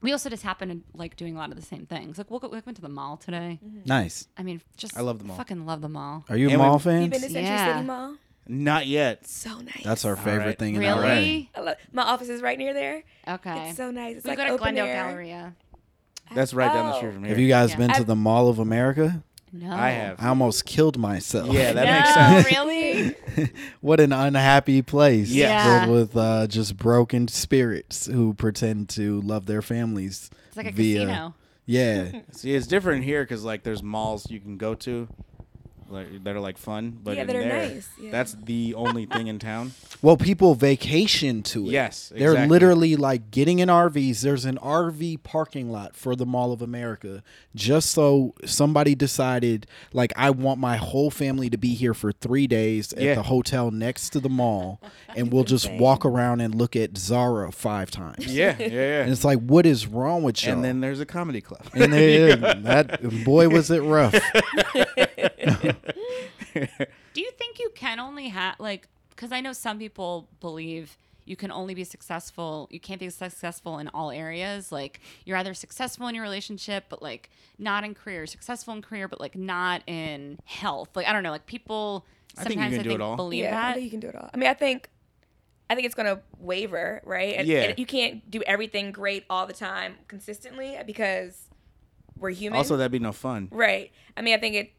Speaker 2: We also just happen to like doing a lot of the same things. Like we'll go, we went to the mall today.
Speaker 4: Mm-hmm.
Speaker 3: Nice.
Speaker 2: I mean, just
Speaker 1: I love the mall.
Speaker 2: Fucking love the mall.
Speaker 3: Are you a
Speaker 1: And we-
Speaker 3: mall
Speaker 4: You
Speaker 3: fan?
Speaker 4: been to Century
Speaker 2: Yeah.
Speaker 4: City Mall?
Speaker 1: Not yet.
Speaker 4: So nice.
Speaker 3: That's our favorite
Speaker 1: right.
Speaker 3: thing in LA.
Speaker 2: Really?
Speaker 4: I love, my office is right near there.
Speaker 2: Okay.
Speaker 4: It's so nice. It's
Speaker 2: we
Speaker 4: like
Speaker 2: go to
Speaker 4: open
Speaker 2: Glendale
Speaker 4: air.
Speaker 2: Galleria.
Speaker 1: That's right down the
Speaker 4: Oh.
Speaker 1: street from here.
Speaker 3: Have you guys
Speaker 2: Yeah.
Speaker 3: been to
Speaker 4: I've-
Speaker 3: the Mall of America?
Speaker 2: No,
Speaker 1: I have.
Speaker 3: I almost killed myself.
Speaker 1: Yeah, that makes sense.
Speaker 2: No, really?
Speaker 3: what an unhappy place.
Speaker 1: Yes.
Speaker 2: Yeah.
Speaker 3: Filled with uh, just broken spirits who pretend to love their families.
Speaker 2: It's like a
Speaker 3: via,
Speaker 2: casino.
Speaker 3: Yeah.
Speaker 1: See, it's different here because like there's malls you can go to, like that are like fun, but
Speaker 4: Yeah,
Speaker 1: in
Speaker 4: that are
Speaker 1: there,
Speaker 4: nice, yeah.
Speaker 1: That's the only thing in town.
Speaker 3: Well, people vacation to it.
Speaker 1: Yes,
Speaker 3: They're
Speaker 1: exactly.
Speaker 3: literally like getting in RVs. There's an RV parking lot for the Mall of America just so somebody decided, like, I want my whole family to be here for three days at
Speaker 1: Yeah.
Speaker 3: the hotel next to the mall, and we'll just walk around and look at Zara five times.
Speaker 1: Yeah, yeah,
Speaker 3: And
Speaker 1: yeah.
Speaker 3: it's like, what is wrong with you?
Speaker 1: and then there's a comedy club.
Speaker 3: and there, that boy was it rough.
Speaker 2: Do you think you can only have like? Because I know some people believe you can only be successful. You can't be successful in all areas. Like you're either successful in your relationship, but like not in career. Successful in career, but like not in health. Like I don't know. Like people
Speaker 1: I think you
Speaker 2: sometimes
Speaker 1: can
Speaker 2: I
Speaker 1: do it
Speaker 2: think
Speaker 1: all.
Speaker 2: believe
Speaker 4: Yeah, I
Speaker 2: that.
Speaker 4: think you can do it all. I mean, I think, I think it's gonna waver, right? And,
Speaker 1: Yeah.
Speaker 4: and you can't do everything great all the time consistently because we're human.
Speaker 1: also, that'd be no fun.
Speaker 4: right? I mean, I think it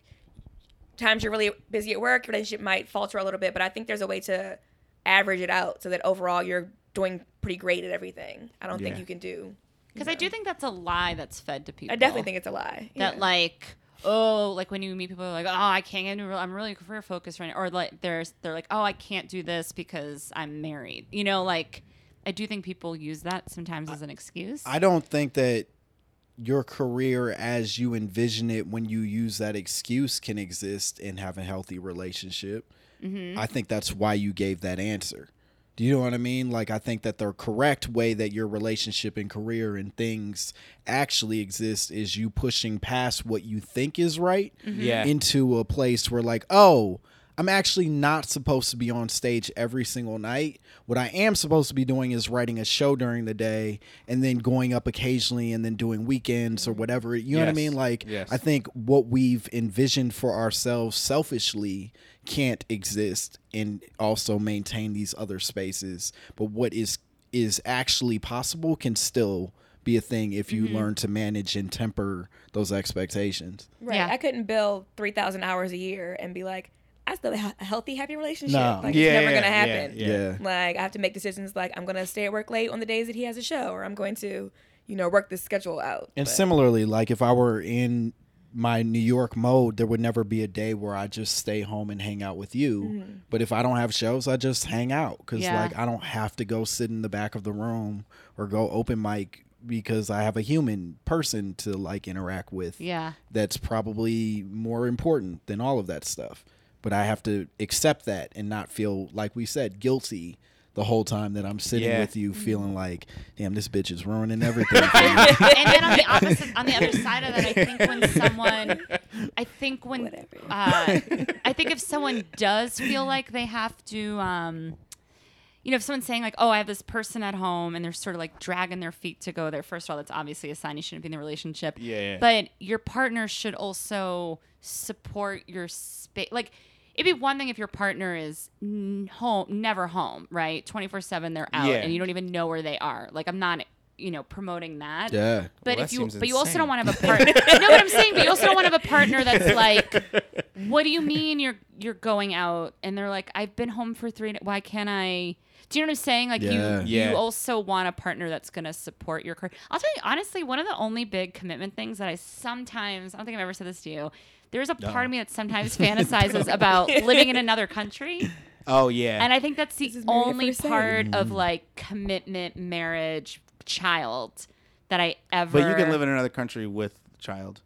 Speaker 4: times you're really busy at work, your relationship might falter a little bit, but I think there's a way to average it out so that overall you're doing pretty great at everything. I don't think
Speaker 1: Yeah.
Speaker 4: you can do.
Speaker 2: Because I do think that's a lie that's fed to people.
Speaker 4: I definitely think it's a lie.
Speaker 2: that
Speaker 4: Yeah.
Speaker 2: like oh like when you meet people who are like oh I can't get into real I'm really career focused right now or like there's they're like oh I can't do this because I'm married you know like I do think people use that sometimes as an excuse
Speaker 3: I don't think that your career as you envision it when you use that excuse can exist and have a healthy relationship. I think that's why you gave that answer. Do you know what I mean? Like, I think that the correct way that your relationship and career and things actually exist is you pushing past what you think is right
Speaker 5: Yeah.
Speaker 3: into a place where, like, oh, I'm actually not supposed to be on stage every single night. What I am supposed to be doing is writing a show during the day and then going up occasionally and then doing weekends or whatever. You know what I
Speaker 5: Yes.
Speaker 3: mean? Like,
Speaker 5: Yes.
Speaker 3: I think what we've envisioned for ourselves selfishly can't exist and also maintain these other spaces. But what is is actually possible can still be a thing if
Speaker 5: Mm-hmm.
Speaker 3: you learn to manage and temper those expectations.
Speaker 4: Right.
Speaker 2: Yeah.
Speaker 4: I couldn't bill 3,000 hours a year and be like, I still have a healthy, happy relationship.
Speaker 3: No.
Speaker 4: Like,
Speaker 1: Yeah,
Speaker 4: it's never
Speaker 1: yeah,
Speaker 4: going to happen.
Speaker 1: Yeah.
Speaker 4: Like, I have to make decisions like, I'm going to stay at work late on the days that he has a show, or I'm going to, you know, work this schedule out.
Speaker 3: And
Speaker 4: But-
Speaker 3: similarly, like if I were in my New York mode, there would never be a day where I just stay home and hang out with you. But if I don't have shows, I just hang out because
Speaker 2: Mm-hmm. Yeah.
Speaker 3: like I don't have to go sit in the back of the room or go open mic because I have a human person to like interact with.
Speaker 2: Yeah.
Speaker 3: That's probably more important than all of that stuff. But I have to accept that and not feel like we said guilty the whole time that I'm sitting
Speaker 5: Yeah.
Speaker 3: with you,
Speaker 2: Mm-hmm.
Speaker 3: feeling like, damn, this bitch is ruining everything. for me.
Speaker 2: and then on the opposite, on the other side of that, I think when someone, I think when,
Speaker 4: Whatever.
Speaker 2: uh, I think if someone does feel like they have to, um, you know, if someone's saying like, "Oh, I have this person at home," and they're sort of like dragging their feet to go there. First of all, that's obviously a sign you shouldn't be in the relationship.
Speaker 5: Yeah, yeah.
Speaker 2: But your partner should also support your space. Like, it'd be one thing if your partner is n- home, never home, right? Twenty four seven, they're out,
Speaker 5: Yeah.
Speaker 2: and you don't even know where they are. Like, I'm not, you know, promoting that.
Speaker 3: yeah.
Speaker 2: But
Speaker 5: Well,
Speaker 2: if
Speaker 5: that
Speaker 2: you,
Speaker 5: seems
Speaker 2: but you also
Speaker 5: insane.
Speaker 2: don't want to have a partner. no, what I'm saying, but you also don't want to have a partner that's like, what do you mean you're you're going out? And they're like, I've been home for three. da- Why can't I? Do you know what I'm saying? Like
Speaker 3: Yeah.
Speaker 2: you,
Speaker 5: Yeah.
Speaker 2: you also want a partner that's gonna support your career. I'll tell you honestly, one of the only big commitment things that I sometimes I don't think I've ever said this to you. There's a part of me that sometimes fantasizes about living in another country.
Speaker 5: Oh yeah.
Speaker 2: And I think that's the
Speaker 4: is married at
Speaker 2: only
Speaker 4: first sight.
Speaker 2: part
Speaker 1: Mm-hmm.
Speaker 2: of like commitment, marriage, child that I ever.
Speaker 1: But you can live in Oh. another country with child.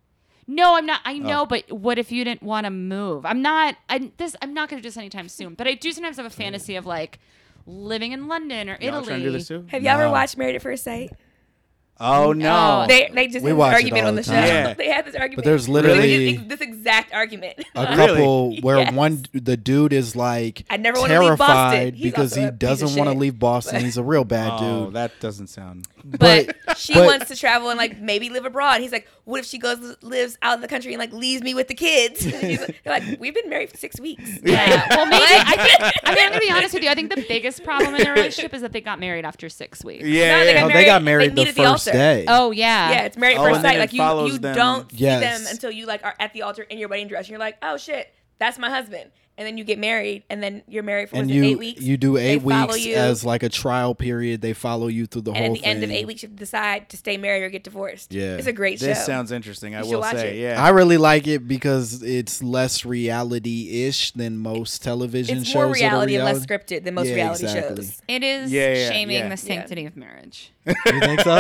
Speaker 2: No, I'm not. I know, but what if you didn't want to move? I'm not. I this. I'm not going to do this anytime soon. But I do sometimes have a fantasy of like living in London or
Speaker 1: Y'all
Speaker 2: Italy.
Speaker 1: trying to do this too?
Speaker 4: Have y'all ever
Speaker 3: No.
Speaker 4: watched Married at First Sight?
Speaker 1: Oh no.
Speaker 2: No.
Speaker 4: They, they just
Speaker 3: We
Speaker 4: had this
Speaker 3: watch it
Speaker 4: argument
Speaker 3: all
Speaker 4: on
Speaker 3: the
Speaker 4: the, show.
Speaker 3: time.
Speaker 1: Yeah.
Speaker 4: they had this argument.
Speaker 3: there's literally-
Speaker 4: this exact argument.
Speaker 3: a
Speaker 1: Really?
Speaker 3: couple where
Speaker 4: Yes.
Speaker 3: one the dude is like
Speaker 4: I never wanna leave
Speaker 3: terrified
Speaker 4: Boston. He's
Speaker 3: because
Speaker 4: also
Speaker 3: he
Speaker 4: a piece of
Speaker 3: doesn't want to
Speaker 4: shit.
Speaker 3: leave Boston. He's a real bad
Speaker 1: Oh,
Speaker 3: dude.
Speaker 1: that doesn't sound.
Speaker 3: But
Speaker 4: She
Speaker 3: But-
Speaker 4: wants to travel and like maybe live abroad. He's like, what if she goes lives out of the country and like leaves me with the kids? He's like, they're like, we've been married for six weeks.
Speaker 2: Yeah. Well, maybe. I, think, I mean, I'm going to be honest with you. I think the biggest problem in their relationship is that they got married after six weeks.
Speaker 1: Yeah.
Speaker 4: No, they
Speaker 3: oh,
Speaker 4: got
Speaker 3: they got
Speaker 4: married-
Speaker 3: married the
Speaker 4: they meet at the
Speaker 3: first
Speaker 4: altar.
Speaker 3: day.
Speaker 2: Oh yeah.
Speaker 4: Yeah, it's married at
Speaker 1: Oh,
Speaker 4: first
Speaker 1: and then
Speaker 4: sight.
Speaker 1: it
Speaker 4: Like you,
Speaker 1: follows
Speaker 4: you
Speaker 1: them.
Speaker 4: don't see them
Speaker 3: Yes.
Speaker 4: until you like are at the altar in your wedding dress. And you're like, oh shit, that's my husband. And then you get married, and then you're married for
Speaker 3: and
Speaker 4: was it,
Speaker 3: you
Speaker 4: eight weeks.
Speaker 3: you do
Speaker 4: They
Speaker 3: eight
Speaker 4: follow
Speaker 3: weeks
Speaker 4: you.
Speaker 3: as like a trial period. They follow you through the
Speaker 4: and
Speaker 3: whole
Speaker 4: at the
Speaker 3: thing.
Speaker 4: end of eight weeks, you decide to stay married or get divorced.
Speaker 3: Yeah.
Speaker 4: it's a great show.
Speaker 1: This sounds interesting. I
Speaker 4: You should
Speaker 1: will
Speaker 4: watch
Speaker 1: say,
Speaker 4: it.
Speaker 1: yeah.
Speaker 3: I really like it because it's less reality ish than most television
Speaker 4: it's
Speaker 3: shows.
Speaker 4: more
Speaker 3: that are
Speaker 4: reality and less scripted than most
Speaker 3: Yeah,
Speaker 4: reality
Speaker 3: exactly.
Speaker 4: shows.
Speaker 2: It is
Speaker 1: Yeah, yeah,
Speaker 2: shaming
Speaker 1: yeah.
Speaker 2: the sanctity of marriage.
Speaker 3: You think so?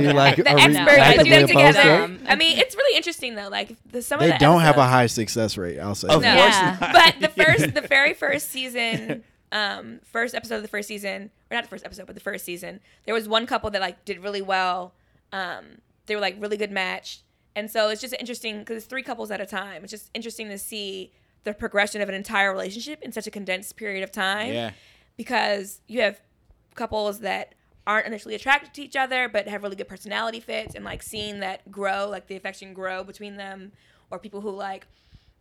Speaker 3: you like,
Speaker 4: The
Speaker 3: are we
Speaker 4: experts
Speaker 2: I
Speaker 4: put
Speaker 2: think
Speaker 3: actively
Speaker 4: them
Speaker 2: they're
Speaker 3: opposed to
Speaker 4: together.
Speaker 3: it?
Speaker 2: it?
Speaker 4: I mean, it's really interesting though. Like the, some
Speaker 3: They
Speaker 4: of the
Speaker 3: don't have a
Speaker 4: episodes-
Speaker 3: high success rate. I'll say.
Speaker 1: Of
Speaker 3: that.
Speaker 1: course
Speaker 2: Yeah.
Speaker 1: not.
Speaker 4: but the first the very first season um first episode of the first season or not the first episode but the first season there was one couple that like did really well um they were like really good match and so it's just interesting because it's three couples at a time it's just interesting to see the progression of an entire relationship in such a condensed period of time
Speaker 1: Yeah.
Speaker 4: because you have couples that aren't initially attracted to each other but have really good personality fits and like seeing that grow like the affection grow between them or people who like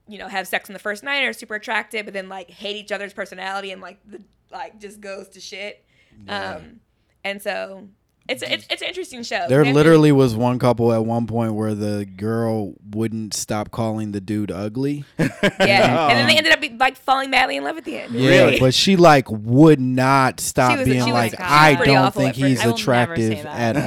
Speaker 4: you know have sex on the first night and are super attracted but then like hate each other's personality and like the like just goes to shit um and so it's it's, it's an interesting show
Speaker 3: There
Speaker 4: They're-
Speaker 3: literally was one couple at one point where the girl wouldn't stop calling the dude ugly.
Speaker 4: yeah and then they
Speaker 3: Oh.
Speaker 4: ended up like falling madly in love at the end
Speaker 3: Yeah,
Speaker 1: Really?
Speaker 3: but she like would not
Speaker 4: She
Speaker 3: stop
Speaker 4: was- she
Speaker 3: being
Speaker 4: was
Speaker 3: like,
Speaker 4: kinda
Speaker 3: I
Speaker 4: pretty
Speaker 3: don't
Speaker 4: awful
Speaker 3: think
Speaker 4: at first.
Speaker 3: he's
Speaker 2: I will never say
Speaker 3: attractive
Speaker 2: that.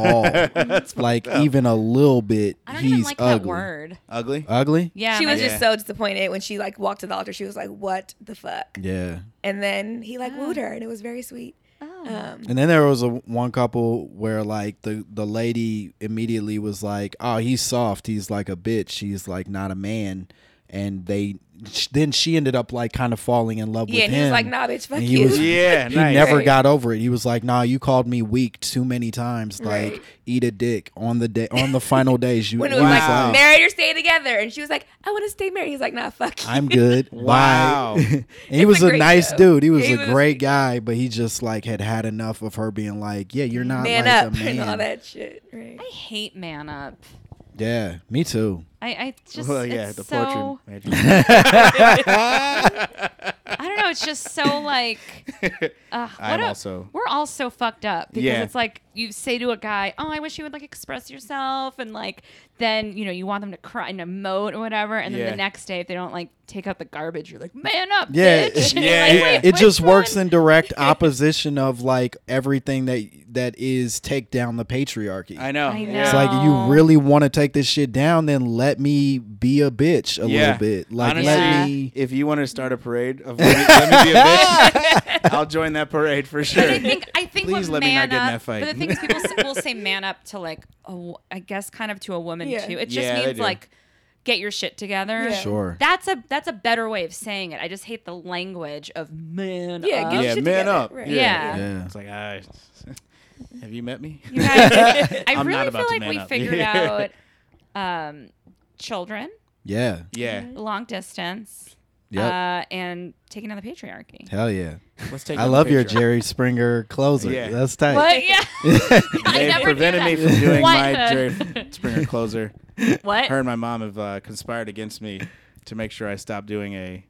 Speaker 3: at all. like even a little bit.
Speaker 2: I don't
Speaker 3: he's
Speaker 2: even like
Speaker 3: ugly.
Speaker 2: that word.
Speaker 1: Ugly.
Speaker 3: Ugly?
Speaker 2: Yeah.
Speaker 4: she
Speaker 2: my-
Speaker 4: was
Speaker 1: Yeah.
Speaker 4: just so disappointed when she like walked to the altar she was like what the fuck
Speaker 3: Yeah.
Speaker 1: Ah.
Speaker 4: and then he like wooed her and it was very sweet
Speaker 2: oh.
Speaker 4: Um,
Speaker 3: And then there was a one couple where like the the lady immediately was like, "Oh, he's soft. He's like a bitch. He's like not a man." And they sh- then she ended up like kind of falling in love
Speaker 4: yeah,
Speaker 3: with
Speaker 4: and
Speaker 3: him.
Speaker 4: he was like, "Nah, bitch, fuck
Speaker 3: And he
Speaker 4: you."
Speaker 3: was-
Speaker 1: Yeah,
Speaker 3: He
Speaker 1: nice.
Speaker 3: never
Speaker 4: Right.
Speaker 3: got over it. He was like, "Nah, you called me weak too many times. Like,
Speaker 4: Right.
Speaker 3: eat a dick on the day on the final days. You
Speaker 4: when it was
Speaker 3: he was
Speaker 1: Wow.
Speaker 4: like married or stay together, and she was like, "I want to stay married." He's like, "Nah, fuck you."
Speaker 3: I'm good. Bye.
Speaker 1: Wow.
Speaker 3: and he
Speaker 4: It's
Speaker 3: was
Speaker 4: a
Speaker 3: a,
Speaker 4: great
Speaker 3: nice
Speaker 4: show.
Speaker 3: dude. He was
Speaker 4: He
Speaker 3: a
Speaker 4: was-
Speaker 3: great guy, but he just like had had enough of her being like, "Yeah, you're not
Speaker 4: man
Speaker 3: like
Speaker 4: up
Speaker 3: a man."
Speaker 4: and all that shit. Right.
Speaker 2: I hate man up.
Speaker 3: Yeah, me too.
Speaker 2: I, I just
Speaker 1: well, yeah,
Speaker 2: it's
Speaker 1: the
Speaker 2: so,
Speaker 1: poetry. magic.
Speaker 2: I don't know. It's just so like uh, what
Speaker 1: I'm
Speaker 2: a-
Speaker 1: also-
Speaker 2: we're all so fucked up because
Speaker 1: Yeah.
Speaker 2: it's like you say to a guy, "Oh, I wish you would like express yourself," and like then you know you want them to cry and emote or whatever, and then
Speaker 1: Yeah.
Speaker 2: the next day if they don't like take out the garbage, you're like, "Man up,
Speaker 3: Yeah,
Speaker 2: bitch."
Speaker 3: it-
Speaker 2: And
Speaker 1: yeah,
Speaker 2: you're like,
Speaker 1: yeah.
Speaker 2: "Wait,
Speaker 3: It
Speaker 2: which
Speaker 3: just works
Speaker 2: one?"
Speaker 3: in direct opposition of like everything that that is take down the patriarchy.
Speaker 1: I know.
Speaker 2: I
Speaker 1: yeah.
Speaker 2: know.
Speaker 3: It's like
Speaker 2: No.
Speaker 3: you really want to take this shit down, then let me be a bitch a
Speaker 1: Yeah.
Speaker 3: little bit. Like
Speaker 1: Honestly,
Speaker 3: let me
Speaker 1: If you want to start a parade of let me, let me be a bitch, I'll join that parade for sure.
Speaker 2: But I think I think
Speaker 1: Please
Speaker 2: what
Speaker 1: let me
Speaker 2: man
Speaker 1: not get in
Speaker 2: up.
Speaker 1: that fight.
Speaker 2: But the things people s- will say man up to like a w- I guess kind of to a woman
Speaker 4: Yeah.
Speaker 2: too. It just
Speaker 1: Yeah, they
Speaker 2: means
Speaker 1: do.
Speaker 2: like get your shit together.
Speaker 4: Yeah.
Speaker 3: Sure.
Speaker 2: That's a that's a better way of saying it. I just hate the language of man
Speaker 4: Yeah,
Speaker 2: up.
Speaker 4: get your
Speaker 1: Yeah,
Speaker 4: shit
Speaker 1: man
Speaker 4: together.
Speaker 1: up.
Speaker 4: Right.
Speaker 2: Yeah.
Speaker 3: Yeah.
Speaker 1: It's like, I, have you met me?
Speaker 2: You guys, I
Speaker 1: I'm not
Speaker 2: really
Speaker 1: about
Speaker 2: feel
Speaker 1: to
Speaker 2: like
Speaker 1: man
Speaker 2: we
Speaker 1: up.
Speaker 2: figured
Speaker 1: Yeah.
Speaker 2: out um, children,
Speaker 3: Yeah.
Speaker 1: Yeah.
Speaker 2: long distance,
Speaker 3: Yep.
Speaker 2: uh, and taking on the patriarchy.
Speaker 3: Hell yeah.
Speaker 1: Let's take.
Speaker 3: I
Speaker 1: a
Speaker 3: love your
Speaker 1: picture.
Speaker 3: Jerry Springer closer.
Speaker 1: Yeah.
Speaker 3: That's tight.
Speaker 2: What? Yeah. I
Speaker 1: They
Speaker 2: never
Speaker 1: prevented
Speaker 2: knew
Speaker 1: me
Speaker 2: that.
Speaker 1: from doing
Speaker 2: What
Speaker 1: my
Speaker 2: the-
Speaker 1: Jerry Springer closer.
Speaker 2: What?
Speaker 1: Her and my mom have uh, conspired against me to make sure I stop doing a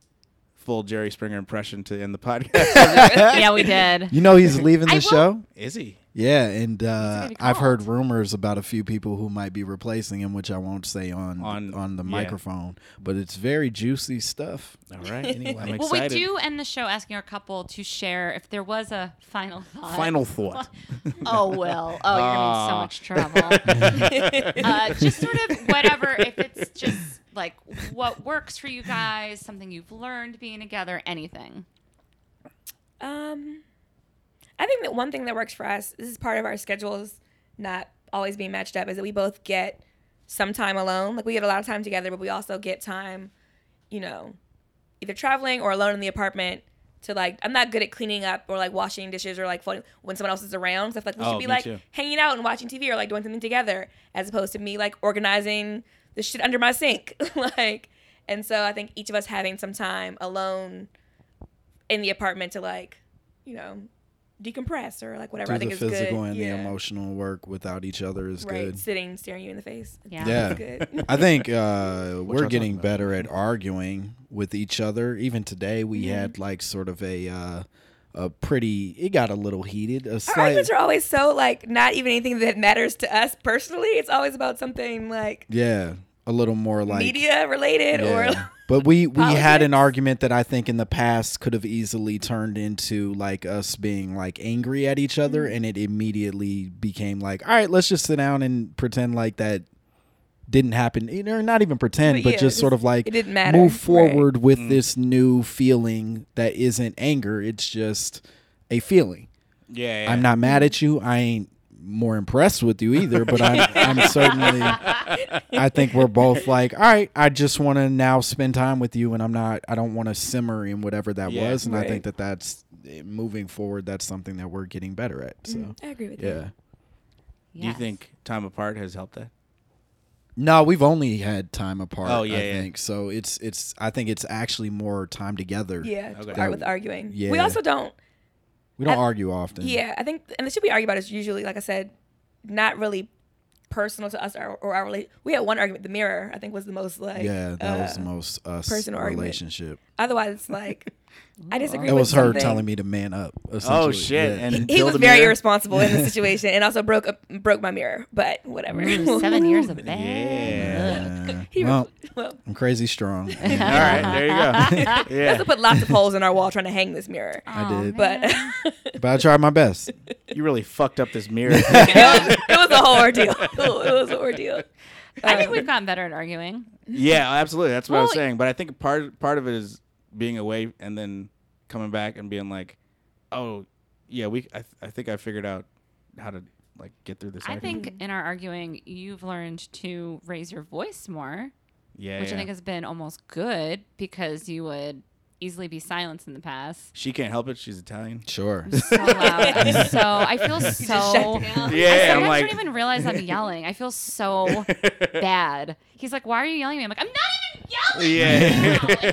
Speaker 1: full Jerry Springer impression to end the podcast.
Speaker 2: yeah, we did.
Speaker 3: You know he's leaving
Speaker 2: I
Speaker 3: the
Speaker 2: will-
Speaker 3: show?
Speaker 1: Is he?
Speaker 3: Yeah, and uh,
Speaker 2: gonna be
Speaker 3: I've
Speaker 2: called.
Speaker 3: heard rumors about a few people who might be replacing him, which I won't say on on,
Speaker 1: On-
Speaker 3: the
Speaker 1: yeah.
Speaker 3: microphone. But it's very juicy stuff.
Speaker 1: All right. Anyway, I'm
Speaker 2: Well, we
Speaker 1: excited.
Speaker 2: do end the show asking our couple to share if there was a final thought.
Speaker 1: Final thought.
Speaker 2: Oh well. Oh, you're gonna be in so
Speaker 1: Ah.
Speaker 2: much trouble. uh, just sort of whatever. If it's just like what works for you guys, something you've learned being together, anything.
Speaker 4: Um, I think that one thing that works for us. This is part of our schedules not always being matched up. Is that we both get some time alone. Like we get a lot of time together, but we also get time, you know, either traveling or alone in the apartment. To like, I'm not good at cleaning up or like washing dishes or like folding when someone else is around. Stuff like we should
Speaker 1: Oh,
Speaker 4: be
Speaker 1: me
Speaker 4: like
Speaker 1: too.
Speaker 4: hanging out and watching TV or like doing something together, as opposed to me like organizing the shit under my sink. like, and so I think each of us having some time alone in the apartment to like, you know, decompress or like whatever.
Speaker 3: Do
Speaker 4: I think
Speaker 3: the
Speaker 4: is good.
Speaker 3: physical and
Speaker 4: Yeah.
Speaker 3: the emotional work without each other is
Speaker 4: Right,
Speaker 3: good.
Speaker 4: sitting, staring you in the face.
Speaker 2: Yeah.
Speaker 3: Yeah.
Speaker 4: It's good.
Speaker 3: I think uh, we're
Speaker 1: y'all
Speaker 3: getting
Speaker 1: talking about?
Speaker 3: better at arguing with each other. Even today, we
Speaker 4: Mm-hmm.
Speaker 3: had like sort of a uh, a pretty. It got a little heated. A
Speaker 4: Our
Speaker 3: slight.
Speaker 4: arguments are always so like not even anything that matters to us personally. It's always about something like
Speaker 3: yeah, a little more like
Speaker 4: media related or
Speaker 3: Yeah. but we we had an
Speaker 4: politics.
Speaker 3: argument that I think in the past could have easily turned into like us being like angry at each other,
Speaker 4: Mm-hmm.
Speaker 3: and it immediately became like, all right, let's just sit down and pretend like that didn't happen, You know, not even pretend,
Speaker 4: But
Speaker 3: but
Speaker 4: yeah,
Speaker 3: just
Speaker 4: it
Speaker 3: sort
Speaker 4: just-
Speaker 3: of like
Speaker 4: it didn't matter,
Speaker 3: move
Speaker 4: right.
Speaker 3: forward with this new feeling that isn't anger. It's just a feeling.
Speaker 1: Yeah.
Speaker 3: I'm not mad at you. I ain't more impressed with you either, but I'm, I'm certainly. I think we're both like, all right. I just want to now spend time with you, and I'm not. I don't want to simmer in whatever that
Speaker 1: Yeah.
Speaker 3: was, and I
Speaker 4: Right.
Speaker 3: think that that's eh, moving forward. That's something that we're getting better at. So
Speaker 4: I agree with you.
Speaker 3: yeah.
Speaker 1: Do you think time apart has helped that?
Speaker 3: No, we've only had time apart.
Speaker 1: Oh, yeah,
Speaker 3: I
Speaker 1: yeah.
Speaker 3: think so. It's it's. I think it's actually more time together.
Speaker 4: Yeah.
Speaker 1: Okay.
Speaker 4: Start with arguing. We
Speaker 3: Yeah.
Speaker 4: also don't
Speaker 3: We don't
Speaker 4: I-
Speaker 3: argue often.
Speaker 4: Yeah, I think, and the shit we argue about is usually, like I said, not really personal to us or, or our relation. We had one argument, the mirror, I think was the most like.
Speaker 3: Yeah, that was
Speaker 4: uh,
Speaker 3: the most us
Speaker 4: personal argument.
Speaker 3: relationship.
Speaker 4: Otherwise, it's like, I disagree.
Speaker 3: That was
Speaker 4: with
Speaker 3: her
Speaker 4: something.
Speaker 3: telling me to man up.
Speaker 1: Oh
Speaker 3: essentially.
Speaker 1: shit!
Speaker 3: Yeah.
Speaker 1: And
Speaker 4: He
Speaker 1: build
Speaker 4: was
Speaker 1: a
Speaker 4: very
Speaker 1: mirror?
Speaker 4: irresponsible in the situation, and also broke up, broke my mirror. But whatever.
Speaker 2: seven years of bad.
Speaker 1: Yeah.
Speaker 3: Yeah.
Speaker 4: He re-
Speaker 3: well,
Speaker 4: well,
Speaker 3: I'm crazy strong.
Speaker 1: All right, there you go.
Speaker 4: I had to
Speaker 1: yeah,
Speaker 4: put lots of holes in our wall trying to hang this mirror.
Speaker 2: Aw,
Speaker 3: did.
Speaker 4: But
Speaker 2: man.
Speaker 3: but I tried my best.
Speaker 1: you really fucked up this mirror.
Speaker 4: it was a whole ordeal. It was an ordeal.
Speaker 2: I think
Speaker 4: Um,
Speaker 2: we've gotten better at arguing.
Speaker 1: yeah, absolutely. That's what I was
Speaker 2: Well,
Speaker 1: saying. But I think part part of it is being away and then coming back and being like, oh, yeah, we. I, th- I think I figured out how to like get through this.
Speaker 2: I
Speaker 1: argument.
Speaker 2: think in our arguing, you've learned to raise your voice more,
Speaker 1: Yeah,
Speaker 2: which I
Speaker 1: yeah.
Speaker 2: think has been almost good because you would easily be silenced in the past.
Speaker 1: she can't help it. She's Italian.
Speaker 3: Sure.
Speaker 2: So loud. I'm so I feel so. I
Speaker 1: Yeah,
Speaker 2: sometimes
Speaker 1: I'm like.
Speaker 2: don't even realize I'm yelling. I feel so bad. He's like, "Why are you yelling at me?" I'm like, "I'm not even yelling."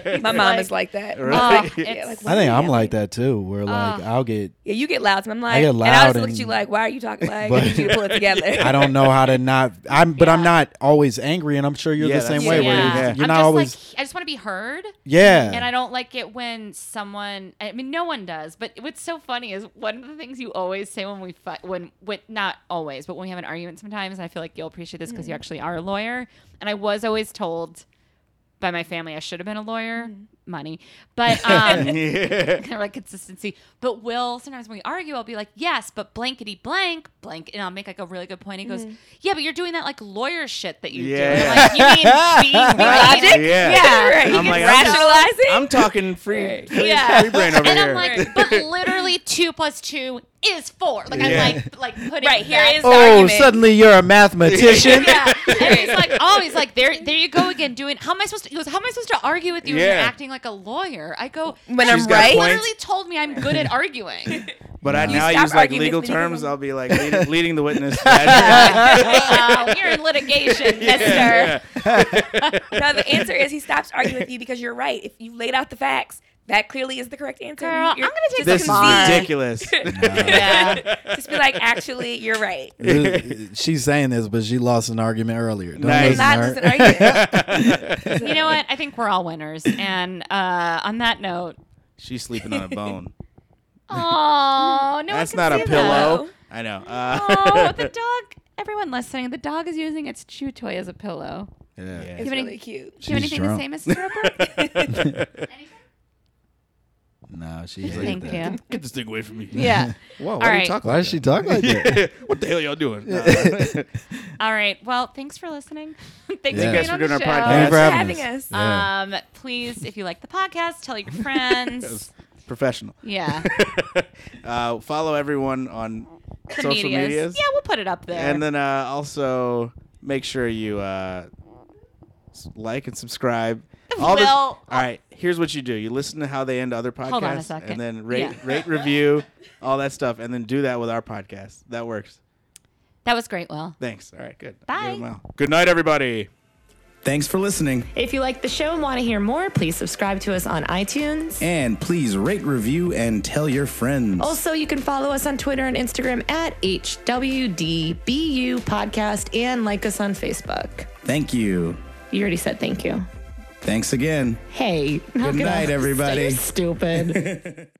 Speaker 1: yeah.
Speaker 4: My mom is like that.
Speaker 2: Oh,
Speaker 1: Right.
Speaker 2: it's-
Speaker 4: like,
Speaker 3: I think I'm like that too. Where like
Speaker 2: Ugh.
Speaker 3: I'll get,
Speaker 4: Yeah, you get loud. So I'm like,
Speaker 3: get
Speaker 4: and I
Speaker 3: loud
Speaker 4: just look at you
Speaker 3: and-
Speaker 4: like, why are you talking? Like,
Speaker 3: But-
Speaker 4: I need you to pull it together.
Speaker 3: I don't know how to not. I'm, but I'm not always angry, and I'm sure you're
Speaker 1: Yeah,
Speaker 3: the same
Speaker 1: that's
Speaker 3: way.
Speaker 1: it.
Speaker 3: Where
Speaker 1: Yeah.
Speaker 3: you're-
Speaker 1: Yeah.
Speaker 3: you're
Speaker 2: I'm
Speaker 3: not
Speaker 2: just
Speaker 3: always.
Speaker 2: like I just want to be heard.
Speaker 3: yeah.
Speaker 2: And I don't like it when someone. I mean, no one does. But what's so funny is one of the things you always say when we fight. When when not always, but when we have an argument sometimes. And I feel like you'll appreciate this because you actually are a lawyer. And I was always told by my family I should have been a lawyer. Money, but um,
Speaker 1: yeah.
Speaker 2: kind of like consistency. But Will, sometimes when we argue, I'll be like, yes, but blankety blank, blank. And I'll make like a really good point. He goes, yeah, but you're doing that like lawyer shit that you do.
Speaker 1: Yeah.
Speaker 2: I'm like, you mean being
Speaker 4: Logic?
Speaker 2: logic?
Speaker 1: Yeah.
Speaker 4: right. You
Speaker 1: I'm
Speaker 4: can
Speaker 1: like, I'm just-
Speaker 4: rationalize it.
Speaker 1: I'm talking free,
Speaker 4: Right.
Speaker 1: free,
Speaker 2: Yeah.
Speaker 1: free brain over
Speaker 2: And
Speaker 1: here.
Speaker 2: I'm like, but literally two plus two is four. Like
Speaker 1: Yeah.
Speaker 2: I'm like, like putting
Speaker 4: right, here
Speaker 2: that-
Speaker 4: is the
Speaker 3: oh,
Speaker 4: argument.
Speaker 3: suddenly you're a mathematician.
Speaker 2: Yeah. And he's like, oh, he's like, there, there you go again, doing. How am I supposed to? He goes, how am I supposed to argue with you when you're
Speaker 1: Yeah.
Speaker 2: acting like a lawyer? I go,
Speaker 4: When
Speaker 1: She's
Speaker 4: I'm
Speaker 1: got
Speaker 4: right,
Speaker 1: points.
Speaker 2: literally told me I'm good at arguing.
Speaker 1: but I
Speaker 3: You
Speaker 1: now
Speaker 4: stop
Speaker 1: use like
Speaker 4: arguing
Speaker 1: legal
Speaker 4: with me.
Speaker 1: terms. I'll be like leading, leading the witness. yeah,
Speaker 2: Uh, you're in litigation, Mister.
Speaker 1: yeah.
Speaker 4: no, the answer is he stops arguing with you because you're right. If you laid out the facts, that clearly is the correct answer.
Speaker 2: Girl, I'm
Speaker 4: You're-
Speaker 2: gonna take
Speaker 4: just
Speaker 1: This is
Speaker 2: Fine.
Speaker 4: concede.
Speaker 1: ridiculous.
Speaker 2: Yeah.
Speaker 4: Just be like, actually, you're right.
Speaker 3: She's saying this, but she lost an argument earlier. Don't
Speaker 1: Nice.
Speaker 3: listen to
Speaker 4: Not
Speaker 3: her.
Speaker 4: listen, argument.
Speaker 2: You know what? I think we're all winners. And uh, on that note,
Speaker 1: She's sleeping on a bone.
Speaker 2: oh no, one
Speaker 1: That's
Speaker 2: can
Speaker 1: not a
Speaker 2: see
Speaker 1: pillow. I know.
Speaker 2: That.
Speaker 1: Uh,
Speaker 2: Oh, the dog! Everyone listening, the dog is using its chew toy as a pillow.
Speaker 3: Yeah.
Speaker 1: yeah.
Speaker 4: It's really cute.
Speaker 2: Do you have anything
Speaker 3: She's drunk.
Speaker 2: to say, Mr. Roper?
Speaker 3: No, she's like
Speaker 2: Thank
Speaker 3: that.
Speaker 2: you.
Speaker 1: Get this thing away from me.
Speaker 2: Yeah.
Speaker 1: Whoa,
Speaker 2: All
Speaker 1: why are
Speaker 2: right.
Speaker 1: you talking
Speaker 3: Why does she talk like that?
Speaker 1: what the hell y'all doing? Nah.
Speaker 2: All right. Well, thanks for listening. thanks
Speaker 3: Yeah.
Speaker 2: for
Speaker 3: Thank
Speaker 2: being
Speaker 1: you guys for
Speaker 2: on
Speaker 1: doing
Speaker 2: the
Speaker 1: our
Speaker 2: show.
Speaker 1: podcast.
Speaker 3: Thank you for
Speaker 4: Thanks for
Speaker 3: having
Speaker 4: having
Speaker 3: us.
Speaker 4: us.
Speaker 3: Yeah.
Speaker 2: Um, please, if you like the podcast, tell your friends.
Speaker 1: Professional.
Speaker 2: yeah.
Speaker 1: uh, follow everyone on
Speaker 2: The
Speaker 1: social
Speaker 2: medias.
Speaker 1: medias.
Speaker 2: Yeah, we'll put it up there.
Speaker 1: And then uh, also make sure you uh, s- like and subscribe. the-
Speaker 2: Well-
Speaker 1: all right. Here's what you do: you listen to how they end other podcasts,
Speaker 2: Hold on a second.
Speaker 1: and then rate,
Speaker 2: Yeah.
Speaker 1: rate, review, all that stuff, and then do that with our podcast. That works.
Speaker 2: that was great, Will.
Speaker 1: Thanks. All right. Good.
Speaker 2: Bye.
Speaker 1: Give 'em well. Good night, everybody.
Speaker 6: Thanks for listening,
Speaker 7: If you like the show and want to hear more, please subscribe to us on iTunes.
Speaker 6: and please rate, review, and tell your friends.
Speaker 7: Also, you can follow us on Twitter and Instagram at HWDBU Podcast and like us on Facebook.
Speaker 6: Thank you.
Speaker 7: You already said thank you.
Speaker 6: Thanks again.
Speaker 7: Hey,
Speaker 6: Good night, everybody.
Speaker 7: Stupid.